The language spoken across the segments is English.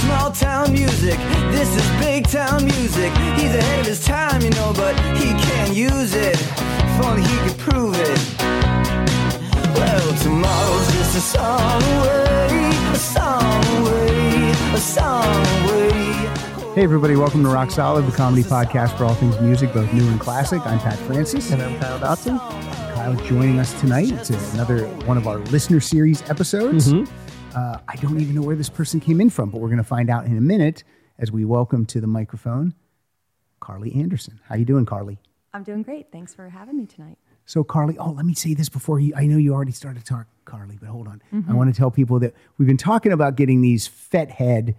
small town music. This is big town music. He's ahead of his time, you know, but he can't use it. If only he could prove it. Well, tomorrow's just a song away, a song away, a song away. Hey, everybody, welcome to Rock Solid, the comedy podcast for all things music, both new and classic. I'm Pat Francis. And I'm Kyle Dotson. Kyle joining us tonight. It's another one of our listener series episodes. Mm-hmm. Uh, I don't even know where this person came in from, but we're going to find out in a minute as we welcome to the microphone Carly Anderson. How you doing, Carly? I'm doing great. Thanks for having me tonight. So, Carly, oh, let me say this before you. I know you already started to talk, Carly, but hold on. I want to tell people that we've been talking about getting these Fethead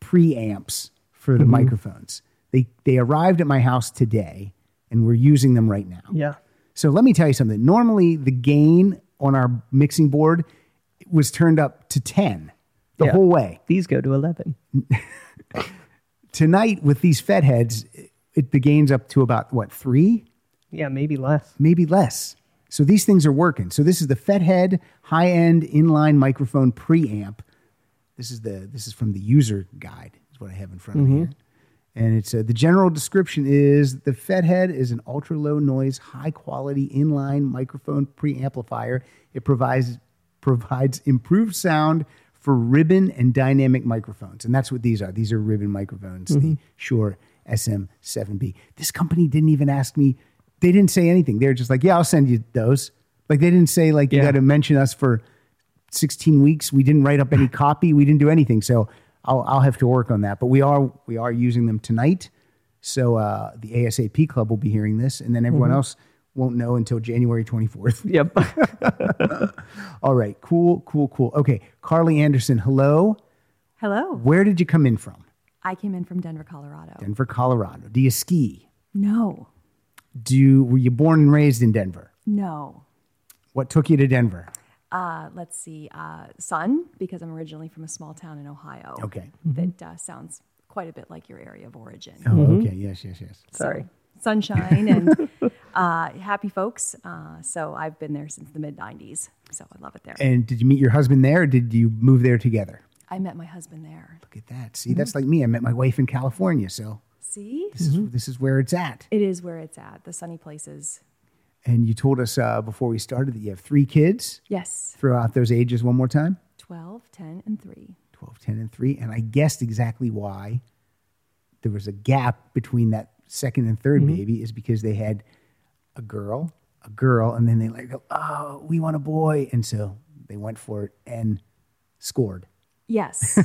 preamps for Mm-hmm. the microphones. They they arrived at my house today, and we're using them right now. Yeah. So let me tell you something. Normally, the gain on our mixing board was turned up to ten the Yeah. whole way. These go to 11. Tonight, with these Fed heads, it, the gain's up to about what three? Yeah, maybe less. maybe less. So these things are working. So this is the FedHead high-end inline microphone preamp. This is the this is from the user guide. Is what I have in front Mm-hmm. of me here. And it's uh, the general description is the FedHead is an ultra low noise, high quality inline microphone preamplifier. It provides provides improved sound for ribbon and dynamic microphones, and that's what these are. These are ribbon microphones, the Shure SM7B. This company didn't even ask me. They didn't say anything. They were just like, "Yeah, I'll send you those." Like they didn't say like you Yeah. got to mention us for 16 weeks. We didn't write up any copy. We didn't do anything. So I'll, I'll have to work on that. But we are we are using them tonight. So uh, the ASAP club will be hearing this, and then everyone else won't know until January 24th. Yep. All right, cool, cool, cool. Okay, Carly Anderson, hello. Hello. Where did you come in from? I came in from Denver, Colorado. Denver, Colorado. Do you ski? No, Do you, were you born and raised in Denver? no. What took you to Denver? Uh, let's see. Uh, sun, because I'm originally from a small town in Ohio. Okay. That uh, sounds quite a bit like your area of origin. Oh, okay. Yes, yes, yes. Sorry. Sunshine and uh, happy folks. Uh, so I've been there since the mid 90s. So I love it there. And did you meet your husband there, or did you move there together? I met my husband there. Look at that. See, that's like me. I met my wife in California, so See? this is this is where it's at. It is where it's at, the sunny places. And you told us uh, before we started that you have three kids. Yes, Throw out those ages one more time 12, 10, and 3. 12, 10, and 3. And I guessed exactly why there was a gap between that second and 3rd baby is because they had a girl, a girl, and then they like, go, oh, we want a boy. And so they went for it and scored. Yes,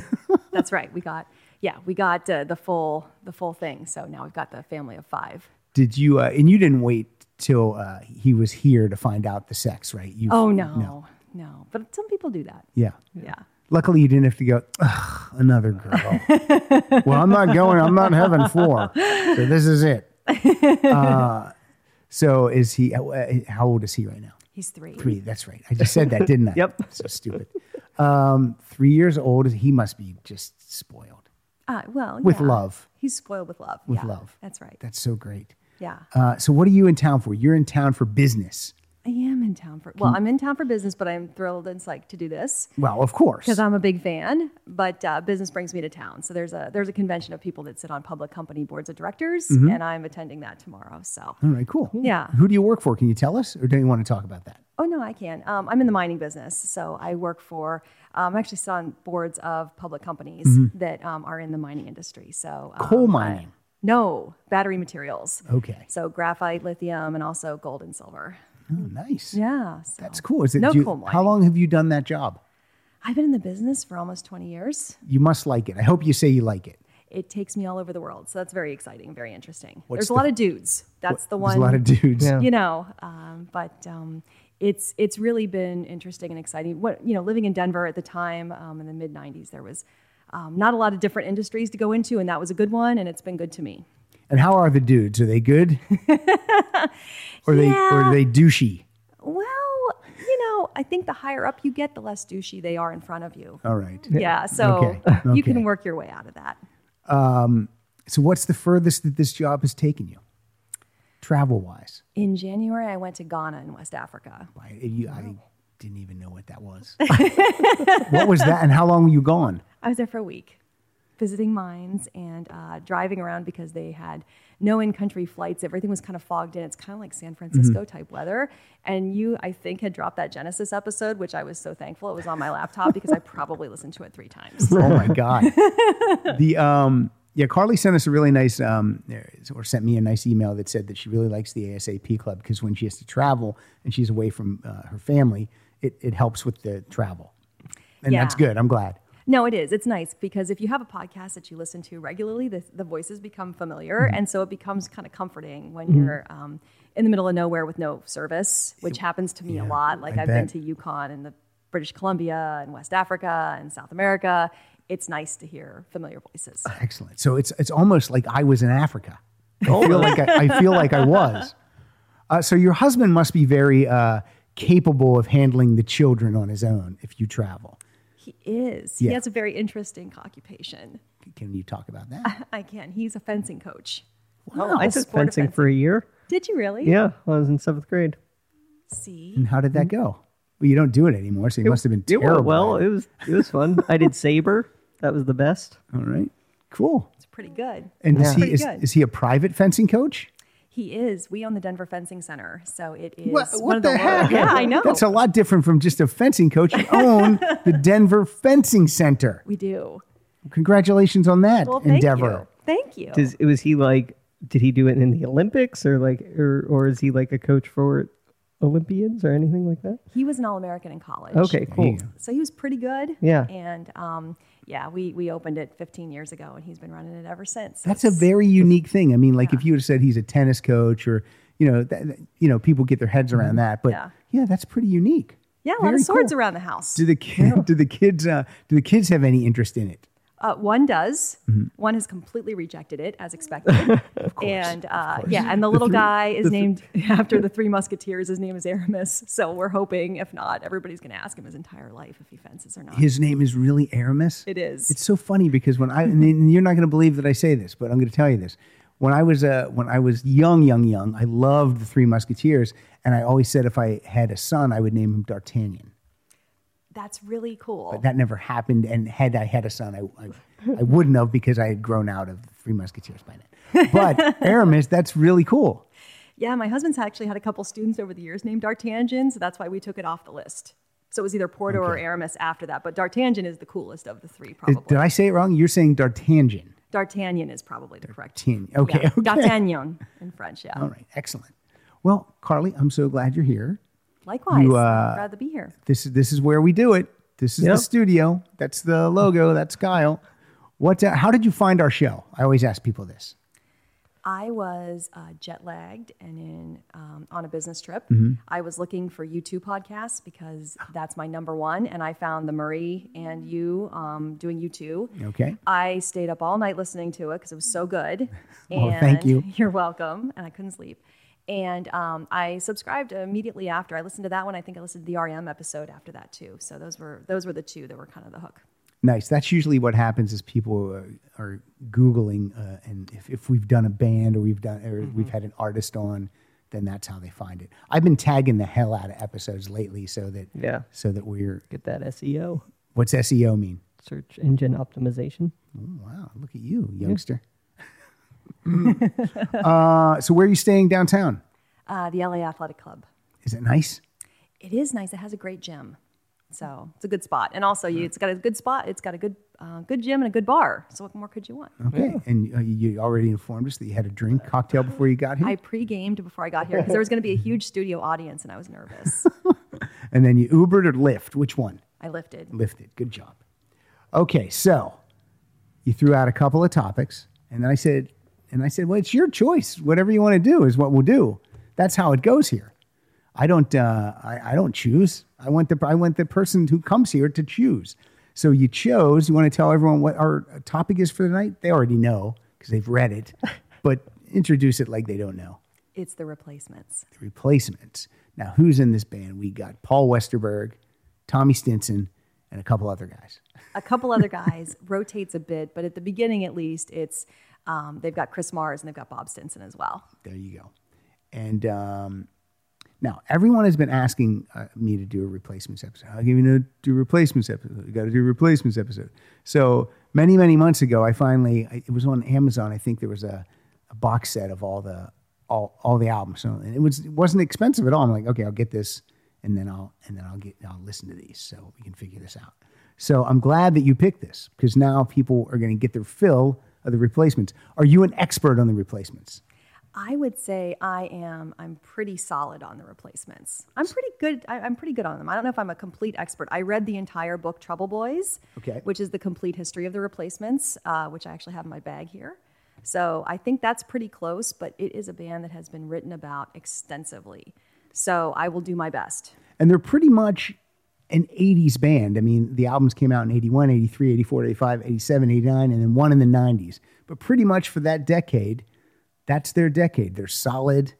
that's right. We got yeah, we got uh, the full the full thing. So now we've got the family of five. Did you, uh, and you didn't wait till uh, he was here to find out the sex, right? You, Oh no, no, But some people do that. Yeah. Yeah, Luckily, you didn't have to go, Ugh, another girl. well, I'm not going. I'm not having four. So this is it. Uh, so is he, uh, how old is he right now? he's three. Three. That's right. I just said that, didn't I? Yep. So stupid. Um, three years old. He must be just spoiled Uh, well, with yeah. love. He's spoiled with love. With Yeah, love. That's right. That's so great. yeah, Uh, so what are you in town for? You're in town for business. I am in town for. Well, I'm in town for business, but I'm thrilled and psyched to do this Well, of course. because I'm a big fan. But uh, business brings me to town. So there's a there's a convention of people that sit on public company boards of directors, Mm-hmm. and I'm attending that tomorrow. So All right, cool. Yeah. Who do you work for? Can you tell us, or don't you want to talk about that? Oh, no, I can. Um, I'm in the mining business. So I work for, um, I actually sit on boards of public companies that um, are in the mining industry. So um, Mm-hmm. Coal I- mining. no, battery materials. Okay. So graphite, lithium, and also gold and silver. Oh, nice. Yeah. So That's cool. Is it? No do you- coal mining. How long have you done that job? I've been in the business for almost 20 years. You must like it. I hope you say you like it. It takes me all over the world. So that's very exciting, very interesting. What's There's the- a lot of dudes. That's the one. There's a lot of dudes. Yeah. you know um, but um, it's it's really been interesting and exciting what you know living in denver at the time um, in the mid 90s there was um, not a lot of different industries to go into and that was a good one and it's been good to me And how are the dudes? Are they good? or they or are Yeah. they douchey? well you know i think the higher up you get the less douchey they are in front of you All right. yeah so Okay, you okay. can work your way out of that So what's the furthest that this job has taken you? Travel wise. in january i went to ghana in west africa I, you- I didn't even know what that was. what was that and how long were you gone? i was there for a week visiting mines and uh, driving around because they had no in-country flights. Everything was kind of fogged in. It's kind of like San Francisco type weather. And you, I think, had dropped that Genesis episode, which I was so thankful. It was on my laptop because I probably listened to it three times. Oh my god. the um yeah, Carly sent us a really nice um or sent me a nice email that said that she really likes the ASAP club because when she has to travel and she's away from uh, her family, it it helps with the travel. And that's Yeah. good. I'm glad. No, it is. It's nice because if you have a podcast that you listen to regularly, the, the voices become familiar. Mm-hmm. And so it becomes kind of comforting when you're um, in the middle of nowhere with no service, which happens to me a lot. Like I I've bet. been to Yukon and the British Columbia and West Africa and South America. It's nice to hear familiar voices. Uh, Excellent. So it's it's almost like I was in Africa. I feel like I, I feel like I was. Uh, so your husband must be very uh, capable of handling the children on his own if you travel. He is. Yeah. He has a very interesting occupation. Can you talk about that? I can. He's a fencing coach. Oh, I took Sport fencing fencing. for a year. Did you really? Yeah, Mm. when I was in seventh grade. See? And how did that go? Well, you don't do Mm-hmm. it anymore, so you must have been It terrible. went well. at it. It was it was fun. I did saber. That was the best. all right, cool. It's pretty good. And is It's he pretty is, good. is he a private fencing coach? He is. We own the Denver Fencing Center, so it is What, one what of the, the, heck? world- Yeah, I know. That's a lot different from just a fencing coach. You own the Denver Fencing Center. we do. Congratulations on that Well, thank endeavor. you. Thank you. Does was he like? Did he do it in the Olympics or like or or is he like a coach for Olympians or anything like that? he was an All-American in college. Okay, cool. So he was pretty good. Yeah. And um, yeah, we we opened it 15 years ago, and he's been running it ever since. That's a very unique thing. I mean, like if you would have said he's a tennis coach or you know, that, that- you know, people get their heads around that, but yeah, Mm-hmm. Yeah. that's pretty unique. yeah, a lot very of swords cool. around the house. Do the kid, do the kids uh, do the kids have any interest in it? Uh, one does. Mm-hmm. One has completely rejected it, as expected. of course, and uh, yeah, and the little guy is named after the Three Musketeers. His name is Aramis. So we're hoping, if not, everybody's going to ask him his entire life if he fences or not. His name is really Aramis. it is. It's so funny because when I and you're not going to believe that I say this, but I'm going to tell you this. When I was uh, when I was young, young, young, I loved the Three Musketeers, and I always said if I had a son, I would name him D'Artagnan. That's really cool. That never happened, and had I had a son, I I, I wouldn't have because I had grown out of the Three Musketeers by then. But Aramis, that's really cool. Yeah, my husband's actually had a couple students over the years named D'Artagnan, so that's why we took it off the list. So it was either Porto or Aramis after that, but D'Artagnan is the coolest of the three, Did, probably. did I say it wrong? You're saying D'Artagnan. D'Artagnan is probably the correct. Tin. Okay, Yeah, okay. D'Artagnan in French, yeah. All right, excellent. Well, Carly, I'm so glad you're here. Likewise, You, uh, I'm glad to be here. this is this is where we do it. This is the Yep. studio. That's the logo. That's Kyle. What? Uh, how did you find our show? I always ask people this. I was uh, jet lagged and in um, on a business trip. Mm-hmm. I was looking for you two podcasts because that's my number one, and I found the Murray and you um, doing you two. Okay. I stayed up all night listening to it because it was so good. Well, thank you. You're welcome. And I couldn't sleep. And um, I subscribed immediately after. I listened to that one. I think I listened to the REM episode after that too. So those were those were the two that were kind of the hook. Nice. That's usually what happens is people are, are googling, uh, and if, if we've done a band or we've done or we've had an artist on, then that's how they find it. I've been tagging the hell out of episodes lately, so that Yeah. so that we're Get that SEO, what's SEO mean? search engine optimization. Wow, look at you, youngster. uh, so where are you staying downtown? Uh, the LA Athletic Club. Is it nice? It is nice. It has a great gym. So it's a good spot. And also, you, it's got a good spot. It's got a good uh, good gym and a good bar. So what more could you want? Okay, and uh, you you already informed us that you had a drink cocktail before you got here, I pre-gamed before I got here because there was going to be a huge studio audience, and I was nervous. and then you Ubered or Lyft. Which one? I lifted. Lifted. Good job. Okay, so you threw out a couple of topics, and then I said, and I said, well, it's your choice. Whatever you want to do is what we'll do. That's how it goes here. I don't, uh, I, I don't choose. I want the, I want the person who comes here to choose. So you chose. You want to tell everyone what our uh, topic is for the night? They already know because they've read it, but introduce it like they don't know. It's the replacements. the replacements. Now, who's in this band? We got Paul Westerberg, Tommy Stinson, and a couple other guys. a couple other guys rotates a bit, but at the beginning at least, it's um, they've got Chris Mars and they've got Bob Stinson as well. There you go. And um, Now, everyone has been asking uh, me to do a replacements episode. I'll give you to do replacements episode. You got to do replacements episode. So many, many months ago, I finally I, it was on Amazon. I think there was a, a box set of all the all, all the albums. So and it was it wasn't expensive at all. I'm like, okay, I'll get this, and then I'll and then I'll get I'll listen to these so we can figure this out. So I'm glad that you picked this because now people are going to get their fill of the replacements. Are you an expert on the replacements? I would say I am. I'm pretty solid on the replacements. I'm pretty good. I, I'm pretty good on them. I don't know if I'm a complete expert. I read the entire book Trouble Boys, Okay. which is the complete history of the replacements, uh, which I actually have in my bag here. So I think that's pretty close, but it is a band that has been written about extensively. So I will do my best. and they're pretty much an 80s band. I mean, the albums came out in 81, 83, 84, 85, 87, 89, and then one in the 90s. But pretty much for that decade, that's their decade. They're solid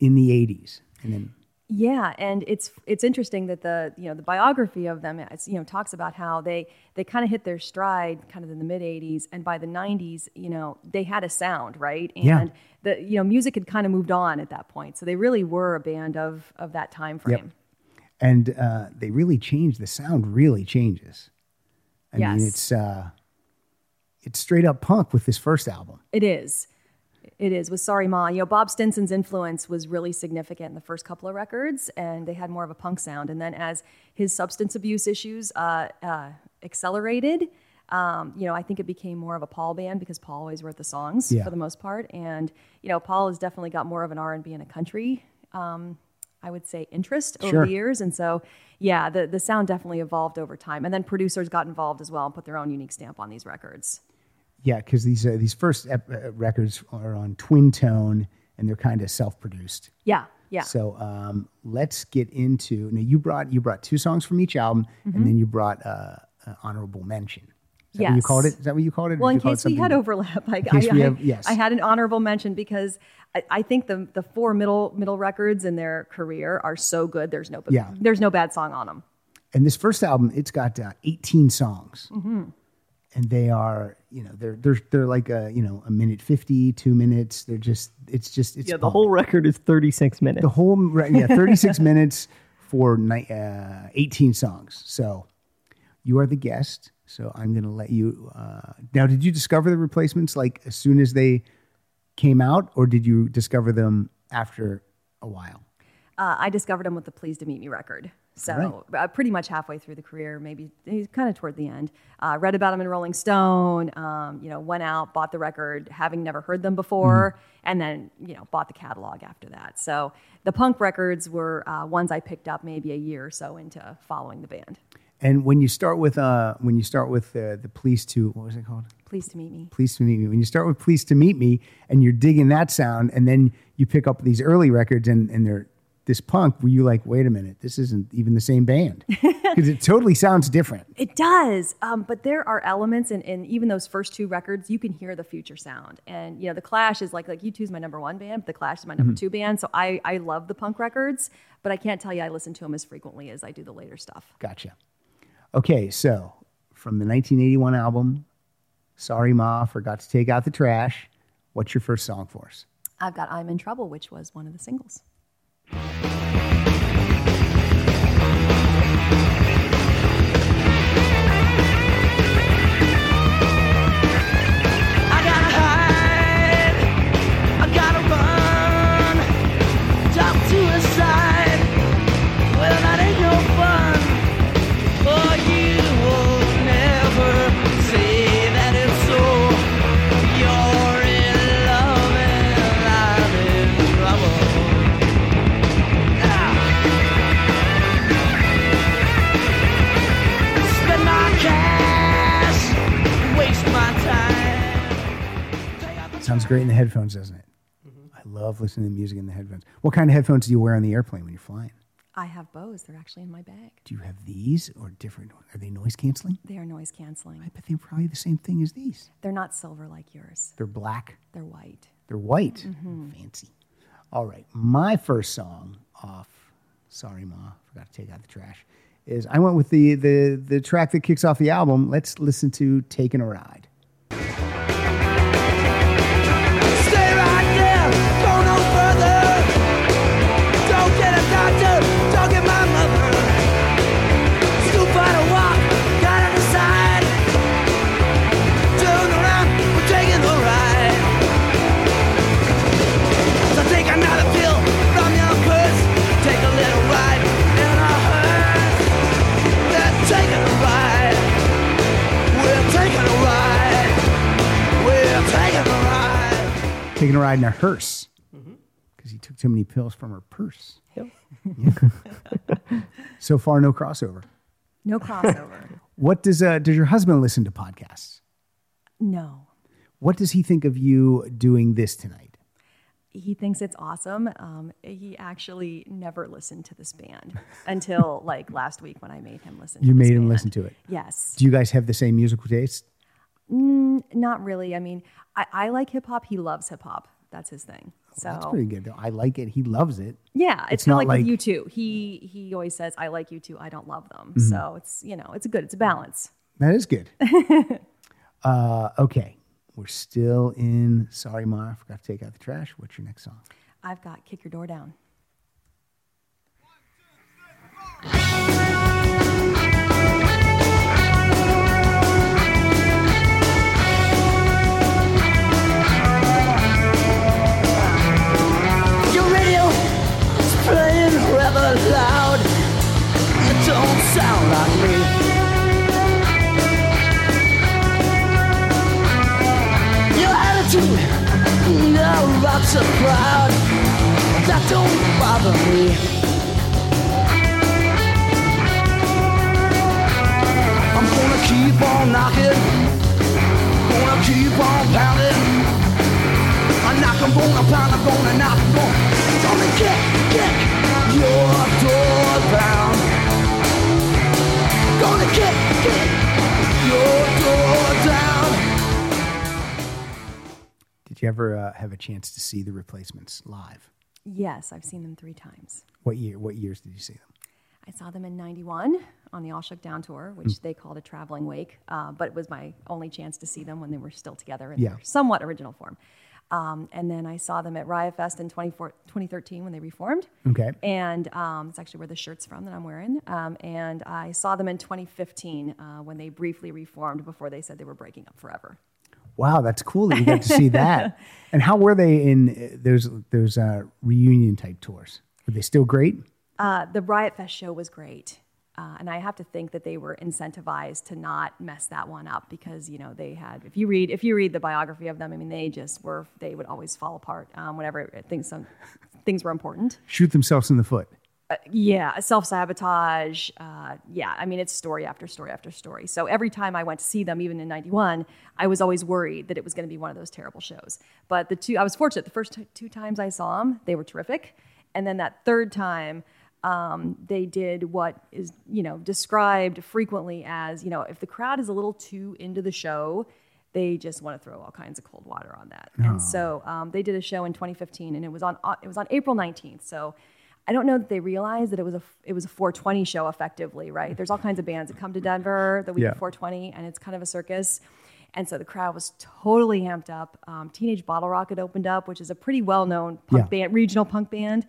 in the 80s. And then Yeah, and it's it's interesting that the you know the biography of them is, you know talks about how they they kind of hit their stride kind of in the mid '80s, and by the '90s, you know they had a sound right, and Yeah. the you know music had kind of moved on at that point, so they really were a band of of that time frame. and uh, they really change the sound really changes. I Yes. mean, it's uh it's straight up punk with this first album. It is. It is with Sorry Ma. You know, Bob Stinson's influence was really significant in the first couple of records, and they had more of a punk sound. And then as his substance abuse issues uh, uh, accelerated, um, you know, I think it became more of a Paul band because Paul always wrote the songs Yeah. for the most part. And you know, Paul has definitely got more of an R and B and a country, um, I would say, interest over Sure. the years. And so, yeah, the the sound definitely evolved over time. And then producers got involved as well and put their own unique stamp on these records. Yeah, because these uh, these first ep- uh, records are on twin tone and they're kind of self produced. Yeah, yeah. So um, let's get into now. You brought you brought two songs from each album, and then you brought uh, uh, honorable mention. Is that what you Mm-hmm. Yes. called it? Is that what you called it? or Well, did you in call it case we had something- overlap, I, case I, we I- have- yes. I had an honorable mention because I, I think the the four middle middle records in their career are so good. There's no Yeah. there's no bad song on them. And this first album, it's got uh, 18 songs, Mm-hmm. and they are you know they're they're they're like a you know a minute 50, two minutes. They're just it's just it's Yeah, the punk. whole record is 36 minutes. the whole re- yeah 36 minutes for ni- uh, 18 songs. So you are the guest. So I'm going to let you. Uh, now, did you discover the replacements like as soon as they came out, or did you discover them after a while? Uh, I discovered them with the "Please to Meet Me" record. So uh, pretty much halfway through the career, maybe kind of toward the end, uh, read about them in Rolling Stone. Um, you know, went out, bought the record, having never heard them before, Mm-hmm. and then you know bought the catalog after that. So the punk records were uh, ones I picked up maybe a year or so into following the band. And when you start with uh, when you start with uh, the police to what was it called? Pleased to meet me. Pleased to meet me. When you start with pleased to meet me, and you're digging that sound, and then you pick up these early records, and and they're this punk. Were you like, wait a minute, this isn't even the same band because it totally sounds different. It does, um, but there are elements, and in, even those first two records, you can hear the future sound. And you know, the Clash is like like U2 is my number one band, but the Clash is my number two band. So I I love the punk records, but I can't tell you I listen to them as frequently as I do the later stuff. Gotcha. Okay, so from the 1981 album, Sorry Ma, Forgot to Take Out the Trash, what's your first song for us? I've got I'm in Trouble, which was one of the singles. I gotta hide. I gotta run. Talk to a side. Well, that ain't no fun. For you will never say that it's so. You're in love and I'm in trouble. Ah. Spend my cash, waste my time. Sounds great in the headphones, doesn't it? I love listening to music in the headphones. What kind of headphones do you wear on the airplane when you're flying? I have Bose; they're actually in my bag. Do you have these or different? Are they noise canceling? They are noise I canceling. bet they're probably the same thing as these. They're not silver like yours. They're black. They're white. They're white. Fancy. All right. My first song off Sorry Ma, forgot to take out the trash. Is I went with the the the track that kicks off the album. Let's listen to Taking a Ride. Stay right there, go no further. Don't get taking a ride in a hearse because he took too many pills from her purse. Yep. So far, no crossover. No crossover. What does uh, does your husband listen to podcasts? no. What does he think of you doing this tonight? He thinks it's awesome. Um, he actually never listened to this band until like last week when I made him listen. You to this made him band. listen to it. Yes. Do you guys have the same musical taste? Not really. I mean, I, I like hip hop. He loves hip hop. That's his thing. So Oh, That's pretty good though. I like it. He loves it. yeah, It's it's, not kind of like, like- with you two. He he always says, "I like you two. I don't love Mm-hmm. them." So it's you know, it's a good. It's a balance. That is good. uh, okay, we're still in. Sorry, Ma, I forgot to take out the trash. What's your next song? I've got kick your door down. Your radio is playing rather loud. It don't sound like me. Your attitude, you're not so proud. That don't bother me. I'm gonna keep on knocking. Gonna keep on pounding. I knock on gonna pound, I'm gonna knock on. Gonna kick, kick your door down. Gonna kick, kick your door down. Did you ever uh, have a chance to see the replacements live? Yes, I've seen them three times. What year? What years did you see them? I saw them in '91 on the All Shook Down tour, which they called a traveling wake, uh, but it was my only chance to see them when they were still together in Yeah. their somewhat original form. Um, and then I saw them at Riot Fest in 24 2013 when they reformed. Okay. And um, it's actually where the shirt's from that I'm wearing. Um, and I saw them in 2015 uh, when they briefly reformed before they said they were breaking up forever. Wow, that's cool that you got to see that. And how were they in uh, those those uh, reunion type tours? Were they still great? Uh, the Riot Fest show was great. Uh, and I have to think that they were incentivized to not mess that one up because you know they had. If you read, if you read the biography of them, I mean, they just were. They would always fall apart um, whenever things some things were important. Shoot themselves in the foot. Yeah, self sabotage. Uh, yeah, I mean, it's story after story after story. So every time I went to see them, even in '91, I was always worried that it was going to be one of those terrible shows. But the two, I was fortunate. The first t- two times I saw them, they were terrific, and then that third time, um, they did what is you know described frequently as you know if the crowd is a little too into the show. They just want to throw all kinds of cold water on that, and so um, they did a show in 2015, and it was on uh, it was on April 19th. So I don't know that they realized that it was a it was a 420 show effectively, right? There's all kinds of bands that come to Denver the week Yeah. of 420, and it's kind of a circus. And so the crowd was totally amped up. Um, Teenage Bottle Rocket opened up, which is a pretty well-known punk Yeah. band, regional punk band,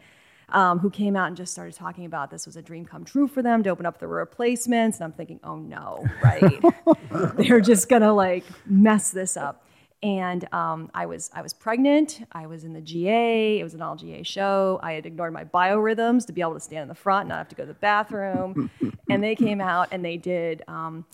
um, who came out and just started talking about this was a dream come true for them to open up the replacements. And I'm thinking, oh no, right? they're just gonna like mess this up. And um, I was I was pregnant. I was in the GA. It was an all GA show. I had ignored my biorhythms to be able to stand in the front, not have to go to the bathroom. and they came out and they did um,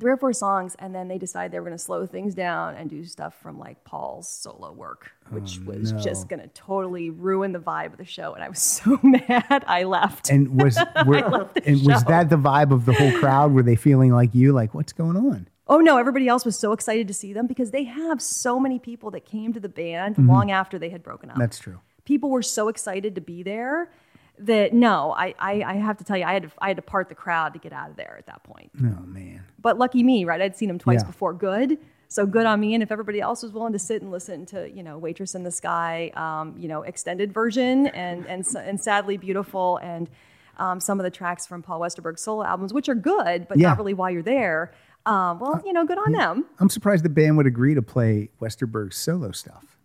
three or four songs, and then they decided they were going to slow things down and do stuff from like Paul's solo work, which was just going to totally ruin the vibe of the show. And I was so mad, I left. And was were, and was that the vibe of the whole crowd? Were they feeling like you? Like what's going on? Oh no, everybody else was so excited to see them because they have so many people that came to the band long after they had broken up. Mm-hmm. That's true. People were so excited to be there that no, I, I, I have to tell you, I had to, I had to part the crowd to get out of there at that point. Oh man, But lucky me, right? I'd seen them twice Yeah. before. Good. So good on me. And if everybody else was willing to sit and listen to, you know, Waitress in the Sky, um, you know, extended version and and s- and Sadly Beautiful and um, some of the tracks from Paul Westerberg's solo albums, which are good, but Yeah. Uh, not really why you're there. Um, well, you know, good on them. I'm surprised the band would agree to play Westerberg's solo stuff.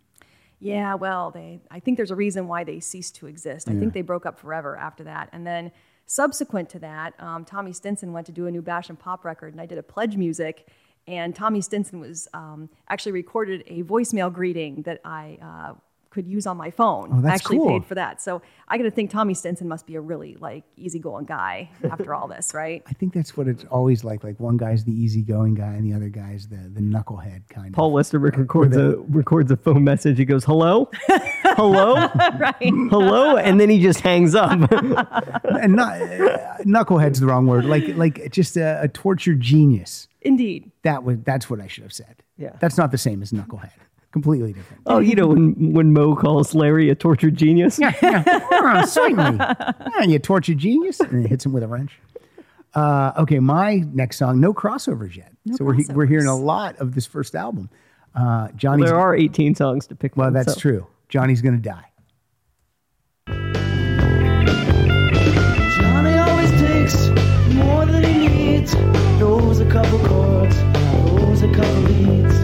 Yeah, well, they I think there's a reason why they ceased to exist. I think they broke up forever after that. And then subsequent to that, um, Tommy Stinson went to do a new Bash and Pop record, and I did a pledge music. And Tommy Stinson was um, actually recorded a voicemail greeting that I uh, could use on my phone. Oh, that's actually cool. paid for that. So I got to think Tommy Stinson must be a really like easygoing guy after all this, right? I think that's what it's always like. Like one guy's the easygoing guy, and the other guy's the the knucklehead kind. Paul Westerberg records a records a phone message. He goes, "Hello, hello, right. hello," and then he just hangs up. of. and not uh, knucklehead's the wrong word. Like like just a, a tortured genius. Indeed. That was that's what I should have said. Yeah. that's not the same as knucklehead. Completely different. oh, you know when when Mo calls Larry a tortured genius. Yeah, yeah. Oh, certainly. Yeah, you tortured genius, and it hits him with a wrench. Uh, okay, my next song, no crossovers yet. so we're he- we're hearing a crossovers. lot of this first album. Uh, Johnny's There are 18 songs to pick. well, from, that's so- true. Johnny's gonna die. Johnny always takes more than he needs. Knows a couple chords, knows a couple leads.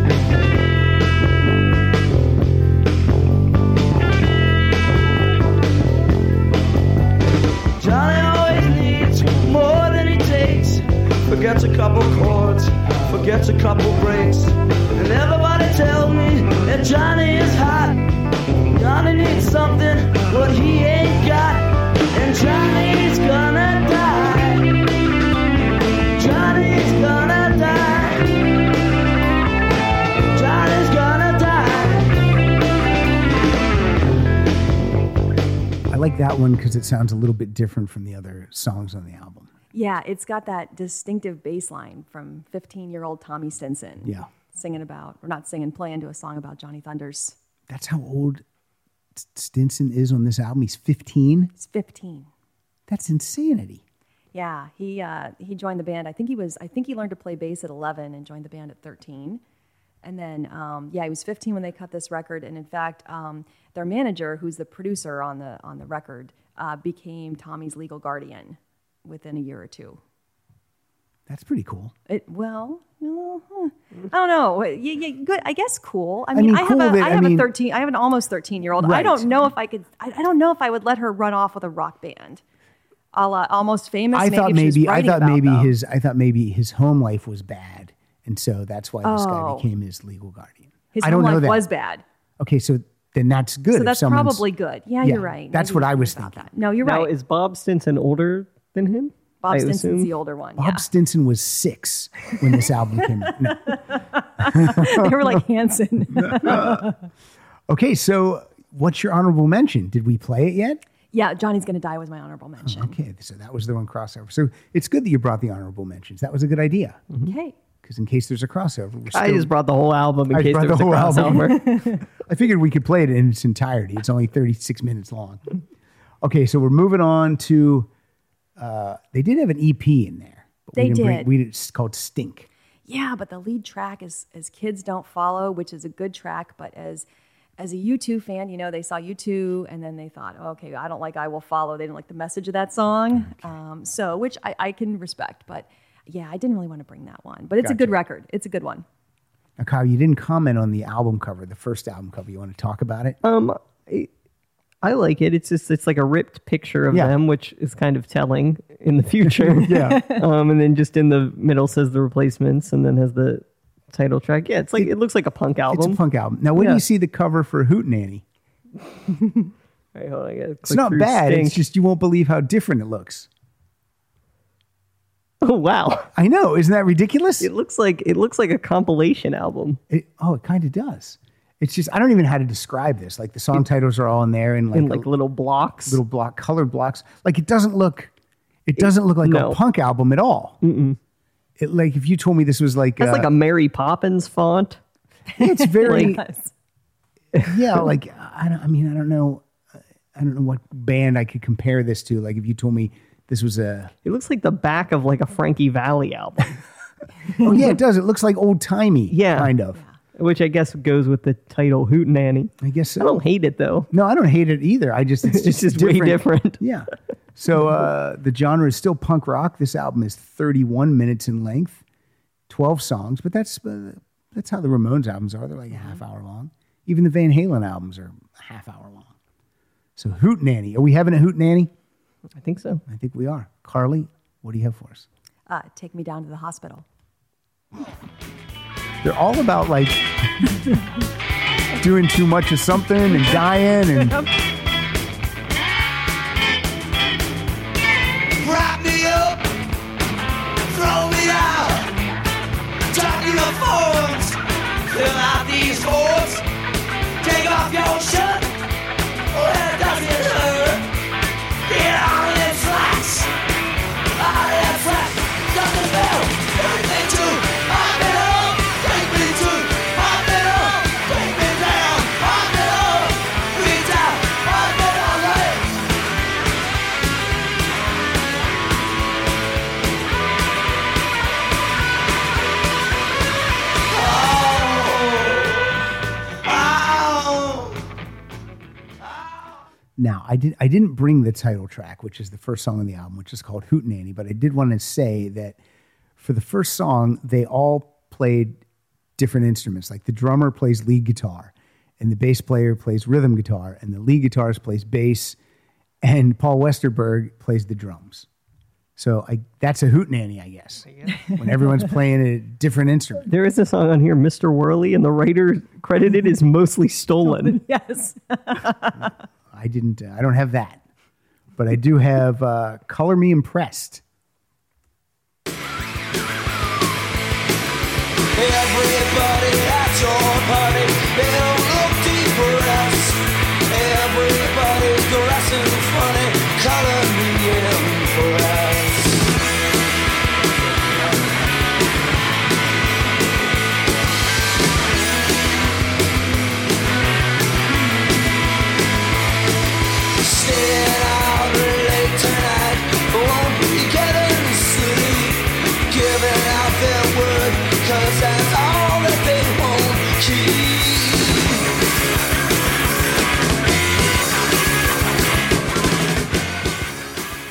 Johnny always needs more than he takes. Forgets a couple chords, forgets a couple breaks. And everybody tells me that Johnny is hot. Johnny needs something, what he ain't got. And Johnny's gonna die. Johnny's gonna die. Johnny's gonna die. I like that one because it sounds a little bit different from the other songs on the album. Yeah, it's got that distinctive bass line from 15 year old Tommy Stinson. Yeah. Singing about, or not singing, playing to a song about Johnny Thunders. That's how old S- Stinson is on this album. He's 15. He's 15. That's insanity. Yeah, he uh, he joined the band. I think he was. I think he learned to play bass at 11 and joined the band at 13. And then, um, yeah, he was 15 when they cut this record. And in fact, um, their manager, who's the producer on the on the record, uh, became Tommy's legal guardian within a year or two. That's pretty cool. It, well, no, huh. I don't know. Yeah, yeah, good. I guess cool. I mean, I, mean, have cool a, that- I I have mean- a 13. I have an almost 13 year old. I Right. don't know if I could. I, I don't know if I would let her run off with a rock band. A la almost famous. I thought if she was maybe I writing thought about maybe them. his I thought maybe his home life was bad, and so that's why this guy Oh. became his legal guardian. His I don't home know life that. was bad. okay, so then that's good. So if that's someone's- probably good. Yeah, Yeah, you're right. that's Maybe what we I should was think about thinking. That. No, you're Now right. is Bob Stinson older than him? Bob I Stinson's assume? the older one. Bob Stinson was six when this album came out. No. Yeah. they were like Hanson. Okay, so what's your honorable mention? Did we play it yet? yeah, Johnny's gonna die was my honorable mention. Okay, so that was the one crossover. So it's good that you brought the honorable mentions. That was a good idea Mm-hmm. Okay. because in case there's a crossover, we're still, I just brought the whole album in I case brought there was the whole a album. crossover. I figured we could play it in its entirety. It's only 36 minutes long. Okay, so we're moving on to. Uh, they did have an EP in there. But They we didn't Bring, did. we it's called Stink. Yeah, but the lead track is is Kids Don't Follow, which is a good track, but as as a U2 fan, you know, they saw U2 and then they thought, oh, okay, I don't like I Will Follow. They didn't like the message of that song. Um, so, which I, I can respect, but yeah, I didn't really want to bring that one. But it's a good Gotcha. record. It's a good one. Now, Kyle, you didn't comment on the album cover, the first album cover. You want to talk about it? um, I- I like it. It's just it's like a ripped picture of Yeah. them, which is kind of telling in the future. yeah. um, and then just in the middle says the replacements, and then has the title track. Yeah, it's like it, looks like a punk It's a album. punk album. Now, when do Yeah. you see the cover for Hootenanny? Right, hold on, I gotta It's click not through bad. Stink. It's just you won't believe how different it looks. oh wow, I know. Isn't that ridiculous? it looks like it looks like a compilation album. It, oh, it kind of does. It's just I don't even know how to describe this. Like the song titles are all in there and like, in a like little blocks. little block color blocks. Like it doesn't look it doesn't look like no. a punk album at all. It, like if you told me this was like, That's uh, like a Mary Poppins font. it's very Yes. yeah. Like I don't. I mean I don't know. I don't know what band I could compare this to. Like if you told me this was a It looks like the back of like a Frankie Valley album, oh yeah it does. It looks like old timey. Yeah. kind of. which I guess goes with the title Hootenanny. I guess so. I don't hate it though. No, I don't hate it either. I just it's It's just, just way different. Yeah. So uh, the genre is still punk rock. This album is 31 minutes in length, 12 songs, but that's uh, that's how the Ramones albums are. They're like a half hour long. Even the Van Halen albums are a half hour long. So Hoot Nanny. Are we having a Hoot Nanny? I think so. I think we are. Carly, what do you have for us? Uh, take me down to the hospital. They're all about like doing too much of something and dying and Wrap me up, throw me out. Tighten the forms, fill out these holes. Take off your shirt, oh that doesn't hurt. Get out of that flash, out of that flash. Nothing fell, take me to my middle. Take me to my middle. Take me down, my middle. Reach out, my middle. Hey. now I did I didn't bring the title track, which is the first song on the album, which is called Hootenanny, but I did want to say that for the first song, they all played different instruments. Like the drummer plays lead guitar and the bass player plays rhythm guitar and the lead guitarist plays bass and Paul Westerberg plays the drums. So I, that's a hootenanny, I guess. when everyone's playing a different instrument. There is a song on here, Mr. Whirly, and the writer credited is mostly stolen. Yes. I didn't. Uh, I don't have that, but I do have uh, "Color Me Impressed." Everybody at your party, they don't look deeper us. Everybody's dressing funny, color me in for us. Staying out late tonight, won't be getting sleep. Giving out their word, cause that's all that they won't keep.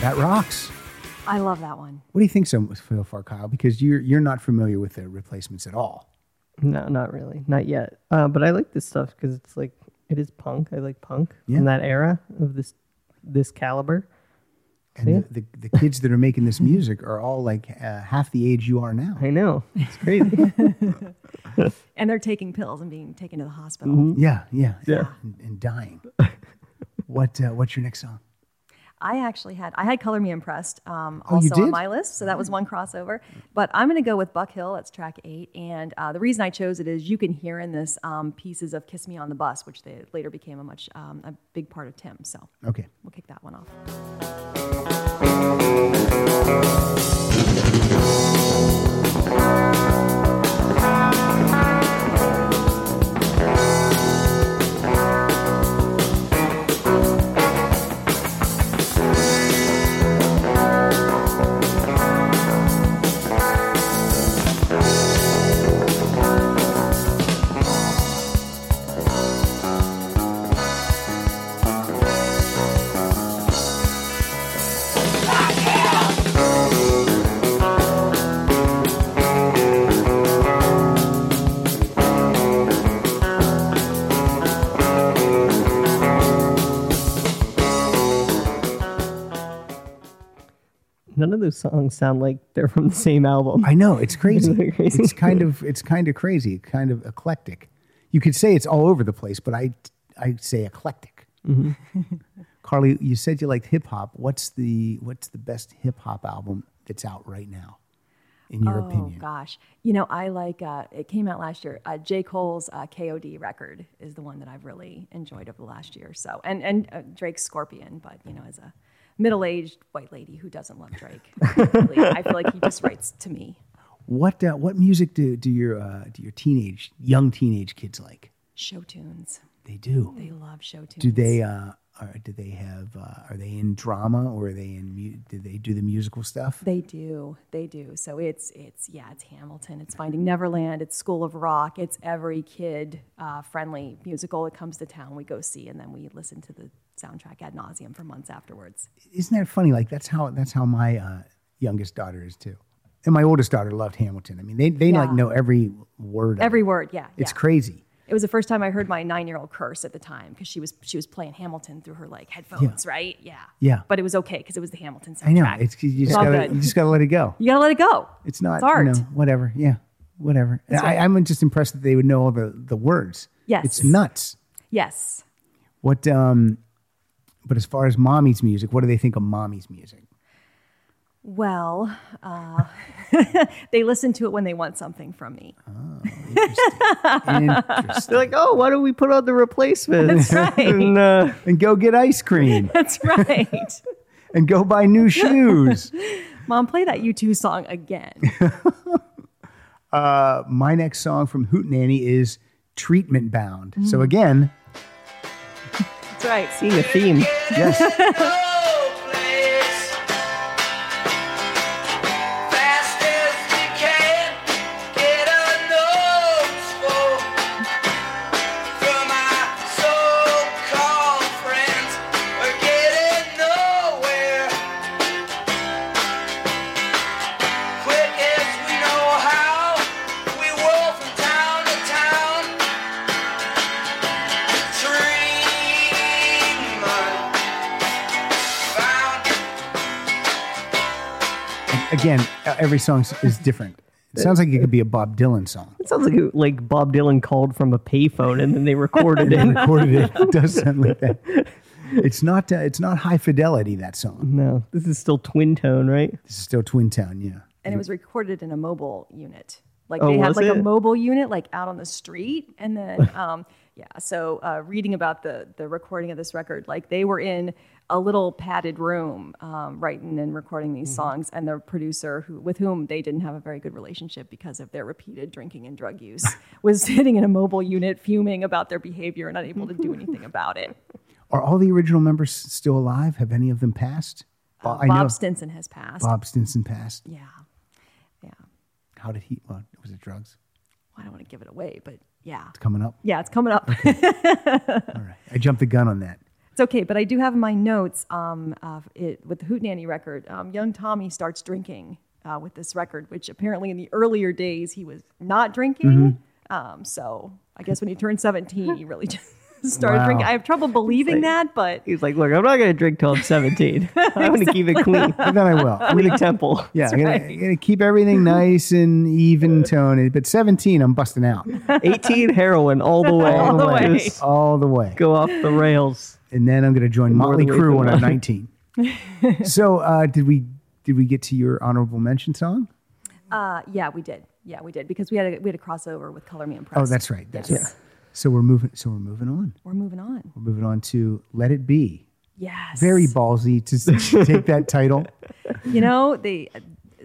That rocks. I love that one. What do you think so so far, Kyle? Because you're you're not familiar with the replacements at all. No, not really, not yet. Uh, but I like this stuff because it's like it is punk. I like punk Yeah. in that era of this this caliber. And the, the, the kids that are making this music are all like uh, half the age you are now. I know it's crazy. And they're taking pills and being taken to the hospital. Yeah, yeah, Yeah. and, and dying. what uh, What's your next song? I actually had I had Color Me Impressed um, Oh, you also on did? Mm. my list, so that was one crossover. But I'm going to go with Buck Hill. That's track eight, and uh, the reason I chose it is you can hear in this um, pieces of "Kiss Me on the Bus," which they later became a much um, a big part of Tim. So Okay, we'll kick that one off. None of those songs sound like they're from the same album. I know it's crazy. Crazy. it's kind of it's kind of crazy, kind of eclectic. You could say it's all over the place, but I I say eclectic. Mm-hmm. Carly, you said you liked hip hop. What's the what's the best hip hop album that's out right now, in your oh opinion? gosh, you know I like uh, it came out last year. Uh, J Cole's uh, K.O.D. record is the one that I've really enjoyed over the last year. or So and and uh, Drake's Scorpion, but you know as a middle-aged white lady who doesn't love Drake, really, I feel like he just writes to me. What uh, what music do do your uh, do your teenage young teenage kids like? Show tunes. They do. They love show tunes. do they uh, are do they have uh, are they in drama or are they in mu- do they do the musical stuff? They do. They do. So it's it's yeah, it's Hamilton. It's Finding Neverland. It's School of Rock. It's every kid uh, friendly musical that comes to town. We go see and then we listen to the soundtrack ad nauseum for months afterwards. isn't that funny? Like that's how that's how my uh, youngest daughter is too, and my oldest daughter loved Hamilton. I mean, they they like Yeah. know every word. of Every it. word, yeah. It's yeah. crazy. It was the first time I heard my nine year old curse at the time because she was she was playing Hamilton through her like headphones, right? Yeah. Yeah. But it was okay because it was the Hamilton soundtrack. I know. It's you just all gotta good. you just gotta let it go. you gotta let it go. It's not It's art. you know whatever. Yeah, whatever. And I, I'm just impressed that they would know all the, the words. Yes. It's nuts. Yes. What, um, but as far as mommy's music, what do they think of mommy's music? Well, uh, they listen to it when they want something from me. They're Interesting. like, oh, why don't we put on the replacements? That's right. and, uh, and go get ice cream That's right. and go buy new shoes. Mom, play that U2 song again. My next song from Hootenanny is Treatment Bound. Mm. So again, That's right. See, seeing a theme. yes, Treatment bound. again, every song is different. It sounds like it could be a Bob Dylan song. It sounds like it- like Bob Dylan called from a payphone and then they recorded They it. recorded it. It does sound like that. It's not. Uh, it's not high fidelity. That song. Mm-hmm. No, this is still twin tone, right? This is still Twin Town. Yeah. and it was recorded in a mobile unit. Like Oh, they had was like a it? mobile unit like out on the street, and then um, yeah. So uh, reading about the the recording of this record, like they were in a little padded room um, writing and recording these songs, and the producer who with whom they didn't have a very good relationship because of their repeated drinking and drug use was sitting in a mobile unit fuming about their behavior and unable to do anything about it. Are all the original members still alive? Have any of them passed? Bo- I know Uh, Bob Stinson has passed. Bob Stinson passed. Yeah, yeah. How did he? Well, was it drugs? Well, I don't want to give it away, but yeah, Coming up. yeah. It's coming up. All right. I jumped the gun on that. It's okay, but I do have in my notes um, uh, it, with the Hootenanny record. Um, young Tommy starts drinking uh, with this record, which apparently in the earlier days he was not drinking. Mm-hmm. Um, so I guess when he turned 17, he really just started Wow. drinking. I have trouble believing that, but He was like, look, I'm not going to drink till I'm 17. I'm going to keep it clean. But then I will. I'm Clean gonna, temple. yeah. I'm gonna, I'm gonna keep everything nice and even tone. But 17, I'm busting out 18 heroin all the way. all the way. Just All the way. go off the rails. and then I'm going to join More Motley the way Crue than when I'm mine. 19. so uh, did we did we get to your honorable mention song? uh, yeah, we did. Yeah, we did because we had a, we had a crossover with Color Me Impressed. Oh, that's right. That's Yes. right. So we're moving. So we're moving on. We're moving on. We're moving on to "Let It Be." Yes, Very ballsy to s- take that title. you know they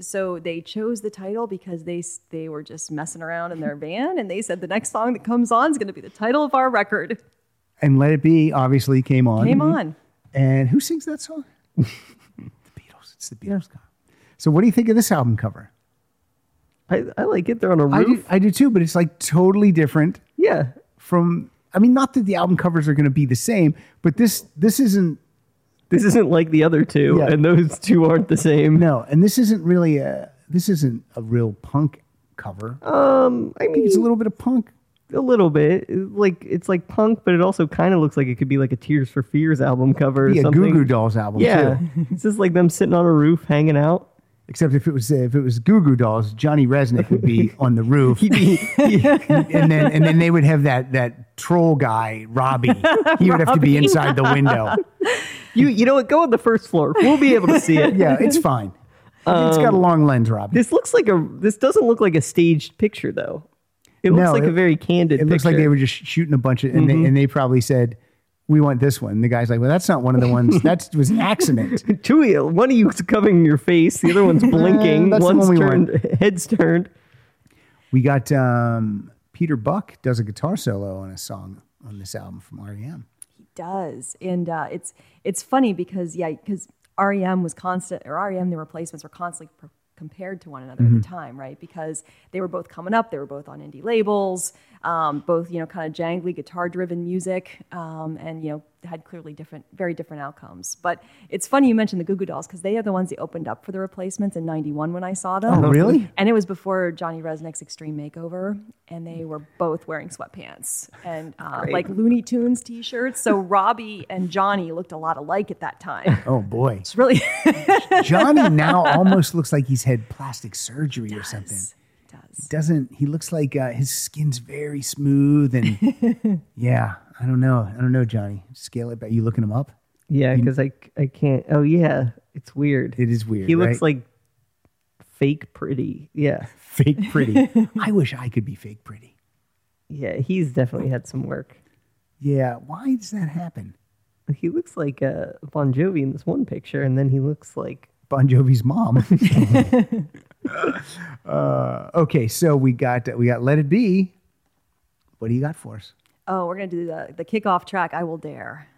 so they chose the title because they s- they were just messing around in their van and they said the next song that comes on is going to be the title of our record And "Let It Be" obviously came on. came on And who sings that song? the Beatles. It's the Beatles. Kyle. So what do you think of this album cover? I, I like it. They're on a I roof. do, I do too, but it's like totally different. Yeah. From I mean, not that the album covers are going to be the same, but this this isn't This isn't like the other two, Yeah. and those two aren't the same. No, and this isn't really a this isn't a real punk cover. I mean, it's a little bit of punk. a little bit like it's like punk, but it also kind of looks like it could be like a Tears for Fears album cover or Yeah, something. Goo Goo Dolls album. yeah, too. it's just like them sitting on a roof hanging out. Except if it was if it was Goo Goo Dolls, Johnny Resnick would be on the roof, and then and then they would have that that troll guy Robbie. He would have to be inside the window. You you know what? Go on the first floor. We'll be able to see it. Yeah, it's fine. it's got a long lens, Robbie. Um, This looks like a. This doesn't look like a staged picture though. It looks No, like it- a very candid. it looks like picture. they were just shooting a bunch of, and, Mm-hmm. they, and they probably said, "We want this one." And the guy's like, "Well, that's not one of the ones. That was an accident." Two of you, one of you's covering your face, the other one's blinking. that's the one's one we turned, heads turned. We got um, Peter Buck does a guitar solo on a song on this album from E REM. he does and uh, it's it's funny because yeah because rem was constant or rem the replacements were constantly pr- compared to one another at the Mm-hmm. time right because they were both coming up they were both on indie labels um, both you know kind of jangly guitar driven music um, and you know had clearly different very different outcomes but it's funny you mentioned the goo goo dolls because they are the ones that opened up for the replacements in 91 when i saw them Oh, really? and it was before Johnny Resnick's Extreme Makeover, and they were both wearing sweatpants and uh, like Looney Tunes T-shirts. So Robbie and Johnny looked a lot alike at that time. Oh boy, It's really Johnny now almost looks like he's had plastic surgery or something. does. does. doesn't he looks like uh, his skin's very smooth and yeah i don't know i don't know johnny scale it back you looking him up Yeah, because I I can't. Oh yeah, it's weird. it is weird He looks right? like fake pretty. Yeah, fake pretty i wish i could be fake pretty yeah. He's definitely had some work. yeah why does that happen He looks like uh, Bon Jovi in this one picture, and then he looks like bon jovi's mom uh, okay so we got we got let it be what do you got for us Oh, we're gonna do the the kickoff track. I will dare.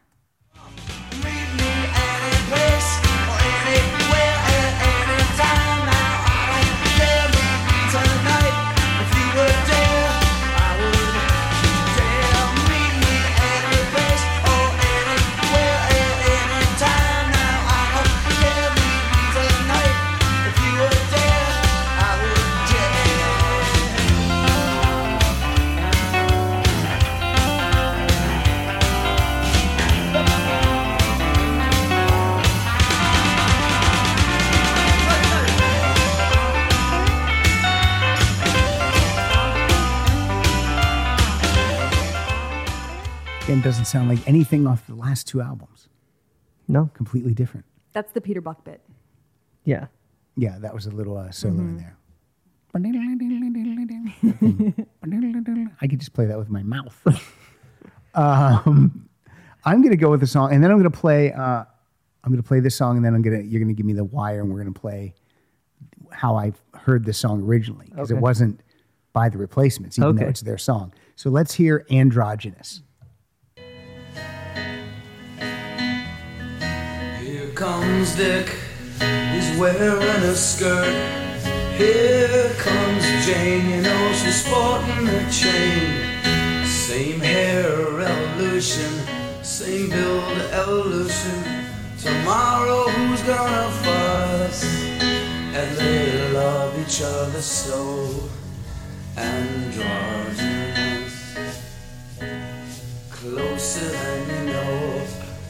again doesn't sound like anything off the last two albums no. completely different That's the Peter Buck bit. Yeah, yeah that was a little uh, solo in there Mm-hmm. I could just play that with my mouth. um, I'm going to go with a song, and then I'm going to play. Uh, I'm going to play this song, and then I'm going to. You're going to give me the wire, and we're going to play how I heard this song originally because it Okay. wasn't by the Replacements, even though Okay. it's their song. So let's hear "Androgynous." Here comes Dick, he's wearing a skirt. Here comes Jane, you know she's sporting a chain. Same hair evolution, same build evolution. Tomorrow who's gonna fuss? And they love each other so androgynous. Closer than you know,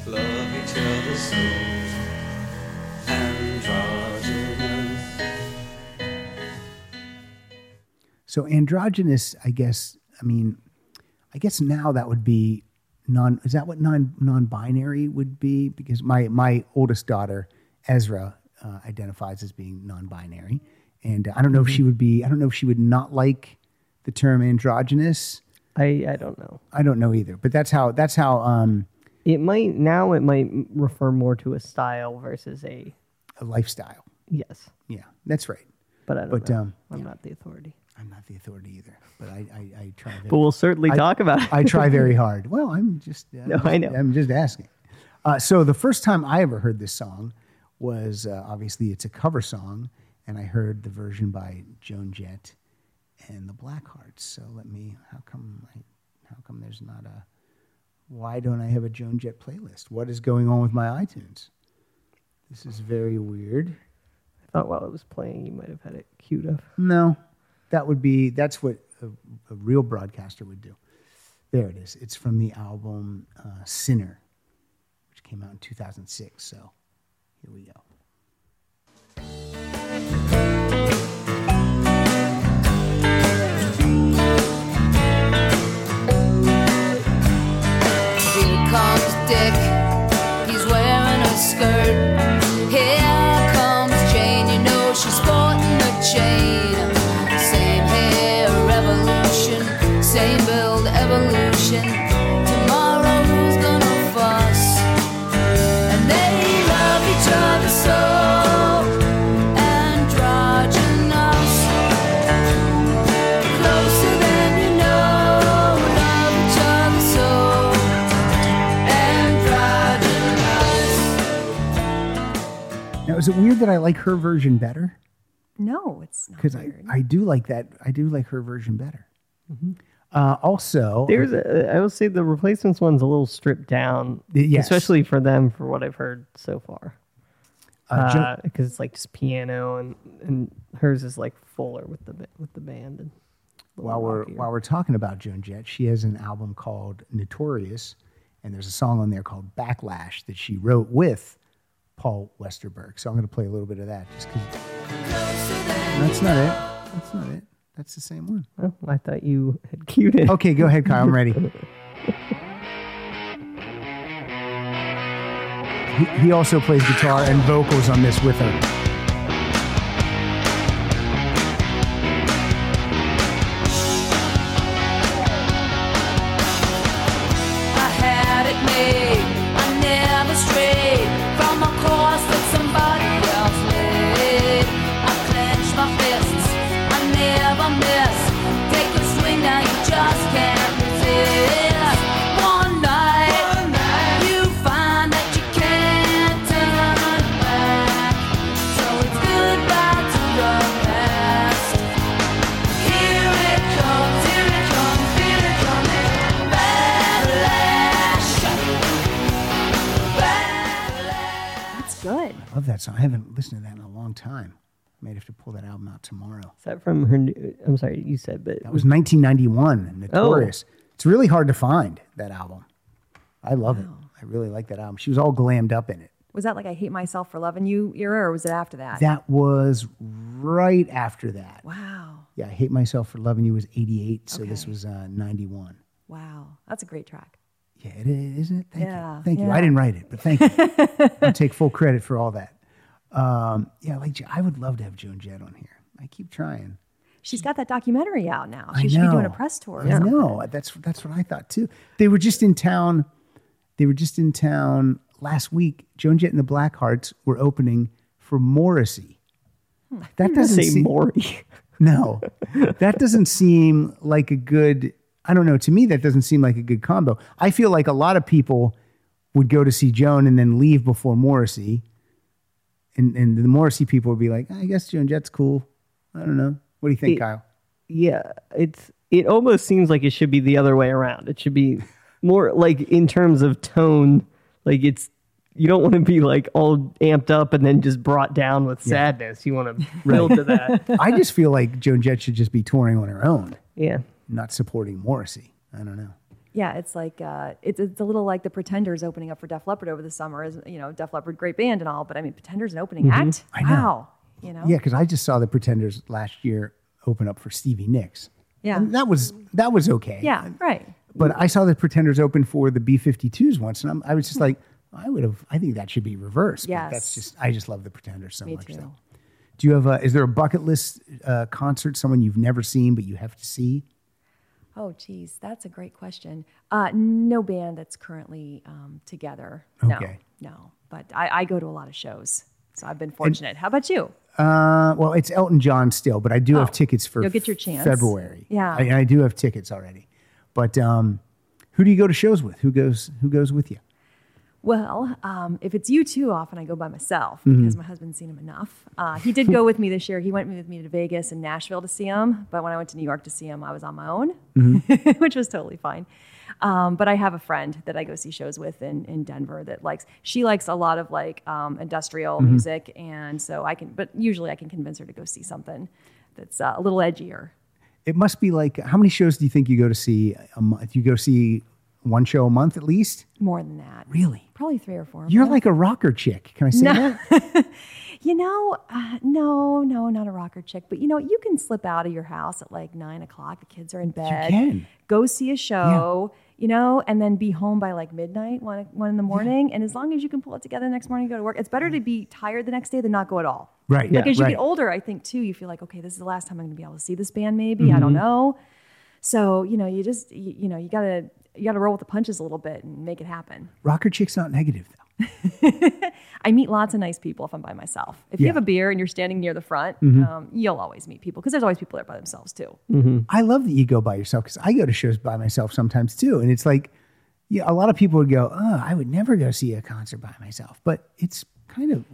love each other so androgynous. So androgynous, I guess. I mean, I guess now that would be non. Is that what non non-binary would be? Because my my oldest daughter Ezra uh, identifies as being non-binary, and I don't know if she would be. I don't know if she would not like the term androgynous. I I don't know. I don't know either. But that's how that's how um, It might now. It might refer more to a style versus a a lifestyle. yes, Yeah, that's right. but I don't. But, know. um, I'm not the authority. I'm not the authority either, but I I, I try. Very, But we'll certainly talk about it. I try very hard. Well, I'm just. I'm No, just- I know. I'm just asking. Uh, so the first time I ever heard this song was uh, obviously it's a cover song, and I heard the version by Joan Jett and the Blackhearts. So let me. How come? I, how come there's not a? Why don't I have a Joan Jett playlist? What is going on with my iTunes? This is very weird. I thought while it was playing, you might have had it queued up. No, that would be that's what a, a real broadcaster would do. There it is. It's from the album uh, Sinner, which came out in 2006. So here we go. Here comes Dick, he's wearing a skirt. Here comes Jane, you know she's sporting a chain. Same hair, revolution, same build, evolution. Tomorrow who's gonna fuss? And they love each other so androgynous. Closer than you know, love each other so. Now, is it weird that I like her version better? No, it's not Because I, weird. I do like that. I do like her version better. Uh, also, There's, a, I will say, the replacements one's a little stripped down, Y- yes. especially for them, for what I've heard so far. uh, Because Jo- it's like just piano, and, and hers is like fuller with the ba- with the band. And a little while we're rockier. while we're talking about Joan Jett, she has an album called Notorious, and there's a song on there called Backlash that she wrote with Paul Westerberg. So I'm going to play a little bit of that just because. That's not it. That's not it. That's the same one. Oh, I thought you had cued it. Okay, go ahead, Kyle. I'm ready. He, he also plays guitar and vocals on this with her. I had it made. I never strayed from a course that somebody else made. I clenched my fists. I never miss. Take a swing now, you just can't resist. One night, you find that you can't turn back. So it's goodbye to the past. Here it comes, here it comes, here it comes. Backlash. Backlash. That's good. I love that song. I haven't listened to that in a long time. I might have to pull that album out tomorrow. Is that from her? New, I'm sorry, you said, but That was 1991 and Oh. Notorious. It's really hard to find that album. I love it. I really like that album. She was all glammed up in it. Was that like I hate myself for loving you era, or was it after that? That was right after that. wow, Yeah, I Hate Myself for Loving You was 88, so this Okay. was uh, 91. wow, that's a great track. Yeah, it is, isn't it? Thank Yeah, you. Thank you. I yeah. didn't write it, but thank you. I'll take full credit for all that. Um, yeah, like I would love to have Joan Jett on here. I keep trying. She's got that documentary out now. I She should be doing know. a press tour. or I something. know. That's that's what I thought too. They were just in town. They were just in town last week. Joan Jett and the Blackhearts were opening for Morrissey. Hmm. That doesn't say seem Maury. no. That doesn't seem like a good. I don't know. To me, that doesn't seem like a good combo. I feel like a lot of people would go to see Joan and then leave before Morrissey, and and the Morrissey people would be like, I guess Joan Jett's cool. I don't know. What do you think, It- Kyle? yeah, it's it almost seems like it should be the other way around. It should be more like in terms of tone, like it's you don't want to be like all amped up and then just brought down with sadness. You want to build to that. I just feel like Joan Jett should just be touring on her own, Yeah. not supporting Morrissey. I don't know. Yeah, it's like uh, it's it's a little like the Pretenders opening up for Def Leppard over the summer. Is you know Def Leppard great band and all, but I mean Pretenders an opening act. Mm-hmm. I know. Wow, you know. Yeah, because I just saw the Pretenders last year open up for Stevie Nicks. Yeah. And that was that was okay. Yeah, right. But I saw the Pretenders open for the B52s once, and I'm, I was just like, I would have. I think that should be reversed. but that's Hmm. Yes. just. I just love the Pretenders so Me much. too. Though. Do you have a? Is there a bucket list uh, concert? Someone you've never seen but you have to see? Oh, geez, that's a great question. Uh, no band that's currently um, together. Okay. No, no. But I, I go to a lot of shows, so I've been fortunate. How about you? Uh, well, it's Elton John still, but I do have tickets for Oh, You'll get your chance. February. Yeah. I, I do have tickets already. But um, who do you go to shows with? Who goes? Who goes with you? Well, um, if it's you too, often I go by myself Mm-hmm. because my husband's seen him enough. Uh, he did go with me this year. He went with me to Vegas and Nashville to see him, but when I went to New York to see him, I was on my own, Mm-hmm. which was totally fine. Um, but I have a friend that I go see shows with in, in Denver that likes. She likes a lot of like um, industrial Mm-hmm. music, and so I can. But usually, I can convince her to go see something that's uh, a little edgier. It must be like how many shows do you think you go to see a month? You go see one show a month at least. More than that, Really? probably three or four. a You're month. like a rocker chick. Can I say that? You know, uh, no, no, not a rocker chick. But you know, you can slip out of your house at like nine o'clock. The kids are in bed. can. Go see a show, you know, and then be home by like midnight, one, one in the morning. And as long as you can pull it together the next morning, go to work. It's better to be tired the next day than not go at all. Right. Like as you right. get older, I think too, you feel like, okay, this is the last time I'm going to be able to see this band. Maybe I Mm-hmm. don't know. So you know, you just you, you know, you gotta you gotta roll with the punches a little bit and make it happen. Rocker chick's not negative though. I meet lots of nice people if I'm by myself. If you have a beer and you're standing near the front, Mm-hmm. um, you'll always meet people because there's always people there by themselves too. I love that you go by yourself because I go to shows by myself sometimes too. And it's like, yeah, a lot of people would go, oh, I would never go see a concert by myself. But it's kind of,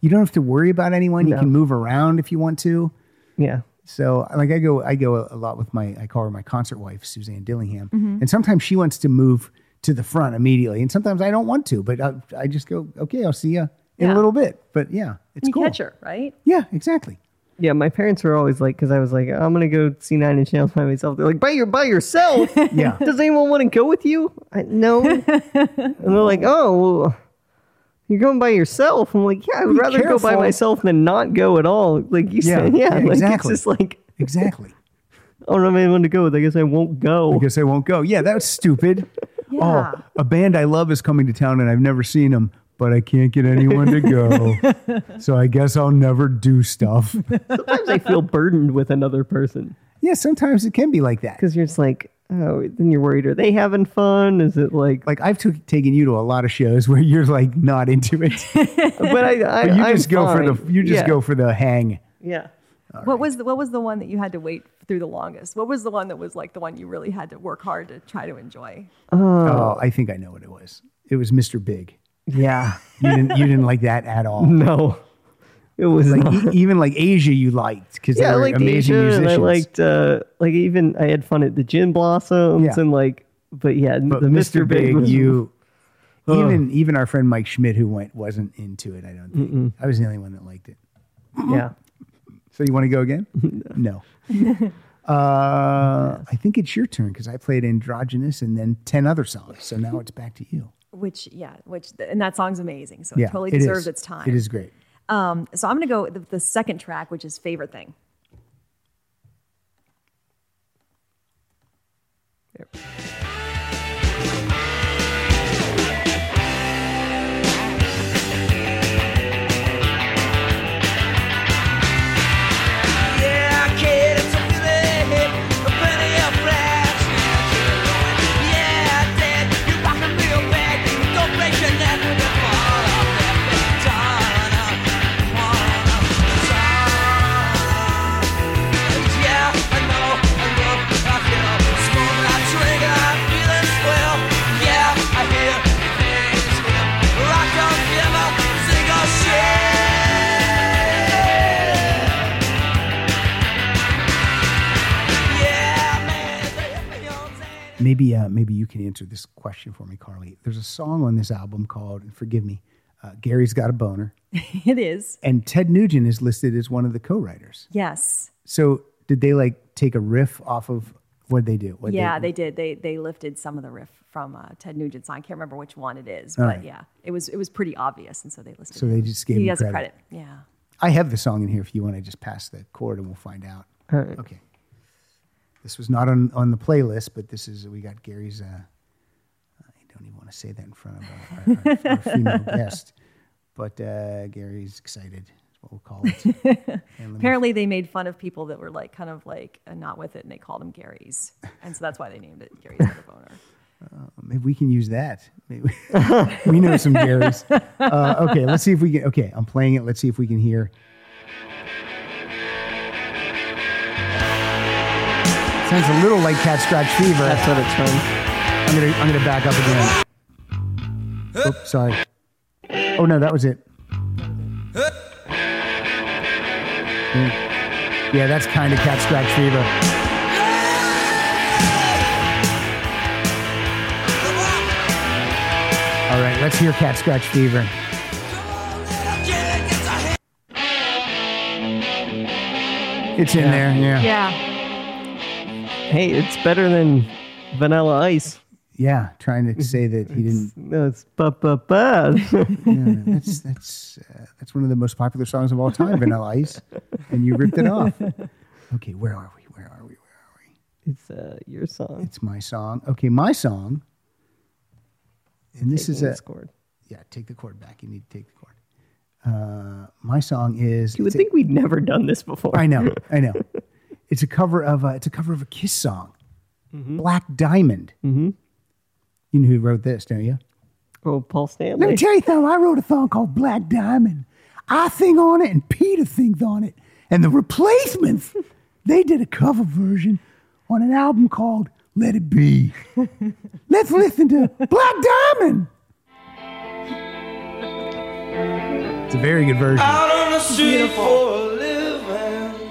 you don't have to worry about anyone. You can move around if you want to. Yeah. So like I go, I go a lot with my, I call her my concert wife, Suzanne Dillingham. Mm-hmm. And sometimes she wants to move to the front immediately. And sometimes I don't want to, but I, I just go, okay, I'll see you in a Yeah. little bit. But yeah, it's You cool. catch her, right? Yeah, exactly. Yeah, my parents were always like, because I was like, I'm gonna go see Nine Inch Nails by myself. They're like, by your by yourself? Yeah. Does anyone want to go with you? I, no. and they're like, oh, well, you're going by yourself. I'm like, yeah, I would rather go by careful. myself than not go at all. Like you Yeah, said, yeah, yeah, like, exactly. It's just like Exactly. I don't have anyone to go with. I guess I won't go. I guess I won't go. Yeah, that's stupid. Yeah. Oh, a band I love is coming to town and I've never seen them, but I can't get anyone to go. so I guess I'll never do stuff. Sometimes I feel burdened with another person yeah, sometimes it can be like that. because you're just like, oh, then you're worried. Are they having fun? Is it like? Like I've took taken you to a lot of shows where you're like not into it. but I, I But you I'm just go for the fine. you just Yeah. go for the hang. Yeah. What was the, what was the one that you had to wait through the longest? What was the one that was like the one you really had to work hard to try to enjoy? Oh, I think I know what it was. It was Mr. Big. Yeah. You didn't you didn't like that at all. No. It was not. Like, e- even like Asia, you liked because Yeah, I they were liked amazing Asia, and musicians. I liked uh, like even I had fun at the Gin Blossoms Yeah. and like, but yeah, but the Mr. Big, was- you Ugh. even even our friend Mike Schmidt who went wasn't into it. I don't think I was the only one that liked it. yeah. So you want to go again? no. Uh, I think it's your turn because I played androgynous and then ten other songs. So now it's back to you. Which yeah, which and that song's amazing. So Yeah, it totally it is. deserves its time. It is great. Um, so I'm gonna go with the, the second track, which is favorite thing. Yeah, I get it, so feeling plenty of flash. Yeah, I did. You rockin' real bad. Don't break your neck with the fall off that bed. Turn up, turn up, turn. Yeah, I know, I look, I feel. Smoke my trigger, I feel it swell. Yeah, I hear things real. But I don't give a single shit. Maybe uh, maybe you can answer this question for me, Carly. There's a song on this album called, and forgive me, uh, Gary's Got a Boner, It is and Ted Nugent is listed as one of the co-writers. yes, So did they like take a riff off of what they do? What'd yeah. they, They did. They they lifted some of the riff from uh, Ted Nugent's song. I can't remember which one it is, but right. yeah, it was it was pretty obvious, and so they listed. so it. they just gave he him has credit. a credit. Yeah. I have the song in here if you want to just pass the chord and we'll find out. Okay. This was not on, on the playlist, but this is, we got Gary's, uh, I don't even want to say that in front of our, our, our, our female guest, but uh, Gary's excited is what we'll call it. And let me- Apparently, they made fun of people that were like kind of like uh, not with it, and they called them Gary's, and so that's why they named it Gary's Letter Boner. maybe we can use that. Maybe we- we know some Gary's. Uh, okay, let's see if we can. Okay, I'm playing it. Let's see if we can hear. Sounds a little like Cat Scratch Fever. That's what it's from. I'm gonna I'm gonna back up again. Oops, sorry. Oh no, that was it. Mm. Yeah, that's kind of cat scratch fever. All right, let's hear cat scratch fever. It's in there. Yeah. yeah. Yeah, Hey, it's better than Vanilla Ice. Trying to say that he didn't. No, it's ba ba ba. that's that's uh, that's one of the most popular songs of all time, Vanilla Ice, and you ripped it off. Okay, where are we? Where are we? Where are we? It's uh, your song. It's my song. Okay, my song. And this is Taking a chord. yeah. Take the chord back. You need to take the chord. Uh, my song is. You would it's a- think we'd never done this before. I know. I know. It's a cover of a, it's a cover of a Kiss song, Black Diamond. Mm-hmm. You know who wrote this, don't you? Oh, Paul Let me Stanley. tell you something. I wrote a song called Black Diamond. I sing on it, and Peter sings on it. And the replacements, they did a cover version on an album called Let It Be. Let's listen to Black Diamond. It's a very good version. Out on the street for a living,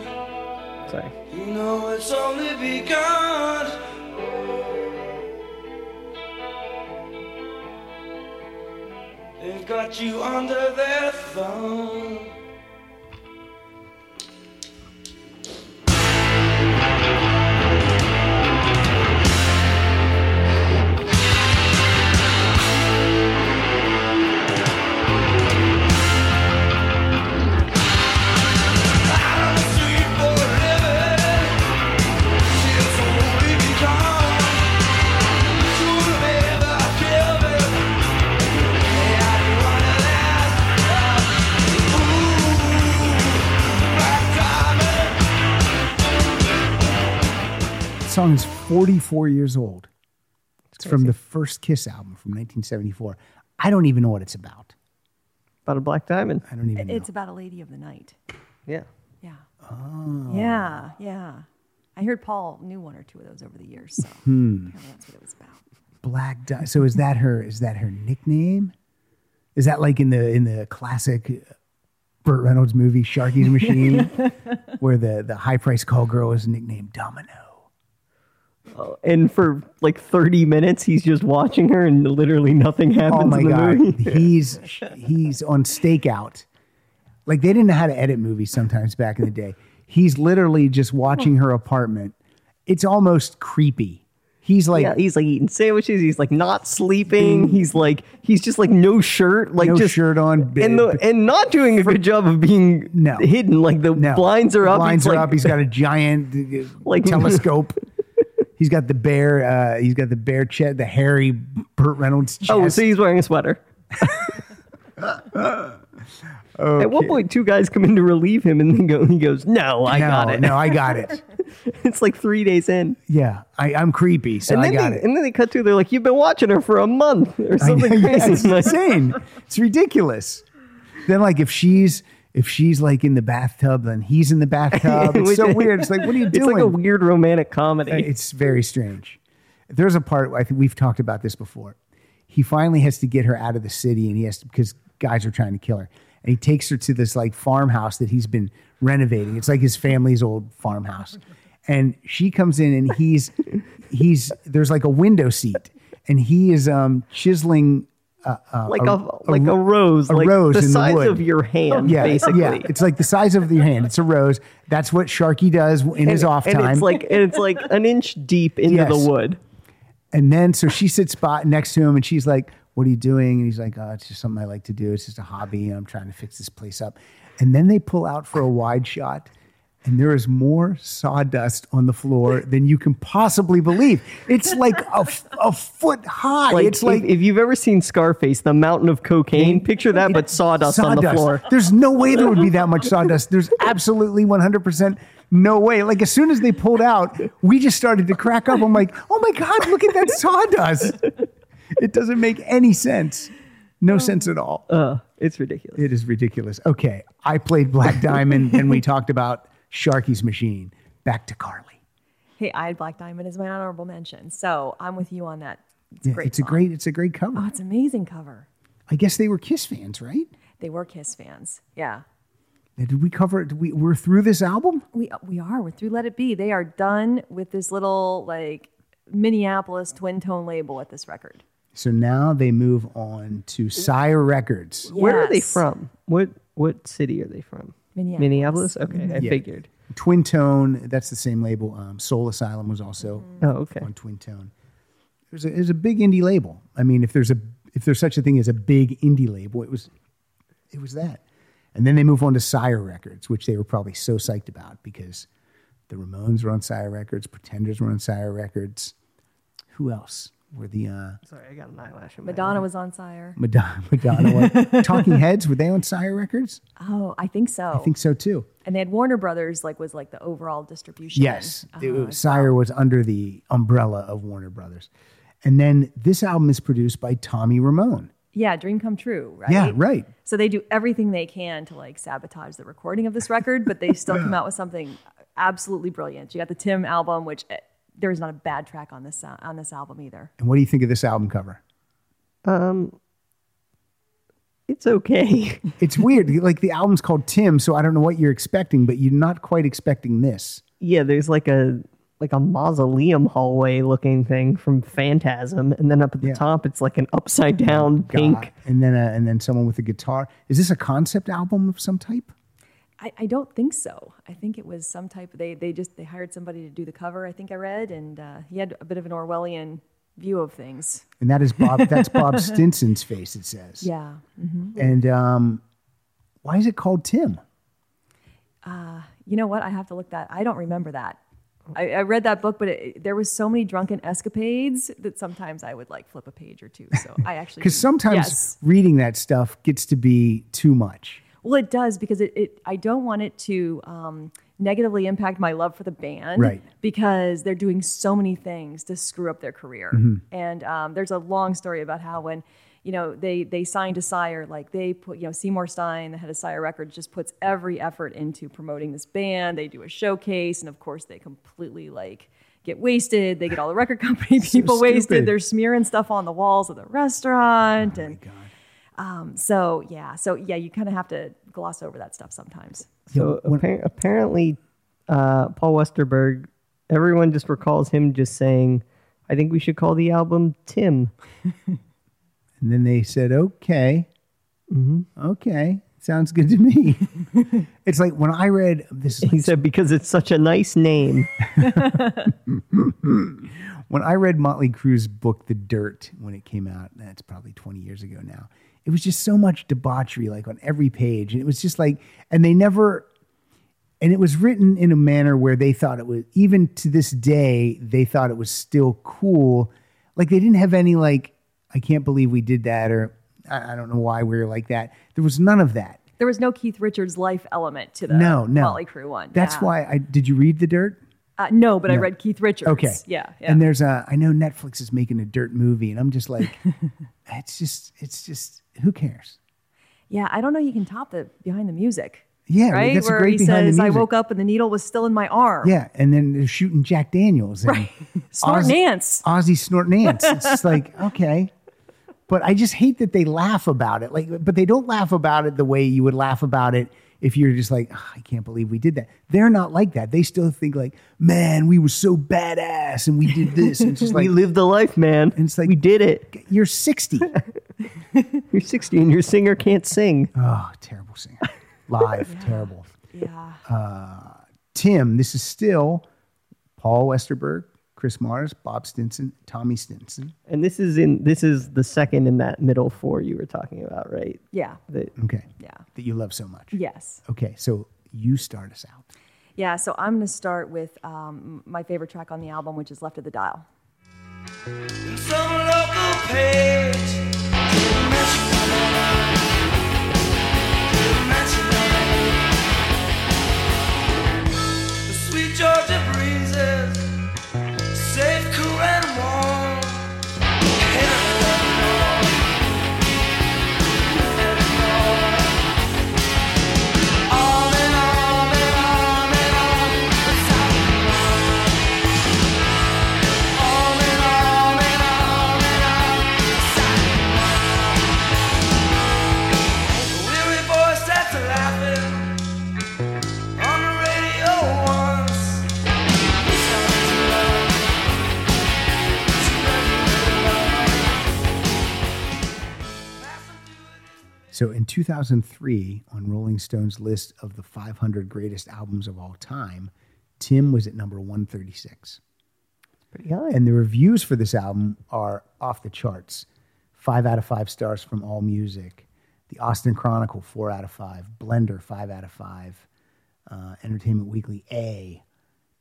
Sorry. you know it's only begun. They've got you under their thumb. Out on the street for a living, you song is 44 years old. It's from the first Kiss album from 1974. I don't even know what it's about. About a black diamond. I don't even know. It's about a lady of the night. Yeah. Yeah. Oh. Yeah, yeah. I heard Paul knew one or two of those over the years, so Hmm. apparently that's what it was about. Black Di- So is that her? Is that her nickname? Is that like in the in the classic Burt Reynolds movie Sharky's Machine, where the the high price call girl is nicknamed Domino? And for like 30 minutes, he's just watching her and literally nothing happens Oh my in the god, movie. he's he's on stakeout. Like they didn't know how to edit movies sometimes back in the day. He's literally just watching her apartment. It's almost creepy. He's like Yeah, he's like eating sandwiches. He's like not sleeping. He's like he's just like no shirt, like Mm-hmm. no just shirt on, and the, and not doing a good job of being No. hidden. Like the No. blinds are up. Blinds It's are like- up. He's got a giant uh, Like- telescope. he's got the bear. Uh, he's got the bear chest. The hairy Burt Reynolds chest. Oh, so he's wearing a sweater. At one point, two guys come in to relieve him, and then go. He goes, "No, I no, got it." No, I got it. it's like three days in, Yeah, I, I'm creepy, so and I then got they, it. and then they cut to. They're like, "You've been watching her for a month or I know, something yeah, crazy." it's Like, insane. It's ridiculous. Then, like, if she's if she's like in the bathtub, then he's in the bathtub. It's so weird. It's like, what are you It's doing? like a weird romantic comedy. It's very strange. There's a part I think we've talked about this before. He finally has to get her out of the city, and he has to because guys are trying to kill her. And he takes her to this like farmhouse that he's been renovating. It's like his family's old farmhouse. And she comes in, and he's he's there's like a window seat, and he is um chiseling. like a, like a rose, a like rose the in the size wood. of your hand, Yeah, basically. yeah. It's like the size of your hand. It's a rose. That's what Sharky does in his off and time. it's like and it's like an inch deep into Yes. the wood. And then so she sits by next to him and she's like, What are you doing? And he's like, Oh, it's just something I like to do. It's just a hobby. I'm trying to fix this place up. And then they pull out for a wide shot. And there is more sawdust on the floor than you can possibly believe. It's like a, f- a foot high. Like, it's like if, if you've ever seen Scarface, the mountain of cocaine. Picture that, but sawdust, on the floor. There's no way there would be that much sawdust. There's absolutely 100% no way. Like, as soon as they pulled out, we just started to crack up. I'm like, oh my God, look at that sawdust. It doesn't make any sense. No sense at all. It's ridiculous. It is ridiculous. Okay. I played Black Diamond and we talked about Sharky's Machine. Back to Carly. Hey, I had Black Diamond as my honorable mention, so I'm with you on that. It's Yeah, a great. it's a song. great, it's a great cover. Oh, it's an amazing cover. I guess they were Kiss fans, right? They were Kiss fans. Yeah, Now, Did we cover it? We, we're through this album? we we are. We're through Let It Be. They are done with this little like Minneapolis twin tone label with this record. So now they move on to Sire Records. Where are they Yes. from? What what city are they from? Minneapolis. Minneapolis. Okay, I Yeah. figured. Twin Tone, that's the same label. Um, Soul Asylum was also Oh, okay. on Twin Tone. It was, a, it was a big indie label. I mean, if there's a if there's such a thing as a big indie label, it was it was that. And then they move on to Sire Records, which they were probably so psyched about because the Ramones were on Sire Records, Pretenders were on Sire Records. Who else were the uh, Sorry, I got an eyelash. In my Madonna was on Sire. Madonna? Madonna were- Talking Heads were they on Sire Records? Oh, I think so. I think so too. and they had Warner Brothers like was like the overall distribution. Yes, Uh, it was- Sire was under the umbrella of Warner Brothers, and then this album is produced by Tommy Ramone. yeah, Dream Come True, right? Yeah, right. So they do everything they can to like sabotage the recording of this record, but they still come out with something absolutely brilliant. You got the Tim album, which eh, there is not a bad track on this sou- on this album either. And what do you think of this album cover? It's okay. It's weird. like the album's called Tim, so I don't know what you're expecting, but you're not quite expecting this. yeah, there's like a like a mausoleum hallway looking thing from Phantasm, and then up at the Yeah. Oh top, it's like an upside down pink. God. And then uh, and then someone with a guitar. Is this a concept album of some type? I, I don't think so. I think it was some type. They they just they hired somebody to do the cover. I think I read, and uh, he had a bit of an Orwellian view of things. And that is Bob. that's Bob Stinson's face. It says. Yeah, And um, why is it called Tim? you know what? I have to look that. I don't remember that. I, I read that book, but it, there was so many drunken escapades that sometimes I would like flip a page or two. So I actually Because sometimes Yes. reading that stuff gets to be too much. Well, it does because it, it I don't want it to um, negatively impact my love for the band Right. because they're doing so many things to screw up their career. And um, there's a long story about how when you know they they signed to Sire, like they put you know Seymour Stein, the head of Sire Records, just puts every effort into promoting this band. They do a showcase, and of course they completely like get wasted. They get all the record company people stupid. Oh wasted. They're smearing stuff on the walls of the restaurant and. Um, so yeah, so yeah, you kind of have to gloss over that stuff sometimes. So appar- apparently, uh, Paul Westerberg, everyone just recalls him just saying, I think we should call the album Tim. And then they said, okay. Okay. Sounds good to me. it's like when I read this, is He like, said, because it's such a nice name. when I read Motley Crue's book, The Dirt, when it came out, that's probably 20 years ago now, it was just so much debauchery, like on every page. And it was just like, and they never, and it was written in a manner where they thought it was, even to this day, they thought it was still cool. Like they didn't have any, like, I can't believe we did that, or I, I don't know why we were like that. There was none of that. There was no Keith Richards life element to the no, no. Motley Crue one. That's Yeah. why I did you read The Dirt? Uh, no, but I read Keith Richards. Okay. Yeah. yeah. And there's a I know Netflix is making a dirt movie and I'm just like it's just it's just who cares? yeah. I don't know. You can top the behind the music. Yeah, Right. that's a Where great he behind the says, "I music." woke up and the needle was still in my arm." Yeah, and then they're shooting Jack Daniels and Right. Snort Ozzy- Nance. Ozzy snorting ants. It's just like, okay. But I just hate that they laugh about it. Like but they don't laugh about it the way you would laugh about it if you're just like, "Ah, I can't believe we did that. They're not like that. They still think like, man, we were so badass and we did this. And it's just like we lived the life, man. it's like- we did it. you're 60. You're 60 and your singer can't sing. Oh, terrible singer. Live, terrible. Yeah. Tim, this is still Paul Westerberg, Chris Mars, Bob Stinson, Tommy Stinson. And this is in this is the second in that middle four you were talking about, right? Yeah. That Okay. Yeah. That you love so much. Yes. Okay. So you start us out. Yeah. So I'm going to start with um, my favorite track on the album, which is "Left of the Dial." In some local page. Didn't mention my name. Didn't mention my name. The sweet Georgia breezes, safe, cool, and warm. Hit it and roll. Hit it and roll. On and on and on and on. That's how we on and on and on and on. Weary voice that's laughing on the radio once. It's not to love. It's not to love. Passing through it. So in 2003, on Rolling Stone's list of the 500 greatest albums of all time, Tim was at number 136. pretty high. And the reviews for this album are off the charts. Five out of five stars from All Music. The Austin Chronicle, four out of five. Blender, five out of five. Uh, Entertainment Weekly, A.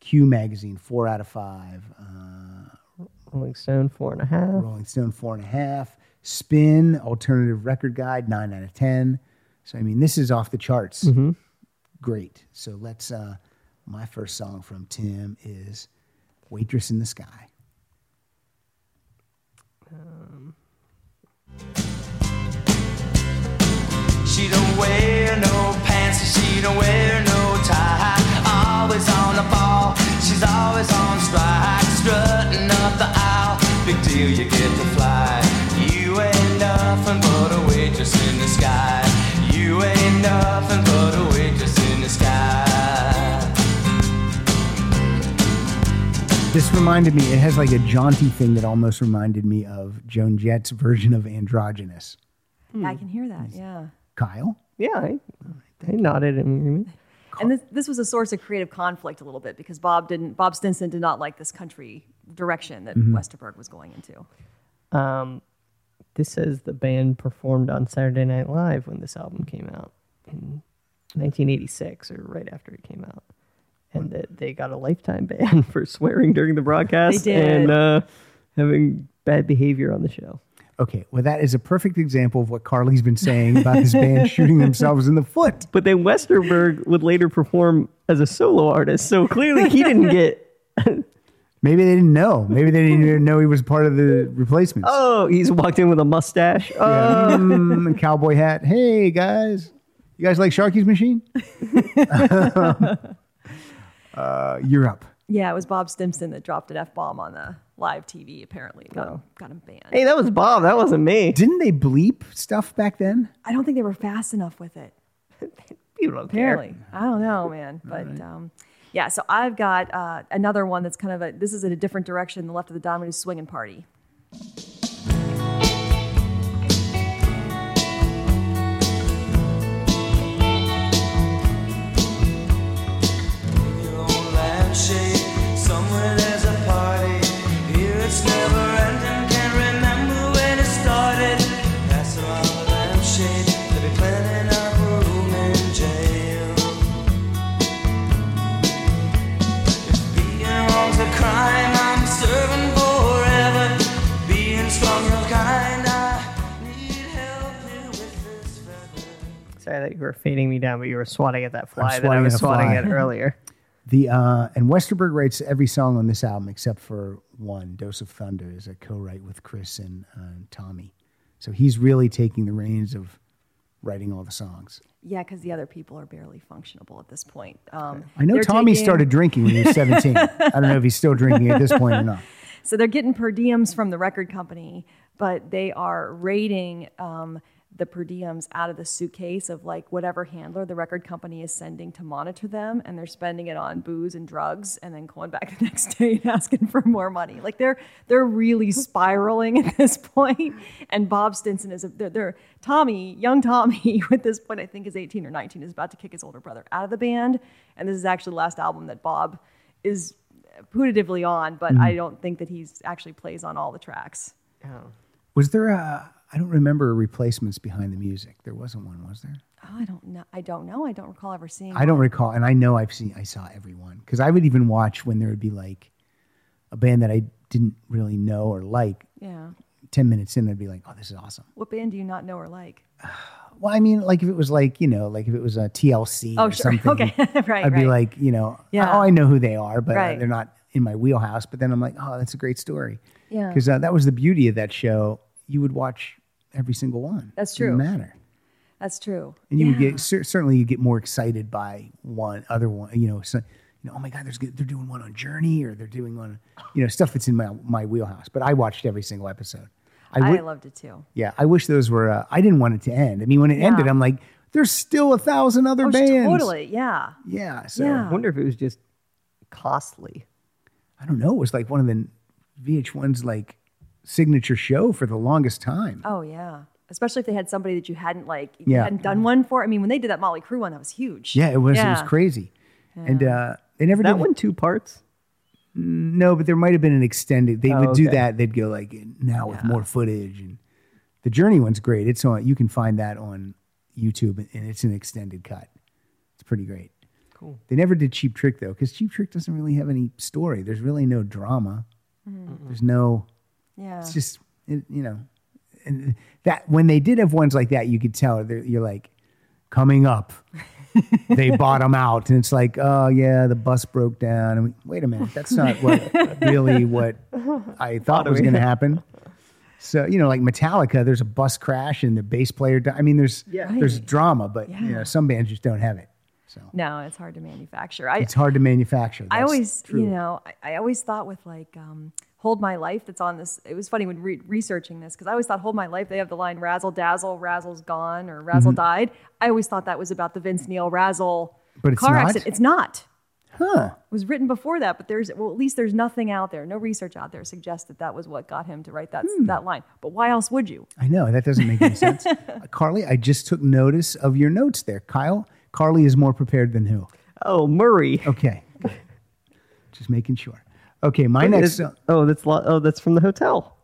Q Magazine, four out of five. Uh, Rolling Stone four and a half. Rolling Stone, four and a half. Spin, Alternative Record Guide, nine out of 10. So, I mean, this is off the charts. Great. So, let's, uh, my first song from Tim is Waitress in the Sky. She don't wear no pants, and she don't wear no tie. Always on the ball, she's always on strike. Strutting up the aisle, big deal, you get to fly. You ain't nothing but a waitress in the sky. You ain't nothing but a waitress in the sky. This reminded me, it has like a jaunty thing that almost reminded me of Joan Jett's version of Androgynous. Hmm. I can hear that. Yeah. Kyle? Yeah, I, I nodded in agreement. and this, this was a source of creative conflict a little bit because Bob didn't Bob Stinson did not like this country direction that Mm-hmm. Westerberg was going into. Um, this says the band performed on Saturday Night Live when this album came out in 1986 or right after it came out. And that they got a lifetime ban for swearing during the broadcast They did. and uh, having bad behavior on the show. Okay, well, that is a perfect example of what Carly's been saying about this band shooting themselves in the foot. But then Westerberg would later perform as a solo artist. So clearly he didn't get, Maybe they didn't know. Maybe they didn't even know he was part of the replacements. oh, he's walked in with a mustache. Oh, Mm, and cowboy hat. Hey guys, you guys like Sharky's Machine? Um, uh, you're up. Yeah, it was Bob Stimson that dropped an F bomb on the live TV, apparently. Got, him, got him banned. hey, that was Bob. That wasn't me. Didn't they bleep stuff back then? I don't think they were fast enough with it. You don't care. Apparently, I don't know, man. But um, yeah, so I've got uh, another one that's kind of a. This is in a different direction. The left of the Domino's swinging party. Your own lampshade. Somewhere there's a party. Here it's never ending. Can't remember when it started. Pass around the lampshade. They'll be planning up a room in jail. If being wrong's a crime, I'm serving forever. Being strong, your kind. I need help here with this feather. Sorry that you were fading me down, but you were swatting at that fly that I swatting was at a swatting fly. at earlier. The uh, and Westerberg writes every song on this album except for one. Dose of Thunder is a co-write with Chris and uh, Tommy, so he's really taking the reins of writing all the songs. Yeah, because the other people are barely functionable at this point. Um, I know they're Tommy taking- started drinking when he was 17. I don't know if he's still drinking at this point or not. So they're getting per diems from the record company, but they are raiding um, the per diems out of the suitcase of like whatever handler the record company is sending to monitor them, and they're spending it on booze and drugs, and then going back the next day and asking for more money. Like they're they're really spiraling at this point. And Bob Stinson is a, they're, they're Tommy, young Tommy, who at this point I think is 18 or 19, is about to kick his older brother out of the band, and this is actually the last album that Bob is putatively on, but Mm-hmm. I don't think that he's actually plays on all the tracks. Was there a? I don't remember replacements behind the music. There wasn't one, was there? Oh, I don't know. I don't know. I don't recall ever seeing. I don't recall, and I know I've seen, I saw everyone because I would even watch when there would be like a band that I didn't really know or like. Yeah. Ten minutes in, I'd be like, "Oh, this is awesome." What band do you not know or like? Well, I mean, like if it was like you know, like if it was a TLC Oh, or sure. something, Okay. Right, I'd be right. like, you know, Yeah. oh, I know who they are, but uh, Right. they're not in my wheelhouse. But then I'm like, oh, that's a great story. Yeah. because uh, that was the beauty of that show. You would watch every single one. That's Didn't true. matter. That's true. and you would get cer- certainly you get more excited by one other one you know so, you know oh my god there's good, they're doing one on journey or they're doing one you know stuff that's in my my wheelhouse but i watched every single episode i, I would loved it too. yeah i wish those were uh, i didn't want it to end i mean when it ended i'm like there's still a thousand other Oh, bands totally. Yeah. yeah so I Yeah. wonder if it was just costly. i don't know it was like one of the vh1's like signature show for the longest time Oh yeah. Especially if they had somebody that you hadn't like you Yeah. hadn't done one for. I mean, when they did that Molly Crew one, that was huge. yeah it was it was Yeah. crazy and uh they never That did one, two parts. No, but there might have been an extended. They Oh, would do okay. that. They'd go like now with more footage, and the Journey one's great. It's on. You can find that on YouTube, and it's an extended cut. It's pretty great. Cool. They never did Cheap Trick though, because Cheap Trick doesn't really have any story. There's really no drama. There's no. Yeah. It's just it, you know, and that when they did have ones like that, you could tell. they're- You're like coming up. they bottom out and it's like oh yeah the bus broke down and we, wait a minute that's not what really what i thought was going to happen so you know like metallica there's a bus crash and the bass player di- i mean there's there's drama but you know some bands just don't have it so No, it's hard to manufacture. I, it's hard to manufacture I That's always, true. you know, I, I always thought with like um, "Hold My Life" that's on this. It was funny when re- researching this because I always thought "Hold My Life" they have the line "Razzle dazzle, Razzle's gone" or "Razzle died." I always thought that was about the Vince Neil Razzle Mm-hmm. But it's car not? accident. It's not. huh It was written before that, but there's well, at least there's nothing out there. No research out there suggests that that was what got him to write that Hmm. that line. But why else would you? I know that doesn't make any sense. Uh, Carly, I just took notice of your notes there. Kyle, Carly is more prepared than who? Oh, Murray. Okay. good. just making sure. Okay, my next. That's- So, oh, that's lo- oh, that's from the hotel.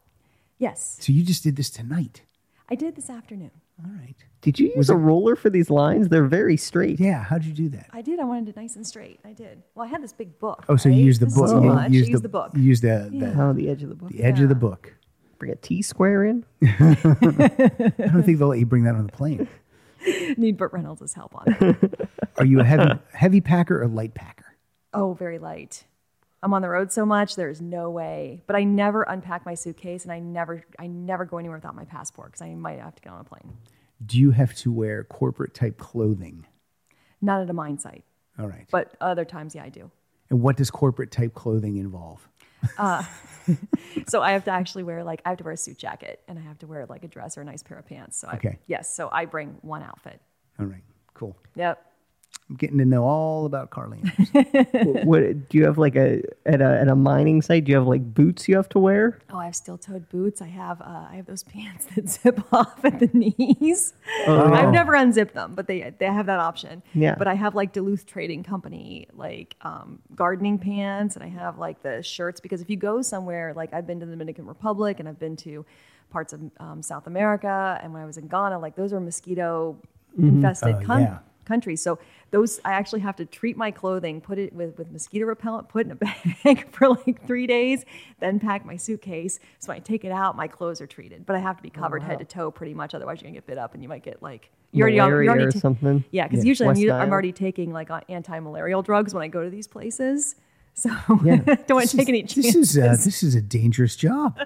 Yes, so you just did this tonight. I did this afternoon. All right. Did you use a roller for these lines? They're very straight. Yeah, how'd you do that? I did. I wanted it nice and straight. I did. Well, I had this big book. Oh, so you right? used the This is book. too You much. I used used the book. You used the, the, Oh, the edge of the book. the edge of the book. Bring a T square in. I don't think they'll let you bring that on the plane. Need Burt Reynolds' help on it. Are you a heavy heavy packer or light packer? oh, very light. I'm on the road so much, there's no way. But I never unpack my suitcase and I never I never go anywhere without my passport because I might have to get on a plane. Do you have to wear corporate type clothing? Not at a mine site. All right. But other times, yeah, I do. and what does corporate type clothing involve? So I have to actually wear like I have to wear a suit jacket and I have to wear like a dress or a nice pair of pants. So I, Okay. yes, so I bring one outfit. All right. Cool. Yep. I'm getting to know all about Carly. Anderson. what, what do you have like a at a at a mining site? Do you have like boots you have to wear? Oh, I have steel-toed boots. I have uh, I have those pants that zip off at the knees. I've never unzipped them, but they they have that option. Yeah. But I have like Duluth Trading Company like um, gardening pants, and I have like the shirts because if you go somewhere like I've been to the Dominican Republic and I've been to parts of um, South America, and when I was in Ghana, like those are mosquito Mm-hmm. infested Oh, coun- yeah. countries. So those I actually have to treat my clothing, put it with, with mosquito repellent, put in a bag for like three days, then pack my suitcase. So when I take it out, my clothes are treated, but I have to be covered head to toe pretty much. Otherwise, you're gonna get bit up and you might get like you're already, Malaria you're already or ta- something. Yeah, because usually I'm, West u- I'm Nile. already taking like uh, anti-malarial drugs when I go to these places. So don't want to take any this is chances. a, this is a dangerous job.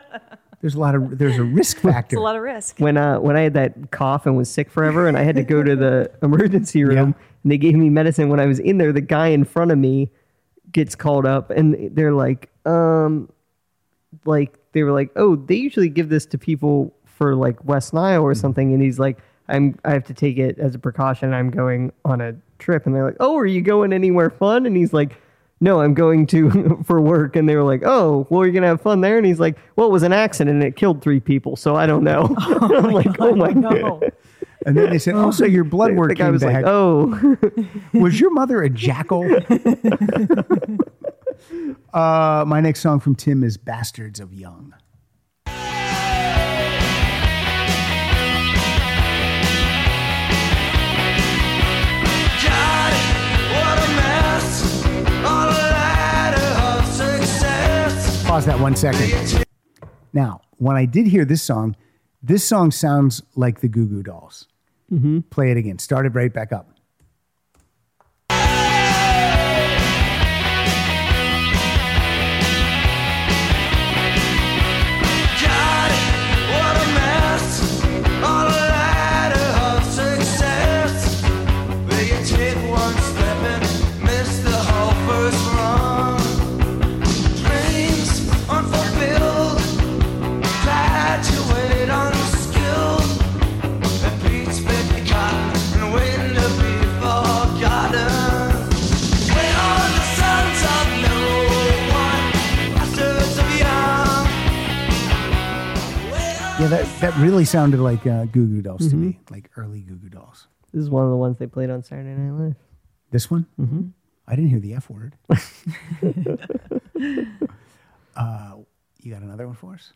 There's a lot of there's a risk factor. It's a lot of risk. When uh when I had that cough and was sick forever, and I had to go to the emergency room, and they gave me medicine. When I was in there, the guy in front of me gets called up, and they're like, um, like they were like, oh, they usually give this to people for like West Nile or something, and he's like, I'm I have to take it as a precaution. I'm going on a trip, and they're like, oh, are you going anywhere fun? And he's like. No, I'm going to for work, and they were like, "Oh, well, you're gonna have fun there." And he's like, "Well, it was an accident, and it killed three people, so I don't know." I'm like, "Oh my No. god!" and then they said, also your blood work The guy came was back. like, "Oh, Was your mother a jackal? uh, my next song from Tim is "Bastards of Young." God, what a mess. On a ladder of success. Pause that one second. Now, when I did hear this song, this song sounds like the Goo Goo Dolls. Play it again. Start it right back up. God, what a mess. On a ladder of success. Will you take one step and miss the whole first run? Dreams unfulfilled. Graduate unskilled. And beats been cotton and waiting to be forgotten. We're all the sons of no one. Bastards of young. Yeah, that, that really sounded like uh, Goo Goo Dolls to me, like early Goo Goo Dolls. this is one of the ones they played on Saturday Night Live." This one? Mm-hmm. I didn't hear the F word. uh, Uh, you got another one for us?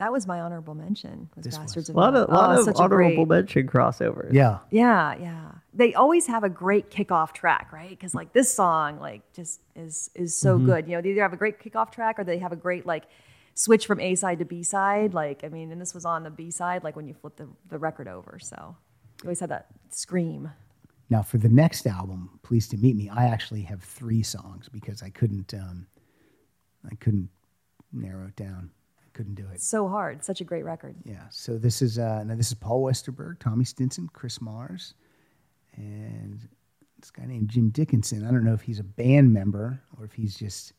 That was my honorable mention. Was Bastards A lot of of, lot Oh, of such a great- honorable mention crossovers. Yeah. Yeah, yeah. They always have a great kickoff track, right? Because like this song, like just is is so Mm-hmm. good. You know, they either have a great kickoff track or they have a great like switch from A side to B side. Like I mean, and this was on the B side, like when you flip the, the record over. So you always had that scream. Now, for the next album, "Pleased to Meet Me," I actually have three songs because I couldn't, um, I couldn't narrow it down. I couldn't do it. So hard, such a great record. Yeah. So this is uh, now this is Paul Westerberg, Tommy Stinson, Chris Mars, and this guy named Jim Dickinson. I don't know if he's a band member or if he's just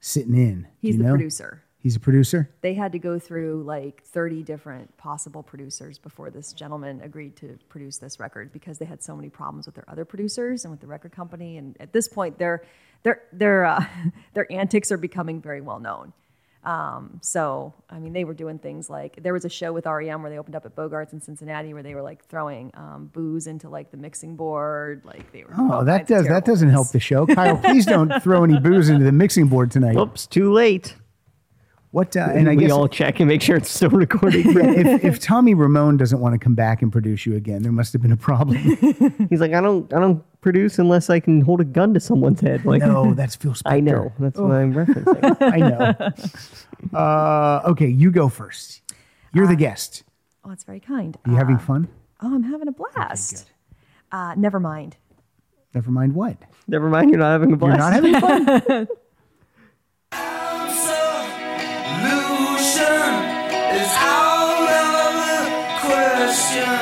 sitting in. Do He's you the know? producer. He's a producer. They had to go through like 30 different possible producers before this gentleman agreed to produce this record because they had so many problems with their other producers and with the record company. And at this point, their their their uh, their antics are becoming very well known. Um, so I mean, they were doing things like there was a show with REM where they opened up at Bogarts in Cincinnati where they were like throwing um, booze into like the mixing board. Like they were Oh, all that kinds of does that terrible doesn't help things. the show, Kyle. Please don't throw any booze into the mixing board tonight. Oops, too late. What? Uh, and I we guess all check and make sure it's still recording. Yeah, if, if Tommy Ramone doesn't want to come back and produce you again, there must have been a problem. He's like, "I don't, I don't produce unless I can hold a gun to someone's head." Like, no, Oh, that's Phil Spector. I know. That's what I'm referencing. I know. Uh, okay, you go first. You're the guest. Oh, that's very kind. Are you Uh, having fun? oh, I'm having a blast. Uh, never mind. Never mind what. Never mind, you're not having a blast. You're not having fun. Solution is out of the question.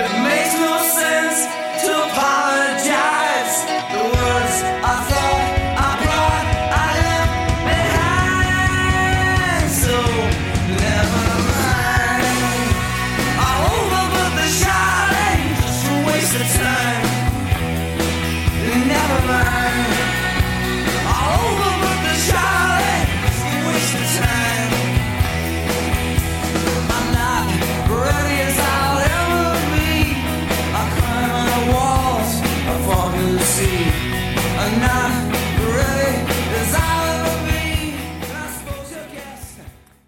It makes no sense to apologize. The words I thought I brought, I left behind. So never mind. I'm over, but the shot ain't just a waste of time. Never mind. I'm over, but the shot ain't just a waste of time. I'm not ready as I'll ever be. I climb on the walls, I fall to the sea. I'm not ready as I'll ever be. And I suppose you'll guess.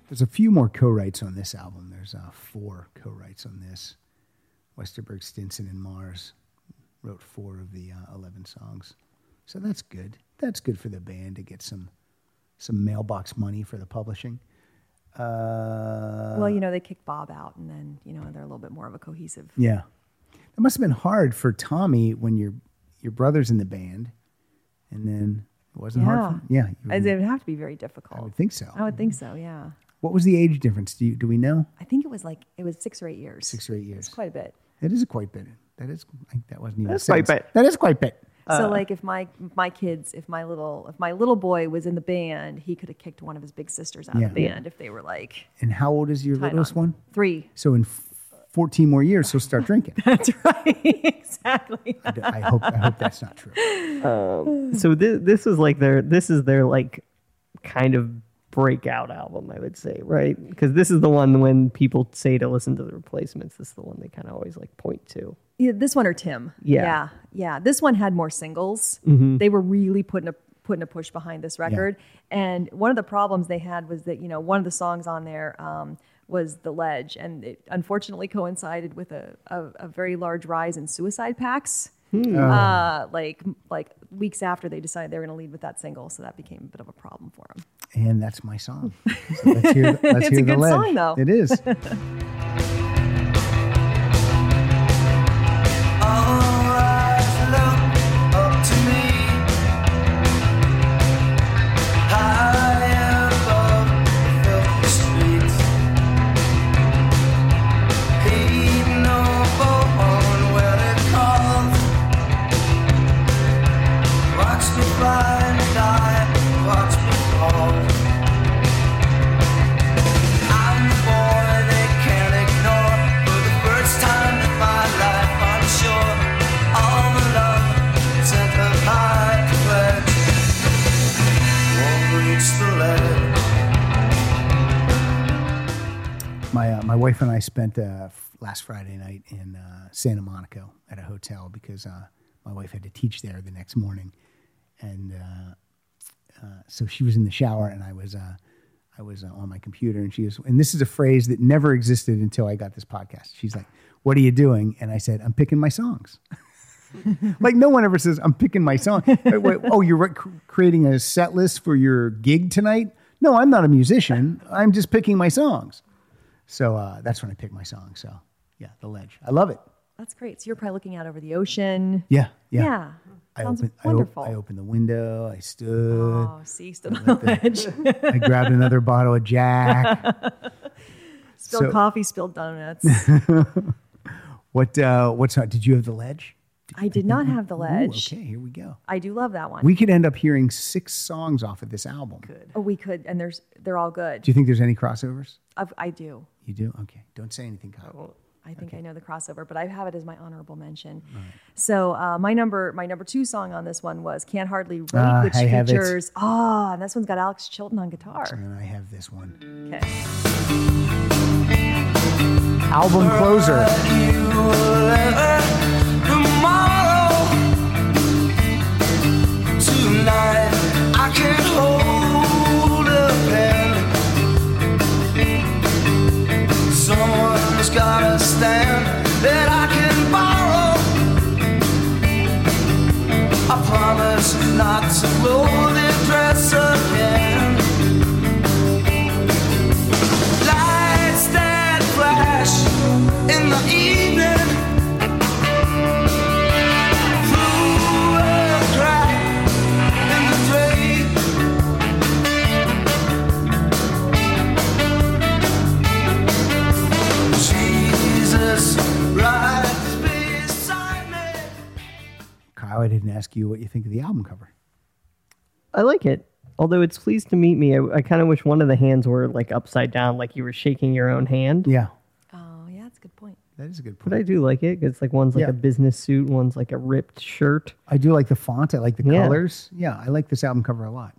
There's a few more co-writes on this album. There's uh, four co-writes on this. Westerberg, Stinson, and Mars wrote four of the uh, eleven songs, so that's good. That's good for the band to get some some mailbox money for the publishing. Uh, well, you know, they kicked Bob out, and then you know they're a little bit more of a cohesive. yeah, that must have been hard for Tommy when your your brother's in the band, and then it wasn't hard. For him? Yeah, you It would- would have to be very I difficult. would think so. I would think so. Yeah, What was the age difference? Do you do we know? I think it was like it was six or eight years. Six or eight years. It's quite a bit. That is quite bit. That is I, that wasn't even. That's a sentence. quite bit. That is quite bit. so like if my my kids, if my little if my little boy was in the band, he could have kicked one of his big sisters out Yeah. of the band if they were like And how old is your tied littlest on. one? Three. So in f- fourteen more years, he'll start drinking. I, That's right. exactly. d- I hope. I hope that's not true. so this, this was like their this is their like kind of breakout album i would say right because this is the one when people say to listen to the replacements this is the one they kind of always like point to Yeah, this one or Tim. Yeah. yeah, yeah. This one had more singles. Mm-hmm. They were really putting a putting a push behind this record. And one of the problems they had was that you know one of the songs on there um, was the Ledge, and it unfortunately coincided with a a, a very large rise in suicide packs. Hmm. Oh. Uh, like like weeks after they decided they were going to lead with that single, so that became a bit of a problem for them. And that's my song. So let's hear, let's It's hear a the good ledge. song, though. It is. Watch me fly and die, watch me fall. I'm the boy they can't ignore. For the first time in my life, I'm sure all the love sent of my pledge won't reach the ledge. My uh, my wife and I spent uh, f- last Friday night in uh, Santa Monica at a hotel because uh, my wife had to teach there the next morning, and uh, uh, so she was in the shower and I was uh, I was uh, on my computer and she was and this is a phrase that never existed until I got this podcast. She's like, "What are you doing?" And I said, "I'm picking my songs." like no one ever says, "I'm picking my song." Wait, wait, oh, you're re- cr- creating a set list for your gig tonight? No, I'm not a musician. I'm just picking my songs. So uh, that's when I pick my song. So yeah, the ledge. I love it. That's great. So you're probably looking out over the ocean. Yeah, yeah. Yeah. I Sounds opened, I, op- wonderful. I opened the window. I stood. Oh, see, still on the ledge. I grabbed another bottle of Jack. spilled So- coffee, spilled donuts. What? Uh, what's on? Did you have the ledge? I did not have the Ooh, ledge. okay, here we go. I do love that one. We could end up hearing six songs off of this album. Good. oh, we could, and there's they're all good. Do you think there's any crossovers? I've, I do. You do. Okay. Don't say anything, Kyle. I think I know the crossover, but I have it as my honorable mention. So uh, my number my number two song on this one was "Can't Hardly Wait," Ah, which I have it. features ah, and this one's got Alex Chilton on guitar. And I have this one. Okay, Album closer. You will ever tomorrow. Tonight I can't hold a pen. Someone's gotta stand that I can borrow. I promise not to blow the dress again. Lights down. how I didn't ask you what you think of the album cover. I like it. Although it's pleased to meet me, I, I kind of wish one of the hands were like upside down, like you were shaking your own hand. Yeah, Oh, yeah, that's a good point. that is a good But point. I do like it. 'cause It's like one's like Yeah. a business suit, one's like a ripped shirt. I do like the font. I like the Yeah. colors. Yeah, I like this album cover a lot.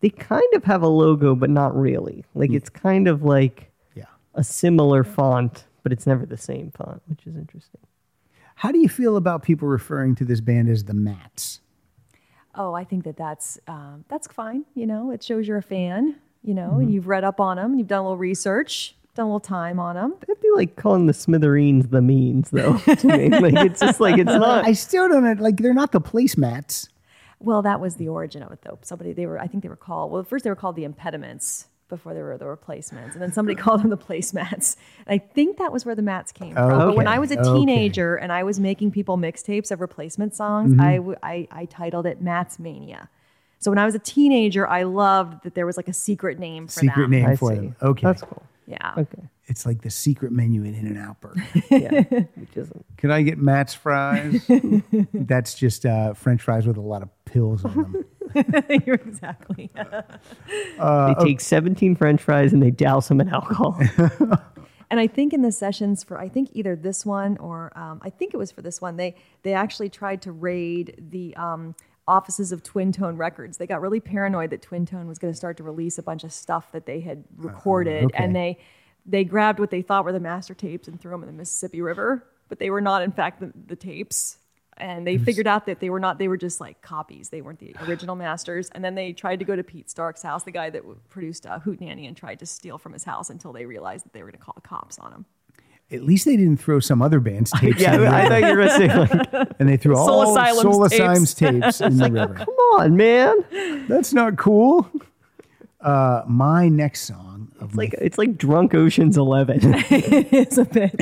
They kind of have a logo, but not really. Like it's kind of like Yeah. a similar font, but it's never the same font, which is interesting. How do you feel about people referring to this band as the Mats? Oh, I think that that's um, that's fine. You know, it shows you're a fan. You know, Mm-hmm. and you've read up on them, you've done a little research, done a little time on them. That'd be like calling the smithereens the means, though. to me. Like it's just like it's not. I still don't like. They're not the placemats. Well, that was the origin of it, though. Somebody they were, I think they were called. Well, at first they were called the impediments before they were the replacements, and then somebody called them the placemats. And I think that was where the mats came from. But when Okay, I was a okay. teenager and I was making people mixtapes of replacement songs, Mm-hmm. I w I I I, titled it Mats Mania. So when I was a teenager, I loved that there was like a secret name for Secret them. name I for see. them. Okay, That's cool. Yeah. Okay. it's like the secret menu in In and Out Burger. Yeah. Which isn't. Can I get Matt's fries? That's just uh, French fries with a lot of pills on them. You're exactly. They take 17 french fries and they douse them in alcohol. And I think in the sessions for I think either this one or um, I think it was for this one they they actually tried to raid the um, offices of Twin Tone Records. They got really paranoid that Twin Tone was going to start to release a bunch of stuff that they had recorded, okay. and they they grabbed what they thought were the master tapes and threw them in the Mississippi River, but they were not in fact the, the tapes. And they figured out that they were not; they were just like copies. They weren't the original masters. And then they tried to go to Pete Stark's house, the guy that w- produced uh, Hoot Nanny, and tried to steal from his house until they realized that they were going to call the cops on him. At least they didn't throw some other band's tapes in the I river. thought you were going to say, like, and they threw Soul all Asylum's Soul tapes. Asylum's tapes in the river. come on, man. That's not cool. Uh, my next song of my Like It's like Drunk Ocean's 11. it's a bit.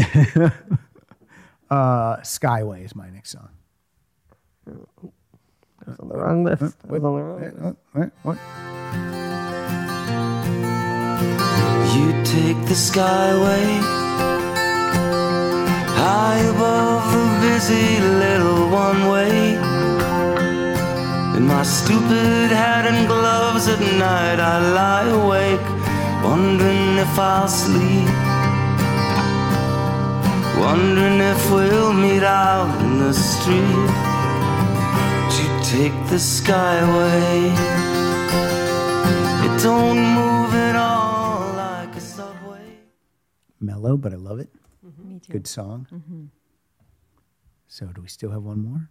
uh, Skyway is my next song. on the wrong list. I was on the wrong list. What, Uh, what, what? You take the skyway high above the busy little one way. In my stupid hat and gloves at night, I lie awake, wondering if I'll sleep. Wondering if we'll meet out in the street. You take the skyway. It don't move at all like a subway. Mellow, but I love it. Me too. Mm-hmm. Good song. So, do we still have one more?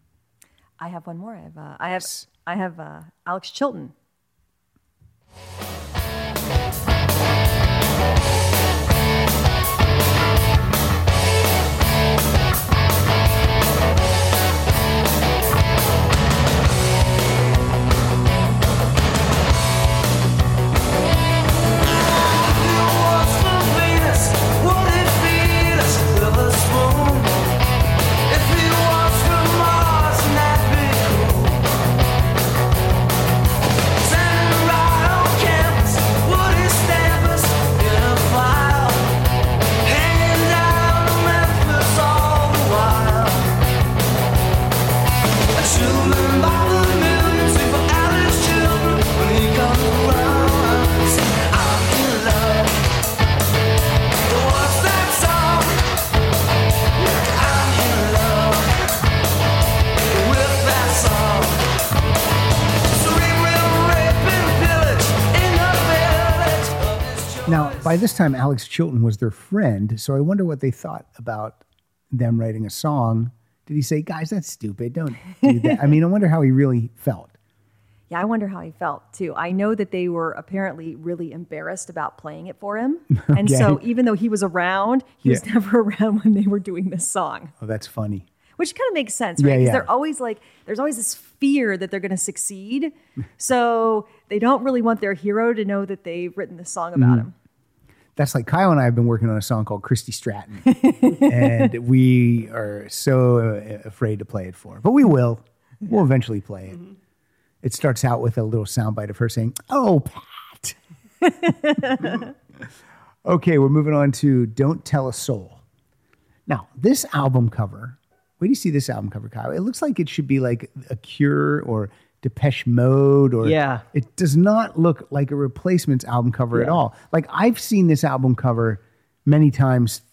I have one more. I have. Uh, I have. I have uh, Alex Chilton. Children by the millions, we for Alice children when he comes around. Say, I'm in love. What's that song? I'm in love with that song. Cerebral rape and pillage in the village of his children. Now, by this time, Alex Chilton was their friend, so I wonder what they thought about them writing a song. Did he say, "Guys, that's stupid. Don't do that"? I mean, I wonder how he really felt. Yeah, I wonder how he felt too. I know that they were apparently really embarrassed about playing it for him, and so even though he was around, he was Yeah. never around when they were doing this song, Oh, that's funny. which kind of makes sense, right? Yeah, Because yeah. they're always like, there's always this fear that they're going to succeed, so they don't really want their hero to know that they've written this song about Mm-hmm. him. That's like Kyle and I have been working on a song called Christy Stratton, and we are so uh, afraid to play it for, her. but we will. We'll eventually play it. It starts out with a little soundbite of her saying, "Oh, Pat." okay, we're moving on to "Don't Tell a Soul." Now, this album cover Where do you see this album cover, Kyle? It looks like it should be like a Cure or Depeche Mode, or Yeah. It does not look like a replacements album cover at all. Like I've seen this album cover many times th-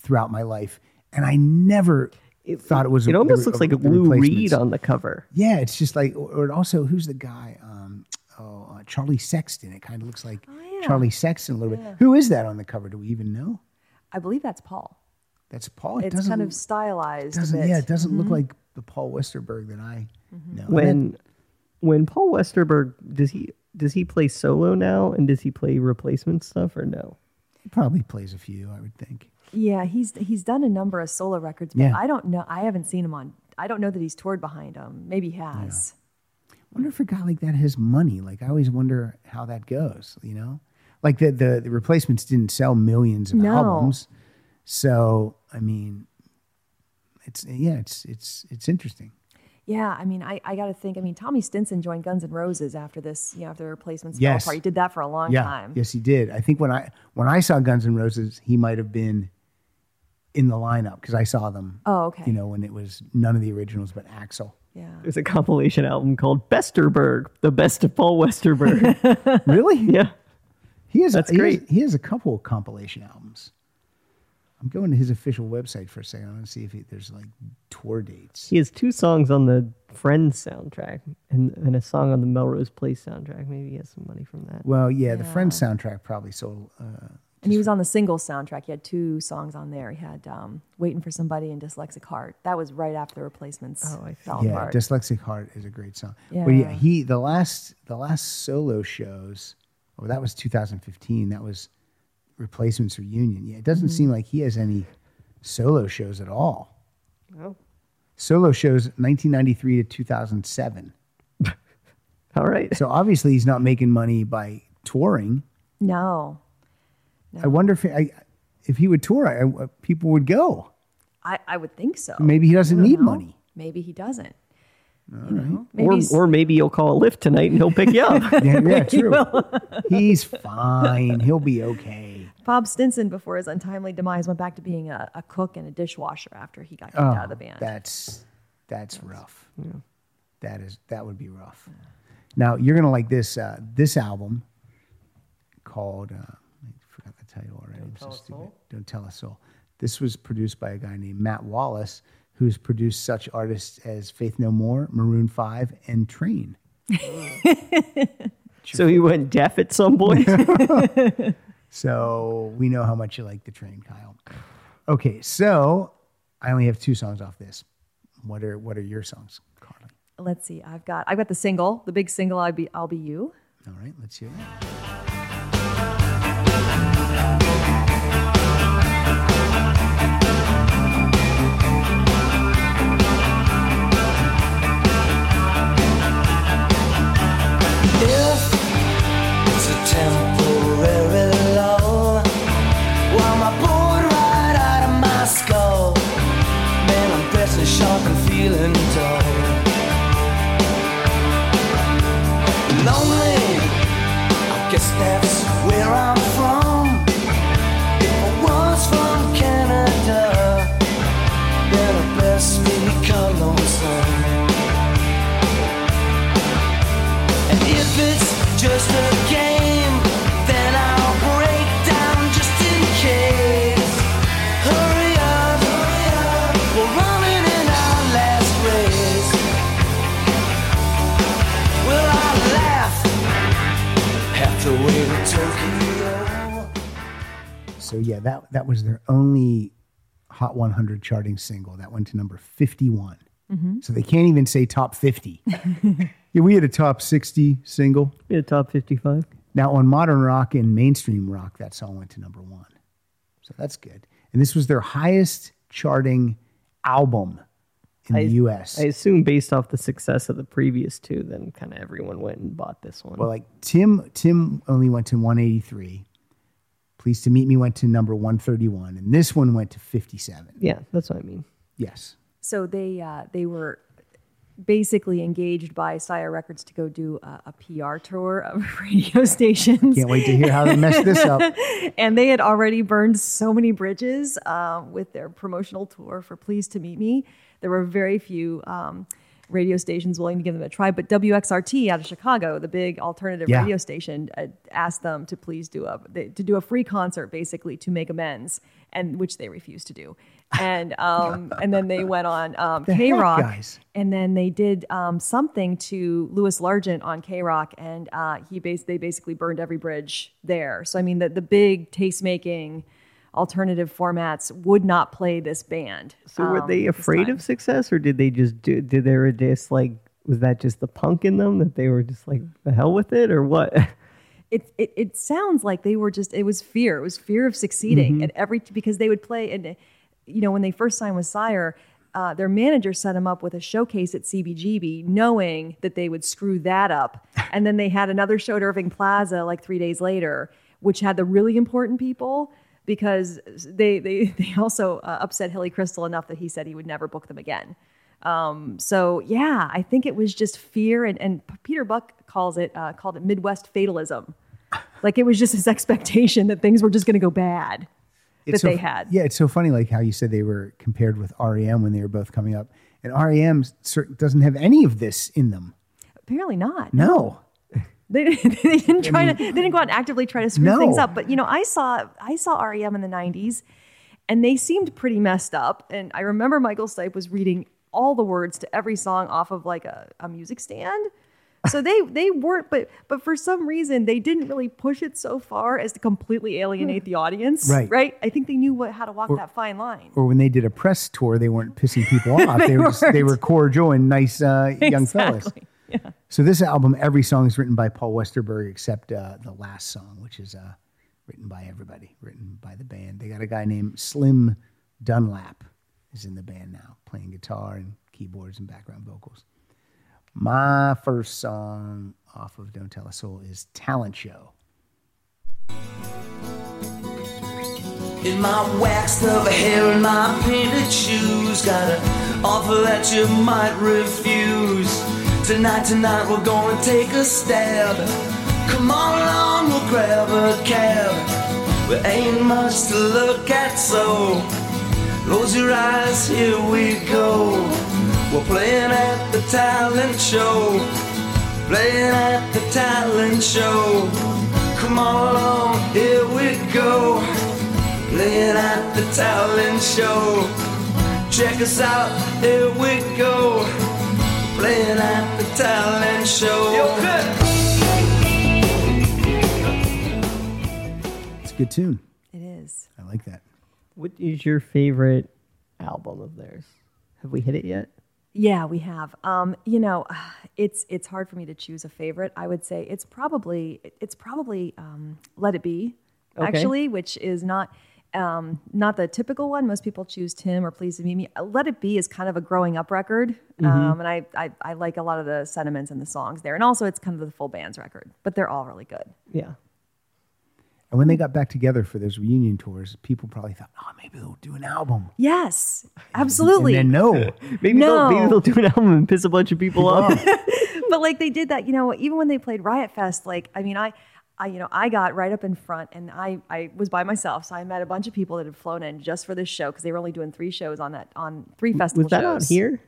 throughout my life, and I never thought it was. It a- almost a- looks a- like a the Lou Reed Replacements. on the cover. Yeah, it's just like, or, or also, who's the guy? Um, oh, uh, Charlie Sexton. It kind of looks like Oh, yeah. Charlie Sexton a little bit. Who is that on the cover? Do we even know? I believe that's Paul. That's Paul. It It's doesn't, kind of Mm-hmm. stylized a doesn't bit. yeah, it doesn't look like the Paul Westerberg that I know. Mm-hmm. And When when Paul Westerberg does he does he play solo now and does he play replacement stuff or no? that probably plays a few, I would think. Yeah, he's he's done a number of solo records, but Yeah. I don't know. I haven't seen him on. I don't know that he's toured behind him. Maybe he has. wonder if a guy like that has money. Like I always wonder how that goes. You know, like the the, the replacements didn't sell millions of No. albums, so I mean, it's yeah, it's it's it's interesting. Yeah, I mean, I, I got to think. I mean, Tommy Stinson joined Guns N' Roses after this, you know, after the replacements Yes. fell apart. He did that for a long yeah, time. yes, he did. I think when I when I saw Guns N' Roses, he might have been in the lineup because I saw them. Oh, okay. You know, when it was none of the originals but Axel. Yeah. There's a compilation album called Besterberg, the best of Paul Westerberg. Really? yeah. He has. That's he has- great. he has a couple of compilation albums. I'm going to his official website for a second. I want to see if he, there's like tour dates. He has two songs on the Friends soundtrack and, and a song on the Melrose Place soundtrack. Maybe he has some money from that. Well, yeah, the Friends soundtrack probably sold. Uh, And he was on the single soundtrack. He had two songs on there. He had um, "Waiting for Somebody" and "Dyslexic Heart." That was right after the replacements Oh, I see. fell yeah, apart. Dyslexic Heart is a great song. But yeah, Yeah. he the last the last solo shows. Oh, that was 2015. That was Replacements reunion. Yeah, it doesn't Mm-hmm. seem like he has any solo shows at all. Well, Solo shows 1993 to 2007. all right. So obviously he's not making money by touring. no, I wonder if I, if he would tour, I, I- people would go. I, I would think so. Maybe he doesn't I don't need know. money. Maybe he doesn't. You know? Maybe he's- or, or maybe you'll call a lift tonight and he'll pick you up. Yeah, yeah true. he's fine. He'll be okay. Bob Stinson, before his untimely demise, went back to being a, a cook and a dishwasher after he Oh, got kicked out of the band. Oh, That's that's rough. That is that would be rough. Now you're gonna like this uh, this album called uh, I forgot the title already. Don't tell so stupid. Don't tell us all. This was produced by a guy named Matt Wallace, who's produced such artists as Faith No More, Maroon Five, and Train. so he went deaf at some point. So we know how much you like the train, Kyle. Okay, so I only have two songs off this. What are what are your songs, Carly? Let's see. I've got I've got the single, the big single. I'll be I'll be you. All right, let's hear it. If it's a temporary lull, while my bored right out of my skull, man, I'm pressing sharp and feeling dull. Lonely, I guess that's where I'm from. If I was from Canada, then I best be lonesome. And if it's just a game, then I'll break down just in case. Hurry up, hurry up, we're running in our last race. Will I laugh half the way to Tokyo? So yeah, that that was their only Hot 100 charting single. That went to number 51. Mm-hmm. So they can't even say top 50. yeah, we had a top 60 single. Yeah, top 55. Now, on modern rock and mainstream rock, that song went to number one. So that's good. And this was their highest charting album in the US. I assume based off the success of the previous two, then kind of everyone went and bought this one. well, like Tim, Tim only went to 183. Pleased to Meet Me went to number 131. And this one went to 57. yeah, that's what I mean. Yes. So they uh, they were basically engaged by Sire Records to go do a, a PR tour of radio stations. Can't wait to hear how they messed this up. and they had already burned so many bridges um, with their promotional tour for Please to Meet Me. There were very few um, radio stations willing to give them a try, but WXRT out of Chicago, the big alternative Yeah. radio station, uh, asked them to please do a they, to do a free concert basically to make amends, and which they refused to do. And um, and then they went on um, heck, K Rock, guys? and then they did um, something to Louis Largent on K Rock, and uh, he bas- they basically burned every bridge there. So I mean, the the big tastemaking alternative formats would not play this band. So were um, they this afraid time. of success, or did they just do? Did they were just like? Was that just the punk in them that they were just like the hell with it, or what? it, it it sounds like they were just it was fear it was fear of succeeding and every because they would play and you know when they first signed with Sire uh, their manager set them up with a showcase at CBGB knowing that they would screw that up and then they had another show at Irving Plaza like 3 days later which had the really important people because they they they also uh, upset Hilly Crystal enough that he said he would never book them again Um, so yeah, I think it was just fear, and, and P- Peter Buck calls it uh, called it Midwest fatalism. Like it was just his expectation that things were just going to go bad. It's that they so- had. Yeah, it's so funny, like how you said they were compared with REM when they were both coming up, and REM cer- doesn't have any of this in them. Apparently not. No, They, didn't- they didn't try to. They didn't go out and actively try to screw No. things up. But you know, I saw I saw REM in the '90s, and they seemed pretty messed up. And I remember Michael Stipe was reading all the words to every song off of like a, a music stand. So they they weren't, but but for some reason they didn't really push it so far as to completely alienate the audience. Right. Right. I think they knew what how to walk that fine line. or when they did a press tour, they weren't pissing people off. they, were just, they were cordial and nice uh, young fellas. Exactly. So this album, every song is written by Paul Westerberg except uh, the last song, which is uh, written by everybody, written by the band. They got a guy named Slim Dunlap is in the band now, playing guitar and keyboards and background vocals. My first song off of Don't Tell a Soul is Talent Show. In my waxed up hair and my painted shoes, got an offer that you might refuse. Tonight, tonight, we're gonna take a stab. Come on along, we'll grab a cab. There ain't much to look at, so close your eyes, here we go. We're playing at the talent show, playing at the talent show. Come on along, here we go playing at the talent show. Check us out, here we go. Playing at the talent show. It's a good tune. It is. I like that. what is your favorite album of theirs? Have we hit it yet? Yeah, we have. Um, you know, it's it's hard for me to choose a favorite. I would say it's probably it's probably um, Let It Be, Okay. actually, which is not um, not the typical one. Most people choose Tim or Please to Meet Me. Uh, Let It Be is kind of a growing up record, Mm-hmm. um, and I, I I like a lot of the sentiments in the songs there, and also it's kind of the full band's record, but they're all really good. Yeah. And when they got back together for those reunion tours, people probably thought, oh, maybe they'll do an album. Yes, And absolutely. then no. Maybe they'll maybe No. they'll do an album and piss a bunch of people off. but like they did that, you know, even when they played Riot Fest, like I mean, I, I you know, I got right up in front, and I I was by myself, so I met a bunch of people that had flown in just for this show because they were only doing three shows on that on three festival. Was that out shows. here?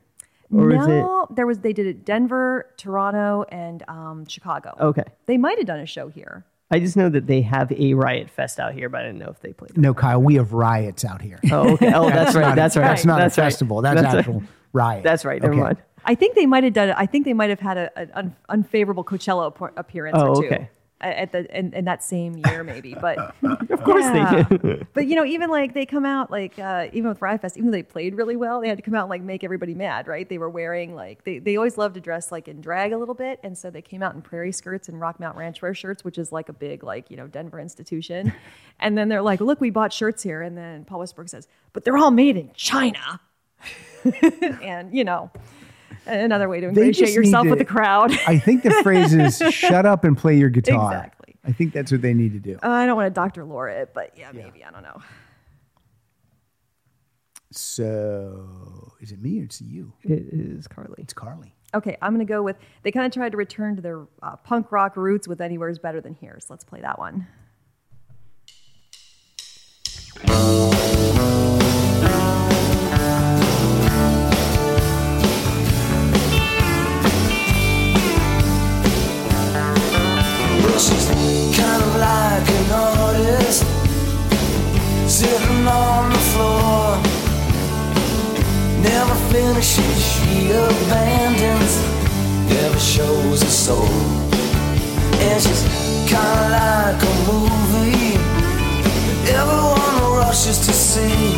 Or is it no, there was they did it Denver, Toronto, and um, Chicago. okay? They might have done a show here. I just know that they have a Riot Fest out here, but I didn't know if they played. it. No, Kyle, we have riots out here. Oh, okay. Oh, that's right. That's right. That's not a right. festival. That's, right. actual riot. That's right. Never Okay. mind. I think they might have done. I think they might have had a, an un, unfavorable Coachella ap- appearance Oh, or two okay. a- at the in, in that same year, maybe. But of course they did. but you know, even like they come out like uh, even with Riot Fest, even though they played really well, they had to come out and like make everybody mad, right? They were wearing like they they always love to dress like in drag a little bit, and so they came out in prairie skirts and Rock Mount Ranchwear shirts, which is like a big like you know Denver institution. and then they're like, look, we bought shirts here, and then Paul Westbrook says, but they're all made in China, and you know another way to ingratiate just need yourself to- with the crowd. I think the phrase is shut up and play your guitar. Exactly. I think that's what they need to do. Uh, I don't want to Dr. Laura it, but yeah, maybe I don't know. So is it me or it's you? It is Carly. It's Carly. Okay, I'm gonna go with. They kind of tried to return to their uh, punk rock roots with "Anywhere's Better Than Here," so let's play that one. Well, she's kind of like an artist sitting on the floor. Never finishes, she abandons, never shows her soul. And she's kind of like a movie that everyone rushes to see,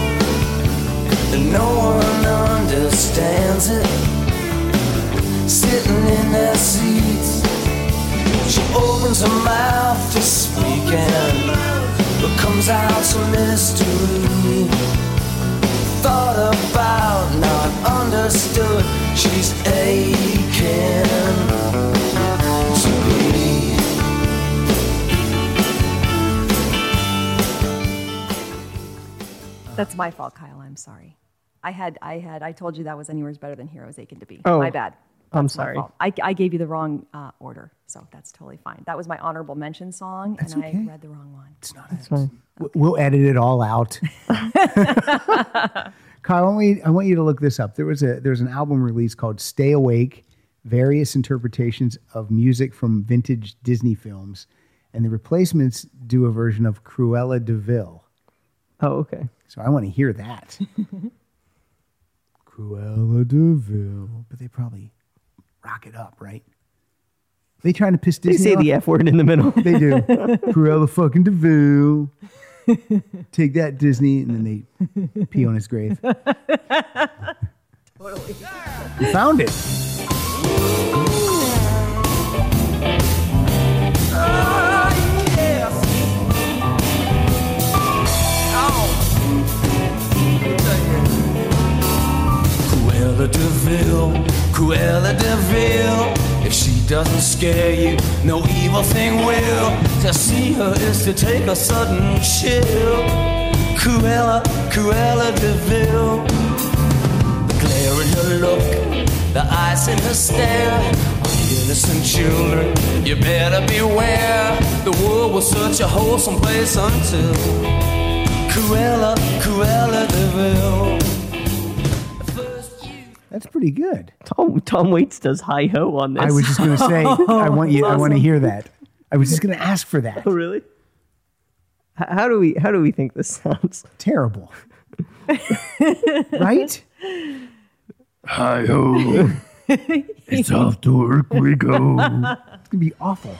and no one understands it. Sitting in their seats. She opens her mouth to speak and what comes out's a mystery. Thought about, not understood, she's aching to be. That's my fault, Kyle. I'm sorry. I had, I had, I told you that was "Anywhere's Better Than Here." I was aching to be. Oh, my bad. I'm That's my sorry. fault. I, I gave you the wrong uh, order, so that's totally fine. That was my honorable mention song, That's and okay. I read the wrong one. It's not. It's We'll edit it all out. Kyle, I want, you, I want you to look this up. There was a there was an album release called "Stay Awake: Various Interpretations of Music from Vintage Disney Films," and the Replacements do a version of Cruella de Vil. Oh, okay. So I want to hear that. Cruella de Vil, but they probably rock it up, right? They trying to piss They Disney say off? the F word in the middle. They do. Cruella fucking DeVille. Take that, Disney. And then they pee on his grave. totally. You found it. Cruella de Vil, Cruella de Vil. If she doesn't scare you, no evil thing will. To see her is to take a sudden chill. Cruella, Cruella de Vil. The glare in her look, the eyes in her stare. Oh, Innocent children, you better beware. The world was such a wholesome place until Cruella, Cruella de Vil. That's pretty good. Tom Tom Waits does hi ho on this. I was just gonna say, I want you. I want to hear that. I was just gonna ask for that. Oh, really? H- How do we how do we think this sounds? Terrible. right? Hi ho! it's off to work we go. It's gonna be awful.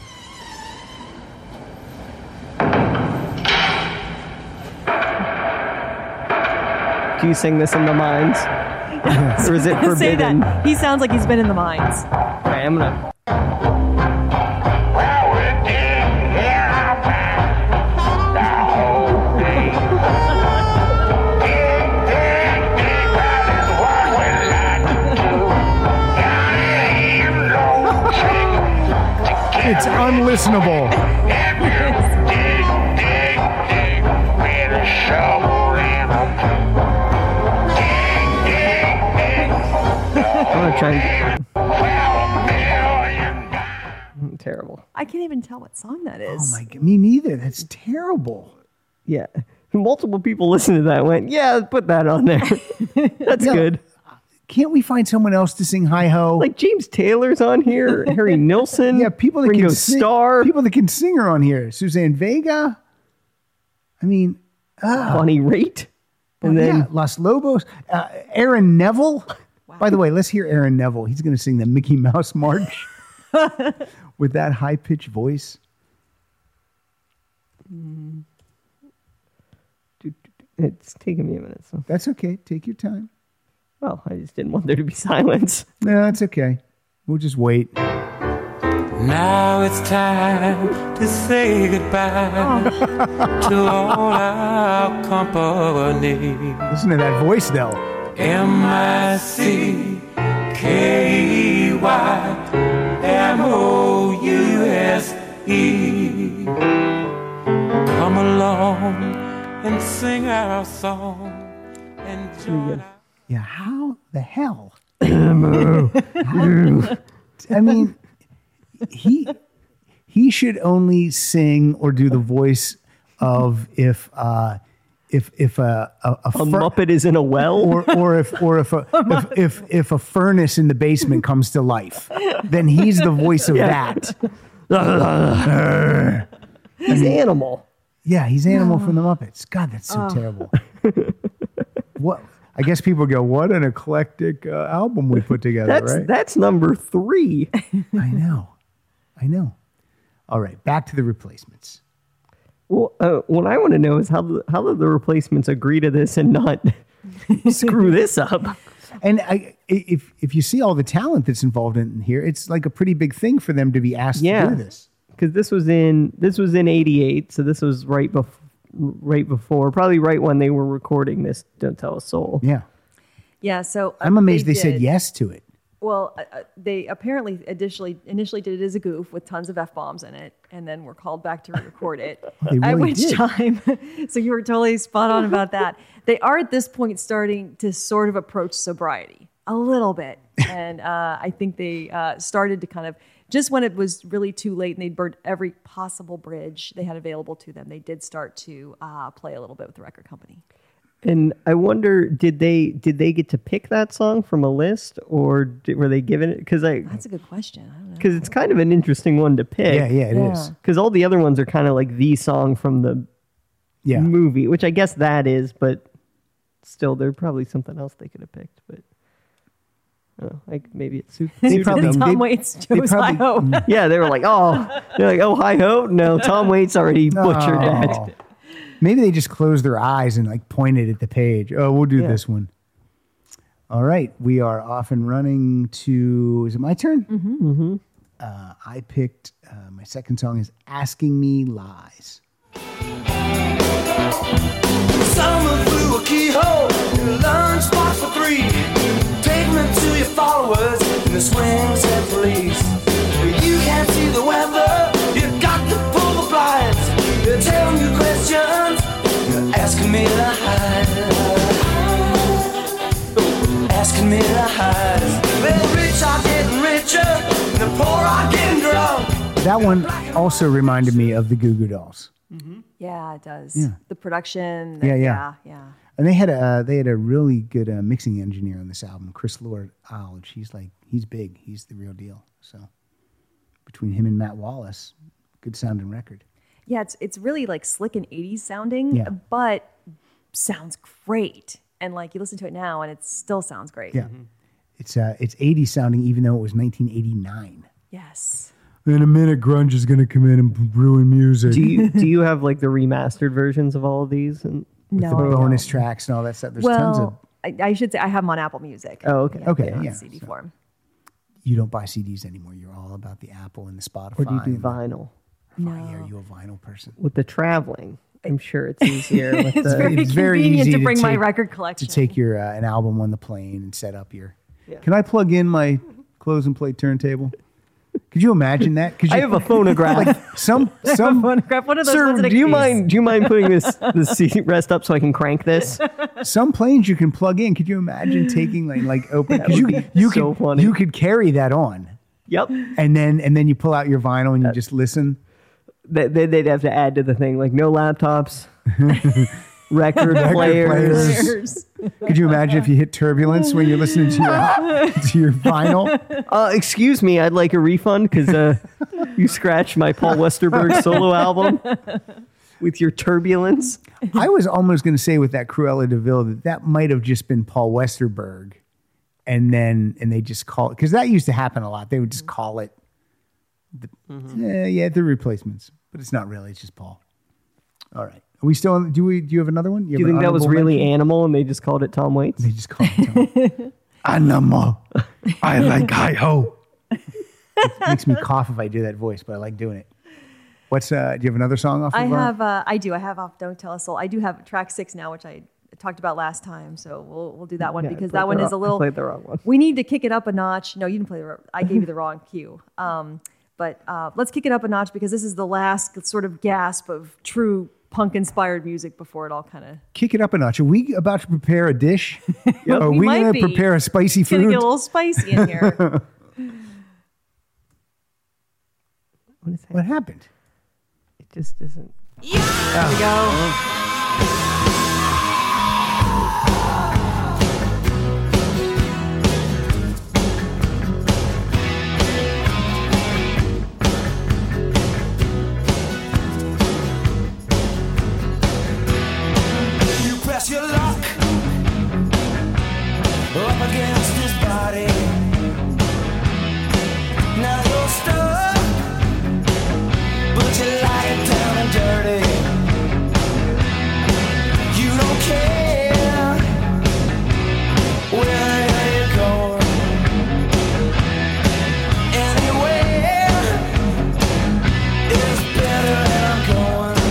Do you sing this in the mines? or is it Say forbidden? that. He sounds like he's been in the mines. Okay, I'm gonna It's unlistenable. I'm gonna try and Mm, terrible. I can't even tell what song that Oh is. my god. Me neither. That's terrible. Yeah. Multiple people listened to that and went, Yeah, put that on there. That's Yeah. good. Can't we find someone else to sing hi ho? Like James Taylor's on here, Harry Nilsson, Yeah, people that Ringo can sing, Starr, people that can sing are on here. Suzanne Vega. I mean, uh, Bonnie Raitt, and yeah, then Los Lobos. Uh, Aaron Neville. By the way, let's hear Aaron Neville. He's going to sing the Mickey Mouse March with that high pitched voice. it's taking me a minute. So, That's okay. Take your time. well, I just didn't want there to be silence. No, it's okay. We'll just wait. Now it's time to say goodbye to all our company. Listen to that voice, though. M I C K E Y M O U S E. Come along and sing our song and join our Yeah, how the hell? How- I mean, he he should only sing or do the voice of if uh, if if a a, a A fir- Muppet is in a well. or or if or if a, if, if if a furnace in the basement comes to life, then he's the voice of that. He's animal. Yeah, he's Animal from the Muppets. God, that's so terrible. what? I guess people go, what an eclectic uh, album we put together, That's right? that's number three. I know. I know. All right, back to the replacements. Well, uh, what I want to know is how the, how did the replacements agree to this and not screw this up? And I, i- if if you see all the talent that's involved in here, it's like a pretty big thing for them to be asked Yeah. to do this. Because this was in this was in '88, so this was right before right before probably right when they were recording this. Don't tell a soul. Yeah, Yeah, so uh, I'm amazed they, said did- yes to it. Well, uh, uh, they apparently initially initially did it as a goof with tons of f bombs in it, and then were called back to record it. They at really which did. time, so you were totally spot on about that. They are at this point starting to sort of approach sobriety a little bit, and uh, I think they uh, started to kind of just when it was really too late and they'd burned every possible bridge they had available to them. They did start to uh, play a little bit with the record company. And I wonder, did they did they get to pick that song from a list, or did, were they given it? Because I That's a good question. I don't know. because it's kind of an interesting one to pick. Yeah, yeah, it Yeah. is. Because all the other ones are kind of like the song from the yeah. movie, which I guess that is, but still, there's probably something else they could have picked. But oh, like maybe it's su- They It's probably, Tom they- Waits, they Joe's probably- Bio. yeah, they were like, oh, they're like, oh, hi ho, no, Tom Waits already butchered Oh. that. Maybe they just closed their eyes and like pointed at the page. Oh, we'll do this one. All right, we are off and running to. Is it my turn? Mm-hmm. Uh, I picked uh, my second song is "Asking Me Lies." Someone through a keyhole in a lunchbox for three. Take me to your followers in the swings and police. You can't see the weather, you got to pull the blinds. They're telling you questions, you're asking me to hide asking me to hide. The rich are getting richer, and the poor are getting drunk. That one also reminded me of the Goo Goo Dolls, Yeah, it does. The production. the- Yeah, yeah. yeah, yeah. and they had a they had a really good uh, mixing engineer on this album, Chris Lord Olge. He's like he's big, he's the real deal. So between him and Matt Wallace, good sounding record. Yeah, it's it's really like slick and 80s sounding, Yeah. but sounds great. And like you listen to it now and it still sounds great. Yeah. Mm-hmm. It's uh, it's 80 sounding, even though it was 1989. Yes. In a minute, grunge is going to come in and ruin music. Do you do you have like the remastered versions of all of these? And No. the I don't. bonus tracks and all that stuff. There's tons of. well, I, I should say I have them on Apple Music. Oh, okay. Yeah, Okay, they're on yeah, CD so- uh, form. You don't buy CDs anymore. You're all about the Apple and the Spotify. or do you do and the- vinyl Fine, Are you a vinyl person? with the traveling? I'm sure it's easier. With the, Very it's very convenient easy to to bring my take- record To collection. take your uh, an album on the plane and set up your. Can I plug in my close and play turntable? Could you imagine that? Could you, I have a phonograph. some some phonograph. One of those Sir, ones that do you exist. mind? Do you mind putting this the seat rest up so I can crank this? some planes you can plug in. Could you imagine taking like like open? Because you would be you so could funny. you could carry that on, Yep. and then and then you pull out your vinyl and you just listen. They, they, they'd have to add to the thing like no laptops, record, players. players. Could you imagine if you hit turbulence when you're listening to your to your vinyl? Uh, excuse me, I'd like a refund because uh, you scratched my Paul Westerberg solo album with your turbulence. I was almost going to say with that Cruella Deville that that might have just been Paul Westerberg, and then and they just call it because that used to happen a lot. They would just call it, the, Mm-hmm. yeah, yeah, the replacements, but it's not really. It's just Paul. All right, are we still? On, do we? Do you have another one? Do you think that was really Animal and they just called it Tom Waits? They just call it Tom. Animal. I like hi ho. makes me cough if I do that voice, but I like doing it. What's uh? Do you have another song off? I of uh, have, uh, I do. I have off Don't Tell a Soul. I do have track six now, which I talked about last time. So we'll, we'll do that one Yeah, I because played that one the is a wrong- I little. played the wrong one. We need to kick it up a notch. No, you didn't play the. wrong- I gave you the wrong cue. Um, but uh, let's kick it up a notch because this is the last sort of gasp of true punk inspired music before it all kind of Kick it up a notch. Are we about to prepare a dish? Are We we might going to be. prepare a spicy It's gonna food? get a little spicy in here. What is that? What happened? It just isn't. You press your luck up against his body. Now you're stuck, but you're lying down and dirty. You don't care where you're going. Anywhere is better than I'm going.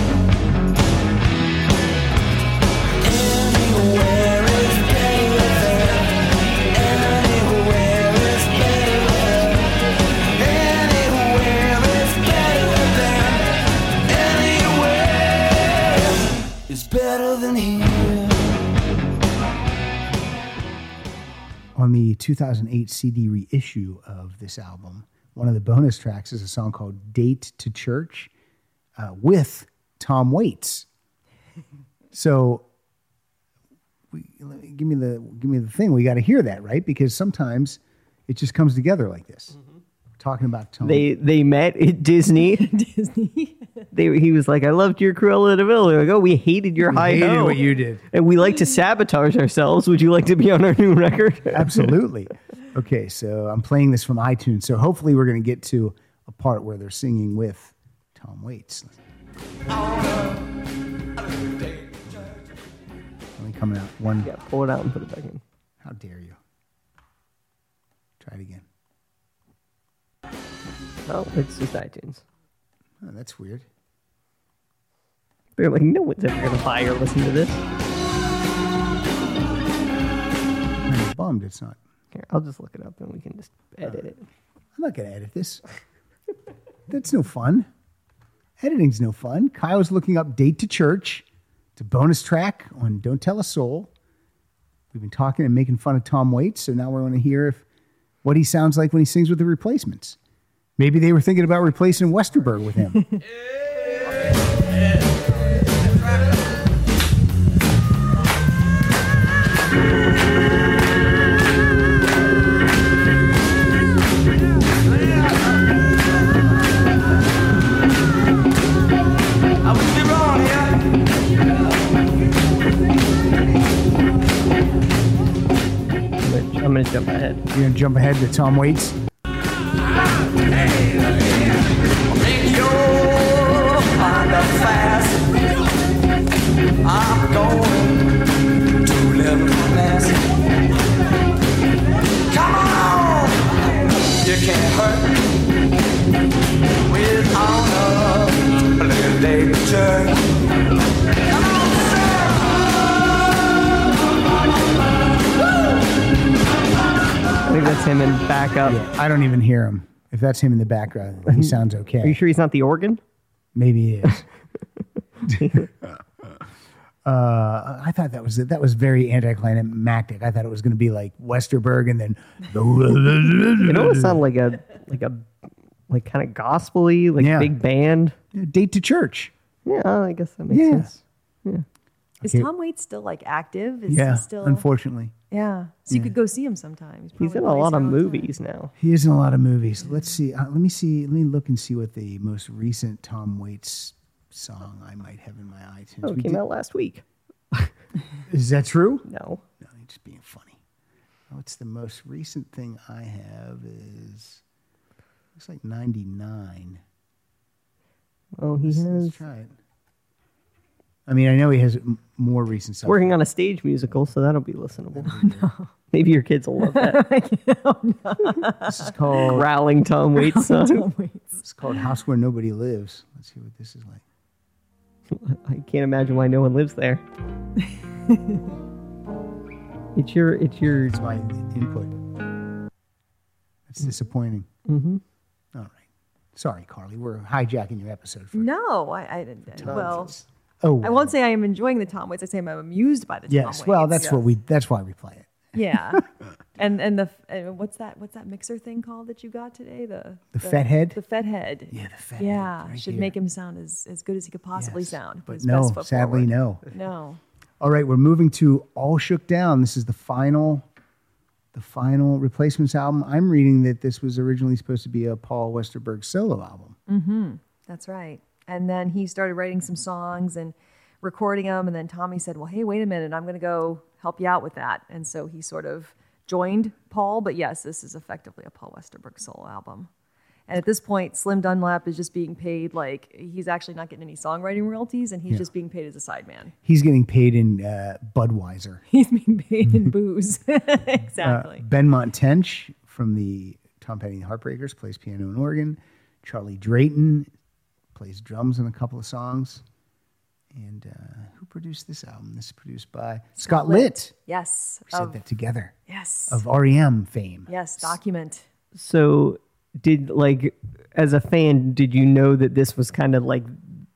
Anywhere is better than. Anywhere is better than. Anywhere is better than. Anywhere is better than here. On the 2008 CD reissue of this album, one of the bonus tracks is a song called Date to Church uh, with Tom Waits. So we, let me- give me the give me the thing. We got to hear that, right? Because sometimes it just comes together like this. Talking about Tom. They they met at Disney. Disney. They, he was like, "I loved your Cruella de Vil." They're like, "Oh, we hated your high hated O. what you did. and we like to sabotage ourselves. Would you like to be on our new record?" Absolutely. Okay, so I'm playing this from iTunes. So hopefully we're going to get to a part where they're singing with Tom Waits. Only coming out one. yeah, pull it out and put it back in. How dare you? Try it again. Oh, it's just iTunes. Oh, that's weird. They're like, no one's ever gonna buy or listen to this. I'm bummed it's not. Here, I'll just look it up and we can just edit it. I'm not going to edit this. That's no fun. Editing's no fun. Kyle was looking up Date to Church. It's a bonus track on Don't Tell a Soul. We've been talking and making fun of Tom Waits, so now we want to hear if, what he sounds like when he sings with the replacements. Maybe they were thinking about replacing Westerberg with him. I would be wrong, yeah. I'm gonna, I'm gonna jump ahead. You're going to jump ahead to Tom Waits. You're on the fast. I'm going to live my last. Come on, you can't hurt with honor. Little David Church. Come on, sir. I think that's him in backup. I don't even hear him. If that's him in the background, he sounds okay. Are you sure he's not the organ? Maybe it is. uh, I thought that was that was very anticlimactic. I thought it was going to be like Westerberg and then It the almost sounded like a like a like kind of gospely, like Yeah. big band. date to church. Yeah, I guess that makes Yeah. sense. Is Okay. Tom Waits still like active? Is Yeah, he still unfortunately, Yeah. So you could go see him sometime. He's probably in a plays lot of around town. movies now. he is in a lot of movies. Let's see. Uh, let me see. Let me look and see what the most recent Tom Waits song I might have in my iTunes. Oh, We it came did- out last week. Is that true? No. No, he's just being funny. What's the most recent thing I have is looks like '99. Oh, he has Let's try it. I mean, I know he has m- more recent stuff. working on a stage musical, so that'll be listenable. Maybe your kids will love that. This is called Growling Tom Waits song. it's called House Where Nobody Lives. Let's see what this is like. I can't imagine why no one lives there. it's your it's your It's my input. That's disappointing. Mm-hmm. All right. Sorry, Carly. We're hijacking your episode. For No, I, I didn't. Well, Oh, I won't say I am enjoying the Tom Waits. I say I'm amused by the Tom Waits. yes. Well, that's what we. That's why we play it. yeah. And and the and what's that what's that mixer thing called that you got today? The The fed head? The fed head. Yeah, the fed head Yeah, right should here. make him sound as, as good as he could possibly Yes, sound. But no, sadly, no. No. All right, we're moving to All Shook Down. This is the final, the final replacements album. I'm reading that this was originally supposed to be a Paul Westerberg solo album. That's right. And then he started writing some songs and recording them. And then Tommy said, Well, hey, wait a minute. I'm going to go help you out with that. And so he sort of joined Paul. But yes, this is effectively a Paul Westerberg solo album. And at this point, Slim Dunlap is just being paid like he's actually not getting any songwriting royalties and he's just being paid as a sideman. He's getting paid in uh, Budweiser. He's being paid Mm-hmm. in booze. exactly. Ben Montench from the Tom Petty and the Heartbreakers plays piano and organ. Charlie Drayton plays drums on a couple of songs. And uh, who produced this album? This is produced by Scott Litt. yes. We said of- that together. yes. Of REM fame. yes. Document. So did like as a fan, did you know that this was kind of like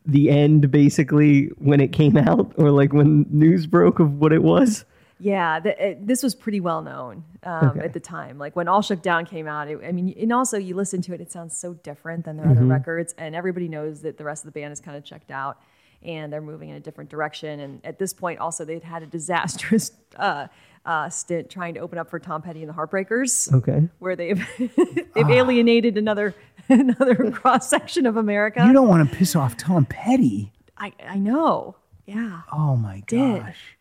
the end basically when it came out or like when news broke of what it was? Yeah, th it, this was pretty well known um, at the time. Like when All Shook Down came out, it, I mean, and also you listen to it, it sounds so different than their other records, and everybody knows that the rest of the band is kind of checked out and they're moving in a different direction. And at this point, also they'd had a disastrous uh, uh, stint trying to open up for Tom Petty and the Heartbreakers, Okay. where they've they've alienated another another cross section of America. You don't want to piss off Tom Petty. I I know. Yeah. Oh my did. gosh.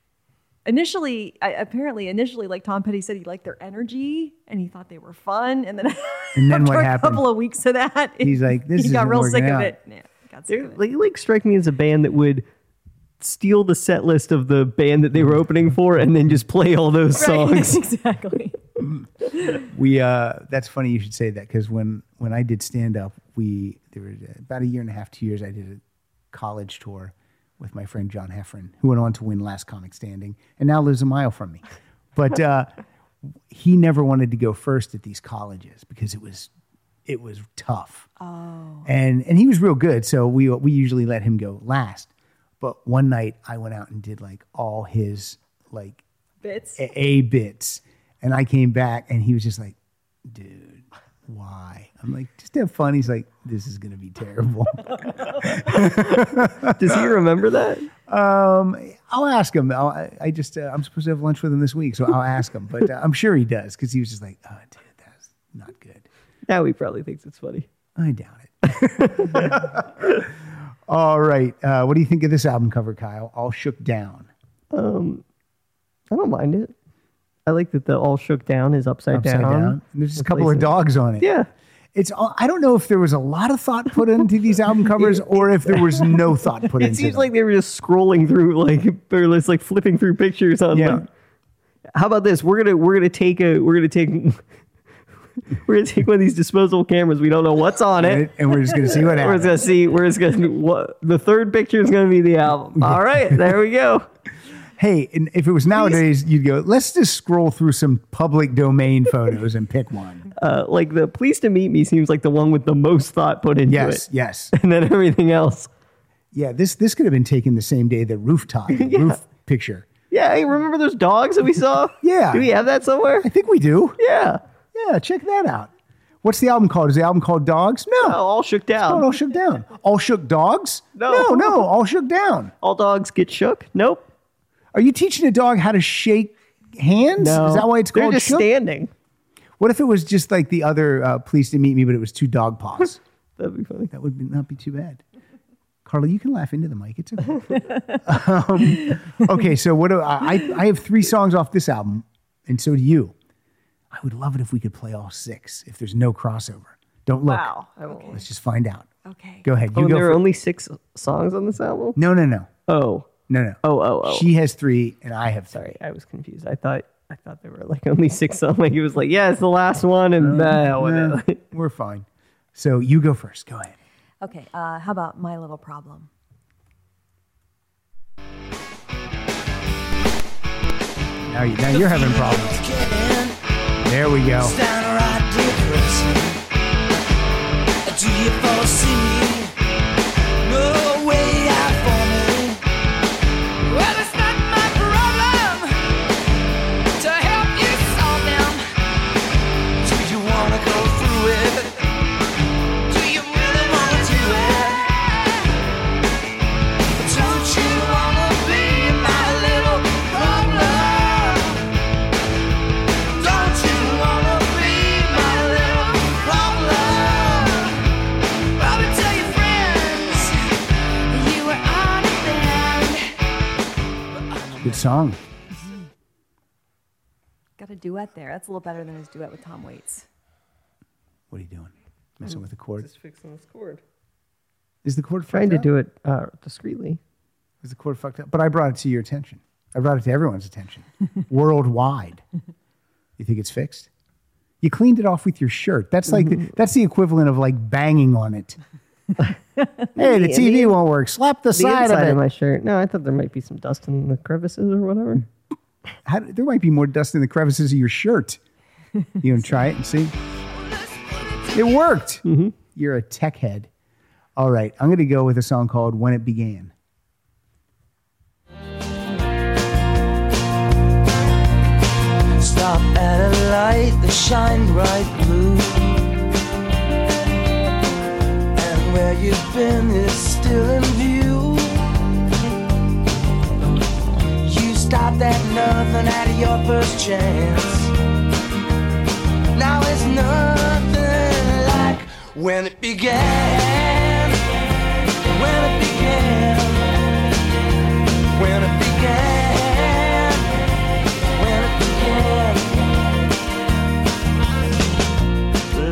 initially I, apparently initially like tom petty said he liked their energy and he thought they were fun and then, And then after what a happened? couple of weeks of that He's like, this he got isn't real sick working of out. it yeah, got sick They of it. like, like strike me as a band that would steal the set list of the band that they were opening for and then just play all those Right, songs. exactly We uh, that's funny you should say that because when when I did stand up, we there was about a year and a half, two years. I did a college tour with my friend John Heffron, who went on to win Last Comic Standing, and now lives a mile from me. But uh, he never wanted to go first at these colleges because it was it was tough. Oh, and and he was real good, so we we usually let him go last. But one night I went out and did like all his like bits a, a bits. And I came back and he was just like, dude, why? I'm like, just have fun. He's like, this is going to be terrible. Does he remember that? Um, I'll ask him. I'll, I- I just, uh, I'm supposed to have lunch with him this week. So I'll ask him. But uh, I'm sure he does because he was just like, oh, dude, that's not good. Now he probably thinks it's funny. I doubt it. All right. Uh, what do you think of this album cover, Kyle? All shook down. I don't mind it. I like that the all shook down is upside, Upside down. And There's just a couple of Replace it. dogs on it. Yeah. It's all, I don't know if there was a lot of thought put into these album covers or if there was no thought put It into seems them. like they were just scrolling through like they're just like flipping through pictures on Yeah. like how about this? We're gonna we're gonna take a we're gonna take we're gonna take one of these disposable cameras. We don't know what's on it. and, and we're just gonna see what We're happens. just gonna see. We're just gonna what the third picture is gonna be the album. All right, there we go. Hey, and if it was nowadays, you'd go, let's just scroll through some public domain photos and pick one. Uh, like the please to meet me seems like the one with the most thought put into Yes, it, yes. and then everything else. Yeah, this this could have been taken the same day the rooftop roof picture. Yeah, hey, remember those dogs that we saw? Yeah. do we have that somewhere? I think we do. Yeah. Yeah, check that out. What's the album called? Is the album called Dogs? Oh, No. all shook down. Oh, all shook down. All shook dogs? No. No, no, all shook down. All dogs get shook. Nope. Are you teaching a dog how to shake hands? No. Is that why it's They're called just shook? standing. what if it was just like the other uh, please to meet me, but it was two dog paws? That'd be funny. That would be, not be too bad. Carla, you can laugh into the mic. It's okay. um, okay, so what do I, I? I have three songs off this album, and so do you. I would love it if we could play all six. If there's no crossover, don't look. wow I won't- Let's just find out. okay Go ahead. You Oh, go. there are fir- only six songs on this album. no, no, no, Oh, no, no. oh, oh, oh. She has three, and I have three. Sorry, I was confused. I thought I thought there were like only six songs. Like it was like, yeah, it's the last one, and uh, No, whatever. we're fine. So you go first. Go ahead. okay uh, how about my little problem Now, you, now you're having problems. Kevin, There we go. downright depressing. Do you foresee no way out for me? song. Got a duet there. That's a little better than his duet with Tom Waits. What are you doing? Messing with the chord? Just fixing this chord. Is the chord fucked Trying to up? do it uh, discreetly. Is the chord fucked up? But I brought it to your attention. I brought it to everyone's attention worldwide. You think it's fixed? You cleaned it off with your shirt. That's like the, Mm-hmm. that's the equivalent of like banging on it. hey, the TV won't work. Slap the, The side of inside it. of my shirt. No, I thought there might be some dust in the crevices or whatever. How, there might be more dust in the crevices of your shirt. You want to try it and see? It worked. You're a tech head. All right, I'm going to go with a song called When It Began. Stop at a light that shine bright blue. And where you've been is still in view. You stopped at nothing out of your first chance. Now it's nothing like when it began. When it began. When it began when it began.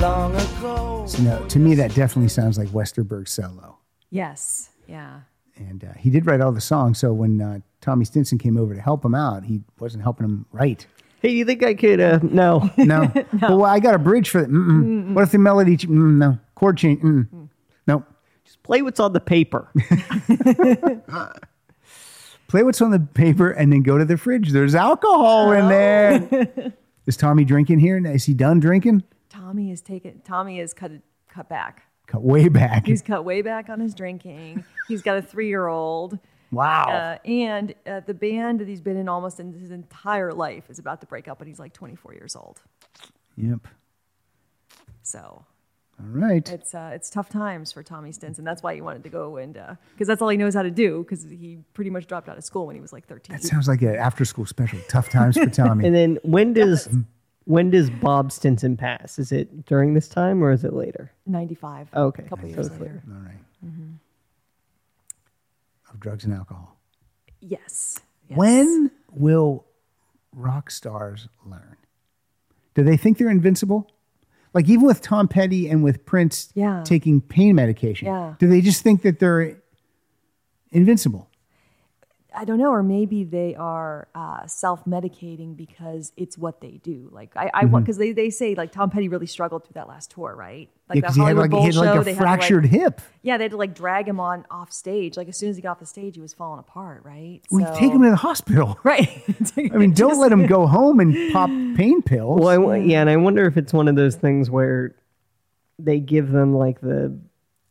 Long ago. So now, to me, that definitely sounds like Westerberg solo. Yes. Yeah. And uh, he did write all the songs. So when uh, Tommy Stinson came over to help him out, he wasn't helping him write. Hey, you think I could? Uh, no. No. But, well, I got a bridge for that. Mm-mm. What if the melody? ch- Mm, no. Chord change. Mm. Nope. Just play what's on the paper. play what's on the paper and then go to the fridge. There's alcohol Oh. in there. is Tommy drinking here? Now, Is he done drinking? Tommy is taken. Tommy is cut cut back. Cut way back. He's cut way back on his drinking. He's got a three year old. wow. Uh, and uh, the band that he's been in almost in his entire life is about to break up, and he's like 24 years old. yep. So All right. it's uh, it's tough times for Tommy Stinson. That's why he wanted to go and because that's all he knows how to do. Because he pretty much dropped out of school when he was like 13. That sounds like an after school special. Tough times for Tommy. and then when does when does Bob Stinson pass? Is it during this time or is it later? 95. Okay, a couple so years it's later. later. All right. Mm-hmm. Of drugs and alcohol. Yes. yes. When will rock stars learn? Do they think they're invincible? Like even with Tom Petty and with Prince Yeah. taking pain medication, Yeah. do they just think that they're invincible? I don't know, or maybe they are uh, self-medicating because it's what they do. Like I, I Mm-hmm. want because they, they say like Tom Petty really struggled through that last tour, right? Like Yeah, that 'cause he had Hollywood like, he had Bowl like show, a they had to, like- fractured hip. yeah, they had to like drag him on off stage. Like as soon as he got off the stage, he was falling apart, right? We So- take him to the hospital. right. I mean, don't let him go home and pop pain pills. Well, I, wo- yeah, and I wonder if it's one of those things where they give them like the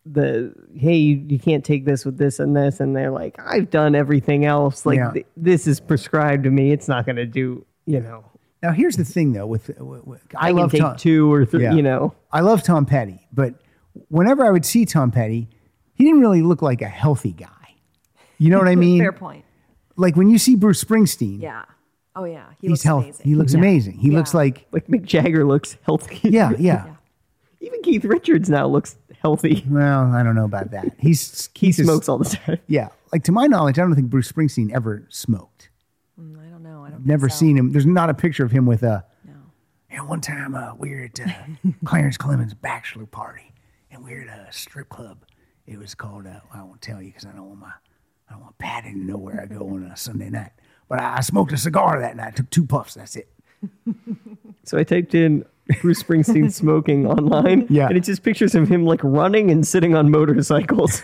the hey, you, you can't take this with this and this, and they're like, I've done everything else. Like Yeah. th- this is prescribed to me. It's not going to do. You know, now, here's the thing, though. With, with, with I, I, can love take Tom. two or three. Yeah. You know, I love Tom Petty, but whenever I would see Tom Petty, he didn't really look like a healthy guy. You know what I mean? Fair point. Like when you see Bruce Springsteen, Yeah. Oh yeah. He he's looks healthy. amazing. He looks amazing. He looks Yeah. like like Mick Jagger looks healthy. yeah, yeah, even Keith Richards now looks healthy. Well, I don't know about that. He's He Keith is- smokes all the time. Yeah, like to my knowledge, I don't think Bruce Springsteen ever smoked. Mm, I don't know. I don't. Never think so. seen him. There's not a picture of him with a. No. And one time, uh, we were at uh, Clarence Clemens' bachelor party, and we were at a strip club. It was called. Uh, I won't tell you because I don't want my, I don't want Patty to know where I go on a Sunday night. But I, I smoked a cigar that night. Took two puffs. That's it. So I typed in Bruce Springsteen smoking online. Yeah. And it's just pictures of him like running and sitting on motorcycles.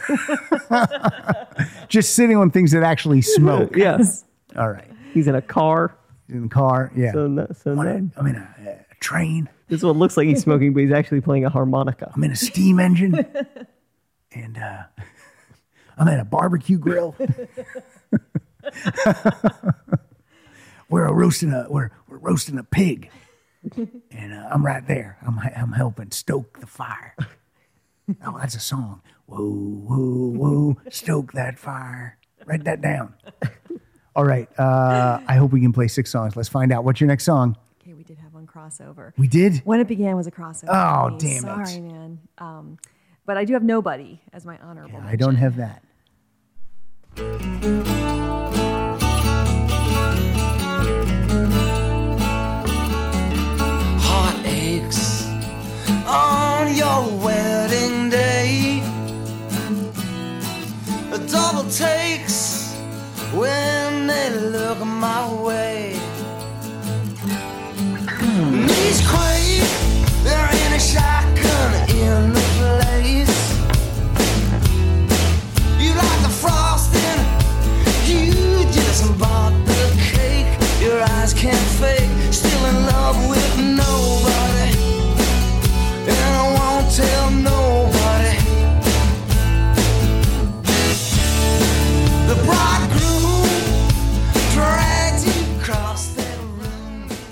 Just sitting on things that actually smoke. yes. All right. He's in a car. In the car. Yeah. So, no, so I'm no. in, I'm in a, a train. This one looks like he's smoking, but he's actually playing a harmonica. I'm in a steam engine, and uh, I'm at a barbecue grill. we're roasting a we're, we're roasting a pig, and uh, I'm right there. I'm I'm helping stoke the fire. Oh, that's a song. Whoa, whoa, whoa! Stoke that fire. Write that down. All right. Uh, I hope we can play six songs. Let's find out what's your next song. Okay, we did have one crossover. We did. When it began was a crossover. Oh, for me. damn it. Sorry, man. Um, but I do have nobody as my honorable. I don't have that.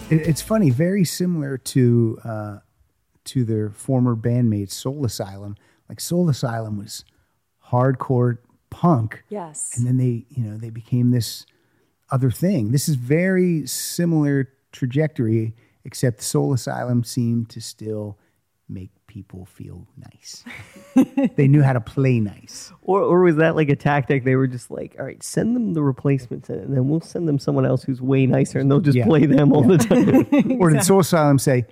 it, it's funny, very similar to uh, to their former bandmate Soul Asylum. Like Soul Asylum was hardcore punk, Yes. and then they you know they became this other thing. This is very similar trajectory, except Soul Asylum seemed to still make people feel nice. they knew how to play nice. Or, or was that like a tactic? They were just like, all right, send them the replacements in, and then we'll send them someone else who's way nicer, and they'll just Yeah. play them all the time. Or did Soul Asylum say,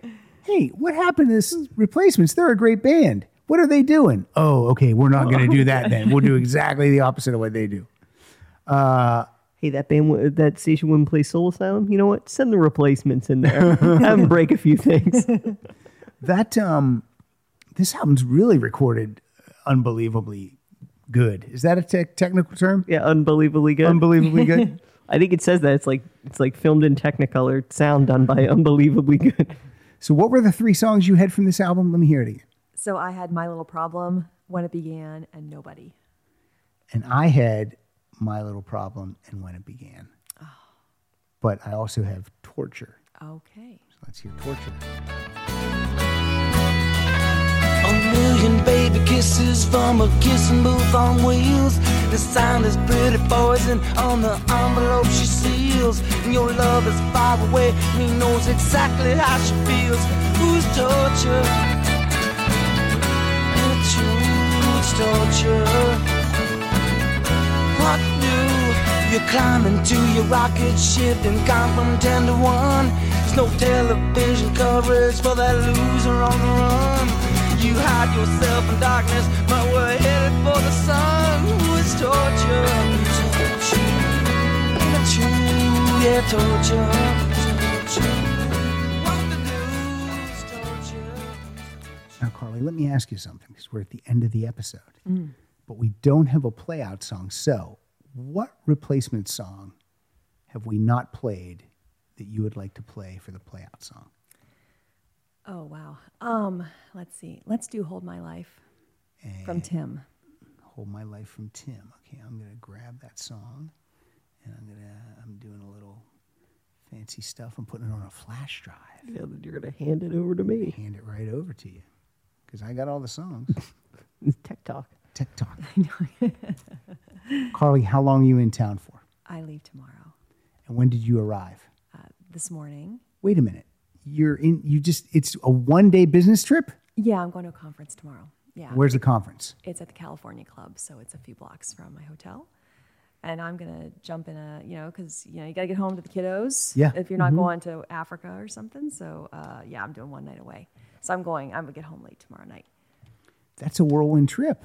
"Hey, what happened to this replacements? They're a great band. What are they doing? Oh, okay, we're not going to do that then. We'll do exactly the opposite of what they do." hey, that band, w- that station wouldn't play Soul Asylum. You know what? Send the replacements in there. Have them break a few things. That um, this album's really recorded unbelievably good. Is that a tech technical term? Yeah, unbelievably good. Unbelievably good. I think it says that it's like it's like filmed in Technicolor, sound done by unbelievably good. so, what were the three songs you had from this album? Let me hear it again. So I had my little problem when it began and nobody. And I had "My Little Problem" and "When It Began," but I also have "Torture." Okay. Let's hear "Torture." A million baby kisses from a kissing booth on wheels. The sound is pretty poison on the envelope she seals. And your love is far away, and he knows exactly how she feels. Who's torture? It's huge torture. What new? You're climbing to your rocket ship and gone from 10 to 1. There's no television coverage for that loser on the run. You hide yourself in darkness, but we're headed for the sun. Who is torture? Torture. Yeah, torture. What to do is torture. Now, Carly, let me ask you something because we're at the end of the episode, but we don't have a playout song. So, what replacement song have we not played that you would like to play for the playout song? Oh wow. Um, let's see. Let's do Hold My Life Eh. from Tim. Hold My Life from Tim. Okay, I'm going to grab that song and I'm going to, I'm doing a little fancy stuff. I'm putting it on a flash drive, Yeah, then you're gonna hand it over to me. hand it right over to you because I got all the songs. It's Tech Talk. Tech Talk. Carly, how long are you in town for? I leave tomorrow. And when did you arrive? uh, This morning. wait a minute you're in you just it's a one day business trip Yeah, I'm going to a conference tomorrow. Yeah. where's the conference it's at the California Club, so it's a few blocks from my hotel. And I'm gonna jump in a, you know, because you know you gotta get home to the kiddos. Yeah. Mm-hmm. If you're not going to Africa or something, so uh, yeah, I'm doing one night away. So I'm going. I'm gonna get home late tomorrow night. that's a whirlwind trip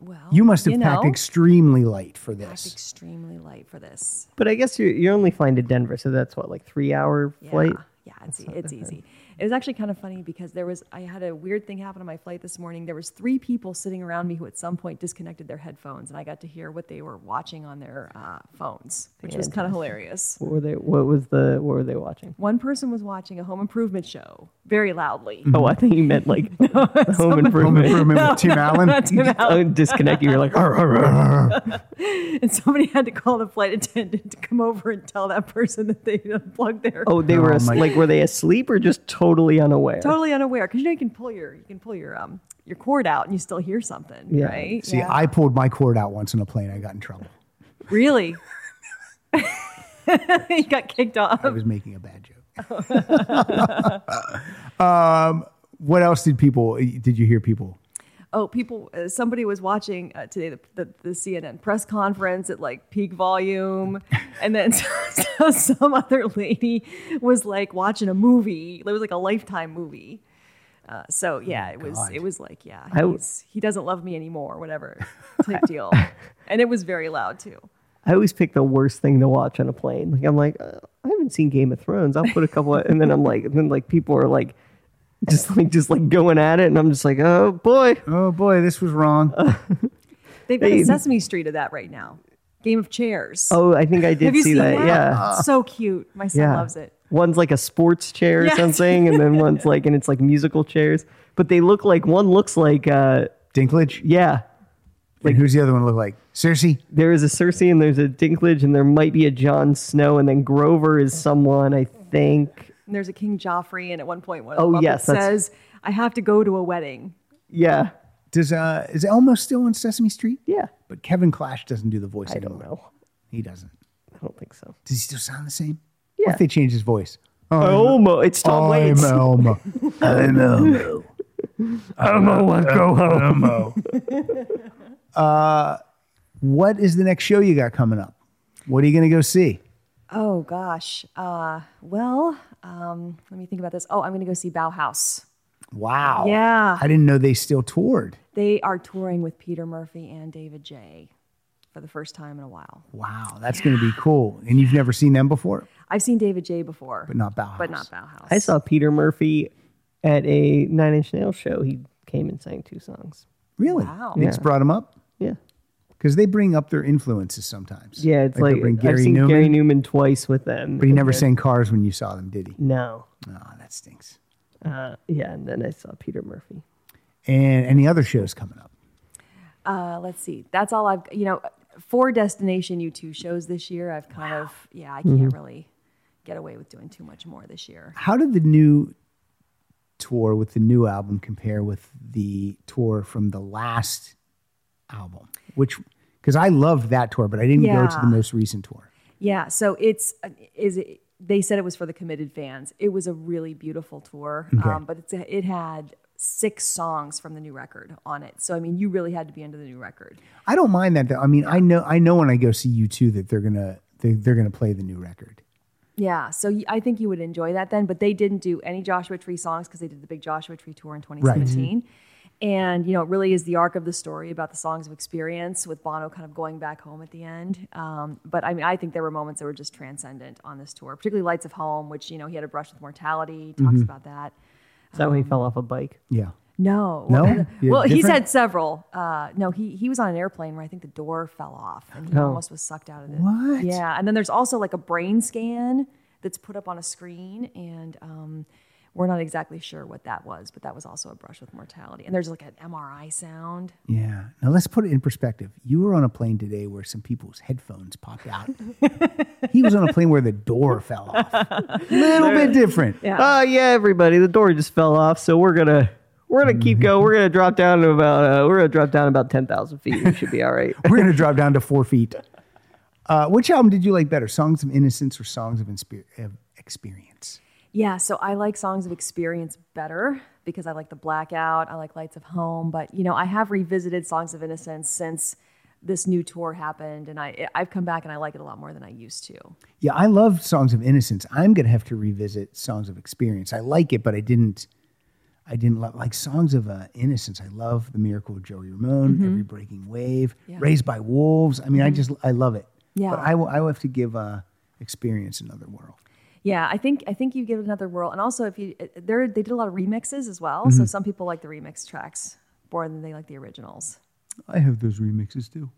Well, you must have know, packed extremely light for packed this extremely light for this. But I guess you're, you're only flying to Denver, so that's what like three hour Yeah. flight. Yeah, it's, e, it's easy. It was actually kind of funny because there was I had a weird thing happen on my flight this morning. There was three people sitting around me who at some point disconnected their headphones, and I got to hear what they were watching on their uh, phones, which was kind of hilarious. What were they? What was the? What were they watching? One person was watching a home improvement show very loudly. Oh, I think you meant like the home home improvement. improvement with tim allen Tim Allen. Oh, disconnect. You're like, "Arr, arr, arr." And somebody had to call the flight attendant to come over and tell that person that they unplugged their oh, they were Oh, as- my- like, were they asleep or just totally unaware? totally unaware because you know you can pull your you can pull your um your cord out and you still hear something, Yeah. right? see i pulled my cord out once on a plane i got in trouble Really? he got kicked off. i was making a bad joke um, what else did people did you hear people Oh, people! Uh, somebody was watching uh, today the, the the CNN press conference at like peak volume, and then so, so some other lady was like watching a movie. It was like a Lifetime movie. Uh, so yeah, it was God. it was like yeah, Oh I w- he's, he doesn't love me anymore, whatever type deal, and it was very loud too. I always pick the worst thing to watch on a plane. Like I'm like, uh, I haven't seen Game of Thrones. I'll put a couple, and then I'm like, and then like people are like, just like just like going at it, and I'm just like, oh boy, oh boy this was wrong They've got They- a Sesame Street of that right now. Game of Chairs. oh I think I did Have you see seen that. Yeah, It's so cute. My son yeah. loves it. One's like a sports chair or Yes. something, and then one's like, and it's like musical chairs. But they look like one looks like, uh, dinklage yeah, and who's the other one look like cersei there is a Cersei and there's a Dinklage and there might be a Jon Snow and then Grover is someone I think. And there's a King Joffrey, and at one point, one Oh, of the Muppets yes, that's- says, "I have to go to a wedding." Yeah. Does uh is Elmo still on Sesame Street? Yeah. But Kevin Clash doesn't do the voice I anymore. don't know. He doesn't. I don't think so. Does he still sound the same? What Yeah. Oh, if they change his voice? Mm-hmm. Elmo. It's Tom I'm Waits. Elmo. I'm Elmo. Elmo, let's go home. Elmo. Uh, What is the next show you got coming up? What are you going to go see? Oh gosh. Uh, well, um, let me think about this. Oh, I'm going to go see Bauhaus. Oh. Wow. Yeah. I didn't know they still toured. They are touring with Peter Murphy and David J. for the first time in a while. Wow. That's going to be cool. And you've never seen them before, I've seen David J. before, but not Bauhaus. but not Bauhaus. I saw Peter Murphy at a Nine Inch Nails show. He came and sang two songs. Really? Wow. Nick's Yeah. brought them up Yeah. because they bring up their influences sometimes. Yeah, it's they'll like, bring Gary I've seen Newman, Gary Newman twice with them. but he never sang Cars when you saw them, did he? No. Oh, that stinks. Uh, yeah, and then I saw Peter Murphy. And any other shows coming up? Uh, let's see. That's all I've, you know, four Destination U2 shows this year. I've kind of, yeah, Mm-hmm. I can't really get away with doing too much more this year. How did the new tour with the new album compare with the tour from the last album? Which, because I loved that tour, but I didn't go to Yeah. the most recent tour. Yeah. So it's, uh, is it, they said it was for the committed fans. It was a really beautiful tour, um, but it's, it had six songs from the new record on it. So, I mean, you really had to be into the new record. I don't mind that though. I mean, I know I know when I go see you two that they're gonna they, they're gonna play the new record. Yeah, so y- I think you would enjoy that then. But they didn't do any Joshua Tree songs because they did the big Joshua Tree tour in 2017. And you know, it really is the arc of the story about the songs of experience with Bono kind of going back home at the end. Um, but I mean, I think there were moments that were just transcendent on this tour, particularly Lights of Home, which you know he had a brush with mortality. Talks about that. Is that when he fell off a bike? Yeah. No, No? Well, Yeah, well, he's different? had several. Uh, no, he he was on an airplane where I think the door fell off and he almost was sucked out of it. What? Yeah, and then there's also like a brain scan that's put up on a screen, and um, we're not exactly sure what that was, but that was also a brush with mortality. And there's like an MRI sound. Yeah. Now let's put it in perspective. You were on a plane today where some people's headphones popped out. he was on a plane where the door fell off. A little bit different. Oh yeah, everybody. The door just fell off, so we're gonna we're gonna Mm-hmm. keep going. We're gonna drop down to about uh, we're gonna drop down about ten thousand feet. We should be all right. We're gonna drop down to four feet. Uh, which album did you like better, Songs of Innocence or Songs of, Inspe- of Experience? Yeah, so I like songs of experience better because I like the blackout, I like Lights of Home, but you know, I have revisited Songs of Innocence since this new tour happened and I I've come back and I like it a lot more than I used to. Yeah, I love Songs of Innocence. I'm gonna have to revisit Songs of Experience. I like it, but I didn't. I didn't love like Songs of uh, Innocence. I love The Miracle of Joey Ramone, Mm-hmm. Every Breaking Wave, Raised by Wolves. I mean, I just I love it. Yeah. but I will. I will have to give uh, Experience another whirl. Yeah, I think I think you give it another whirl. And also if you uh, there they did a lot of remixes as well, so some people like the remix tracks more than they like the originals. I have those remixes too.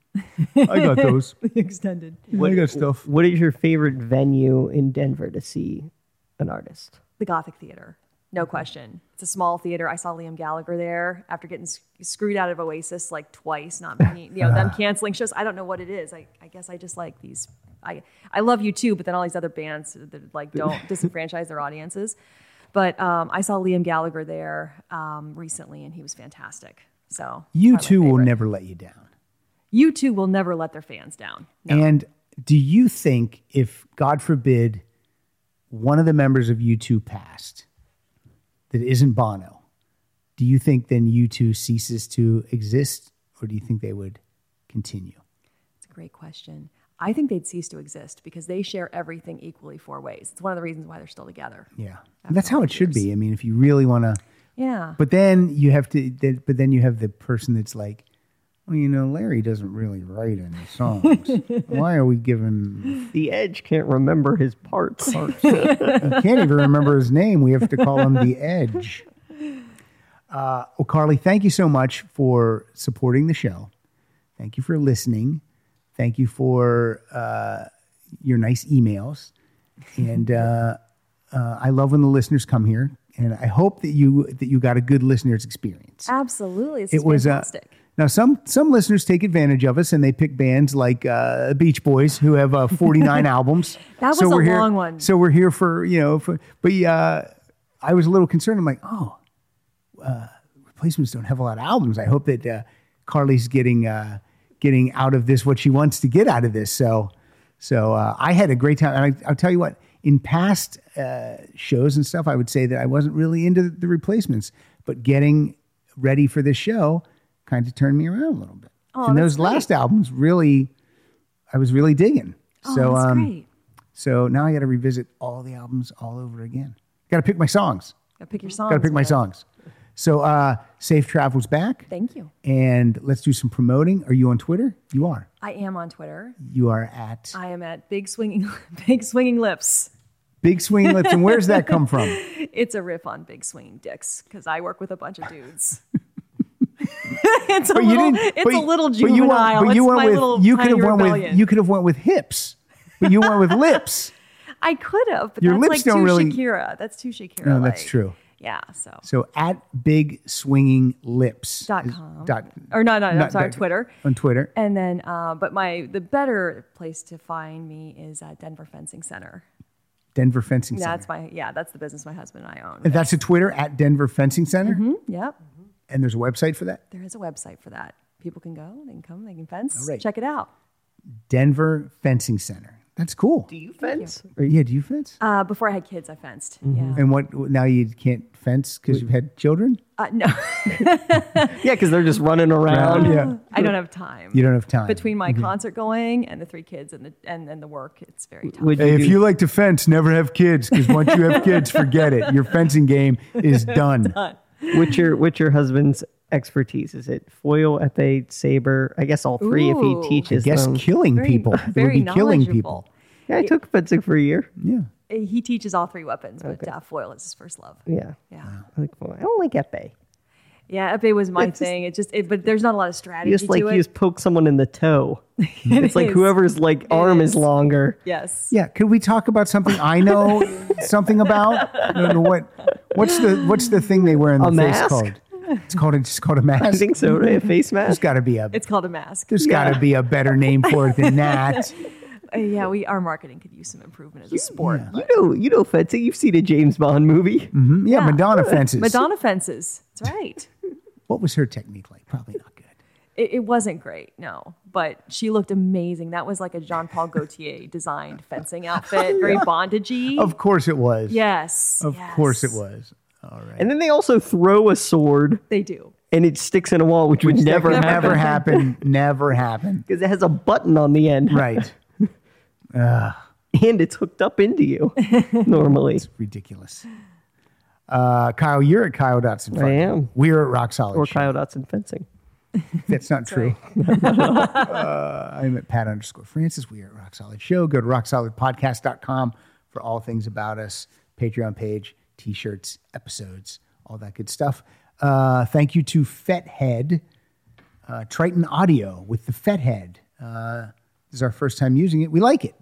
I got those. Extended. I got stuff. What is your favorite venue in Denver to see an artist? the Gothic Theater. No question. It's a small theater. I saw Liam Gallagher there after getting sc- screwed out of Oasis like twice, not being, you know, them canceling shows. I don't know what it is. I, I guess I just like these. I, I love you too, but then all these other bands that like don't disenfranchise their audiences. But um, I saw Liam Gallagher there um, recently and he was fantastic. So You probably my two will favorite. never let you down. You two will never let their fans down. And do you think if, God forbid, one of the members of U2 passed that isn't Bono, do you think then U2 ceases to exist or do you think they would continue? It's a great question. I think they'd cease to exist because they share everything equally four ways. It's one of the reasons why they're still together. Yeah. That's how it should be. I mean, if you really want to, Yeah. but then you have to, then- but then you have the person that's like, well, you know, Larry doesn't really write any songs. Why are we giving, The Edge can't remember his parts. I can't even remember his name. We have to call him The Edge. Uh, Well, Carly, thank you so much for supporting the show. Thank you for listening. Thank you for uh, your nice emails. And uh, uh, I love when the listeners come here, and I hope that you that you got a good listeners experience. Absolutely. This It is was uh, fantastic. Now, some some listeners take advantage of us and they pick bands like uh, Beach Boys, who have uh, 49 albums. That was a here, long one. So we're here for you know, for, but uh, I was a little concerned. I'm like, oh, uh, replacements don't have a lot of albums. I hope that uh, Carly's getting uh, getting out of this what she wants to get out of this. So, so uh, I had a great time, and I, I'll tell you what. In past uh, shows and stuff, I would say that I wasn't really into the replacements, but getting ready for this show kind of turned me around a little bit. Oh, and that's those last albums really, I was really digging. Oh, so, that's um, great. so now I got to revisit all the albums all over again. Got to pick my songs. Gotta pick your songs. Got to pick my man. songs. So, uh, safe travels back. Thank you. And let's do some promoting. Are you on Twitter? You are. I am on Twitter. You are at I am at Big Swinging Big Swinging Lips. Big Swing Lips. And where's that come from? It's a riff on Big Swinging Dicks because I work with a bunch of dudes. it's a But you little. didn't. It's but- a little but you went- juvenile. But you it's went my with. little you could have tiny went with. rebellion. You could have went with hips, but you went with lips. I could have, but Your that's lips like don't too really- Shakira. That's too Shakira. No, that's like. true. Yeah. So. So at Big Swinging Lips Dot is- com. Dot, Or no, no, no, I'm not sorry, dot- Twitter. On Twitter. And then, uh, but my the better place to find me is at Denver Fencing Center. Denver Fencing Center. That's my yeah. That's the business my Mm-hmm. husband and I own. And that's a Twitter at Denver Fencing Center. Yep. And there's a website for that. There is a website for that. People can go. They can come. They can fence. All right. Check it out. Denver Fencing Center. That's cool. Do you fence? Or, yeah, do you fence? Uh, before I had kids, I fenced. Yeah. and what now you can't fence because you've had children? Uh, no, Yeah, because they're just running around. Uh, yeah. I don't have time. You don't have time. Uh, Mm-hmm. Between my concert going and the three kids and the and, and the work, it's very tough. Would Hey, you if do- you like to fence, never have kids because once you have kids, forget it. Your fencing game is done. what's your what's your husband's expertise? Is it foil, epee, saber? I guess all three if Ooh. he teaches Guess them. killing um, very- people. It would very be killing people. knowledgeable. yeah, I took fencing for a year. Yeah. Uh, He teaches all three weapons, but uh, foil is his first love. Yeah. Yeah, I like foil. I don't like epee. yeah. Epee was my It's just- thing. It just, it, but there's not a lot of strategy You just like to you it. just poke someone in the toe. it's like is. whoever's like arm is. is. longer. yes. Yeah, could we talk about something I know something about? I don't know what what's the what's the thing they wear in the A face mask? called? It's called it's called a I mask. think so, right? A face There's mask. got to be a It's called a mask. there's got to be a better name for it than that. Uh, yeah, we our marketing could use some improvement as a sport. You know, you know fencing. You've seen a James Bond movie. Mm, Yeah, Madonna fences. Madonna fences. That's right. What was her technique like? Probably not good. It, it wasn't great, no, but she looked amazing. That was like a Jean Paul Gaultier designed fencing outfit, very bondagey. Of course it was. yes, Of yes. course it was. And then they also throw a sword They do. and it sticks in a wall, which, would never That could happen never happen. Never happen. because it has a button on the end Right. and it's hooked up into you normally. Ridiculous. Uh, Kyle, you're at Kyle Dotson. Fund. am. We're at Rock Solid. Or Show. Kyle Dotson fencing. That's not true. uh, I'm at Pat underscore Francis. We are at Rock Solid Show. Go to rocksolidpodcast.com for all things about us, Patreon page, t shirts, episodes, all that good stuff. Uh, thank you to Fethead, uh, Triton Audio with the Fethead. Uh, this is our first time using it. We like it.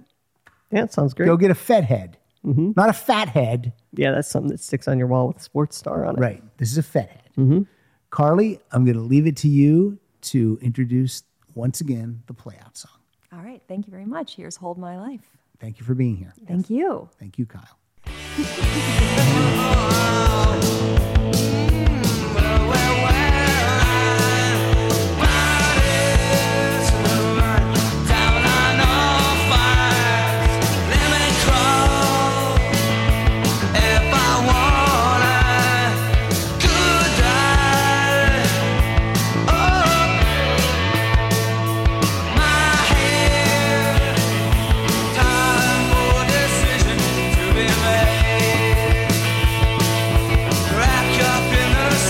Yeah, that sounds great. Go get a Fethead, not a fat head. Yeah, that's something that sticks on your wall with a sports star on it. Right. This is a fat head. Carly, I'm going to leave it to you to introduce once again the playout song. All right, thank you very much. Here's Hold My Life. Thank you for being here. Thank you. Thank you, Kyle. Decision to be made. Wrap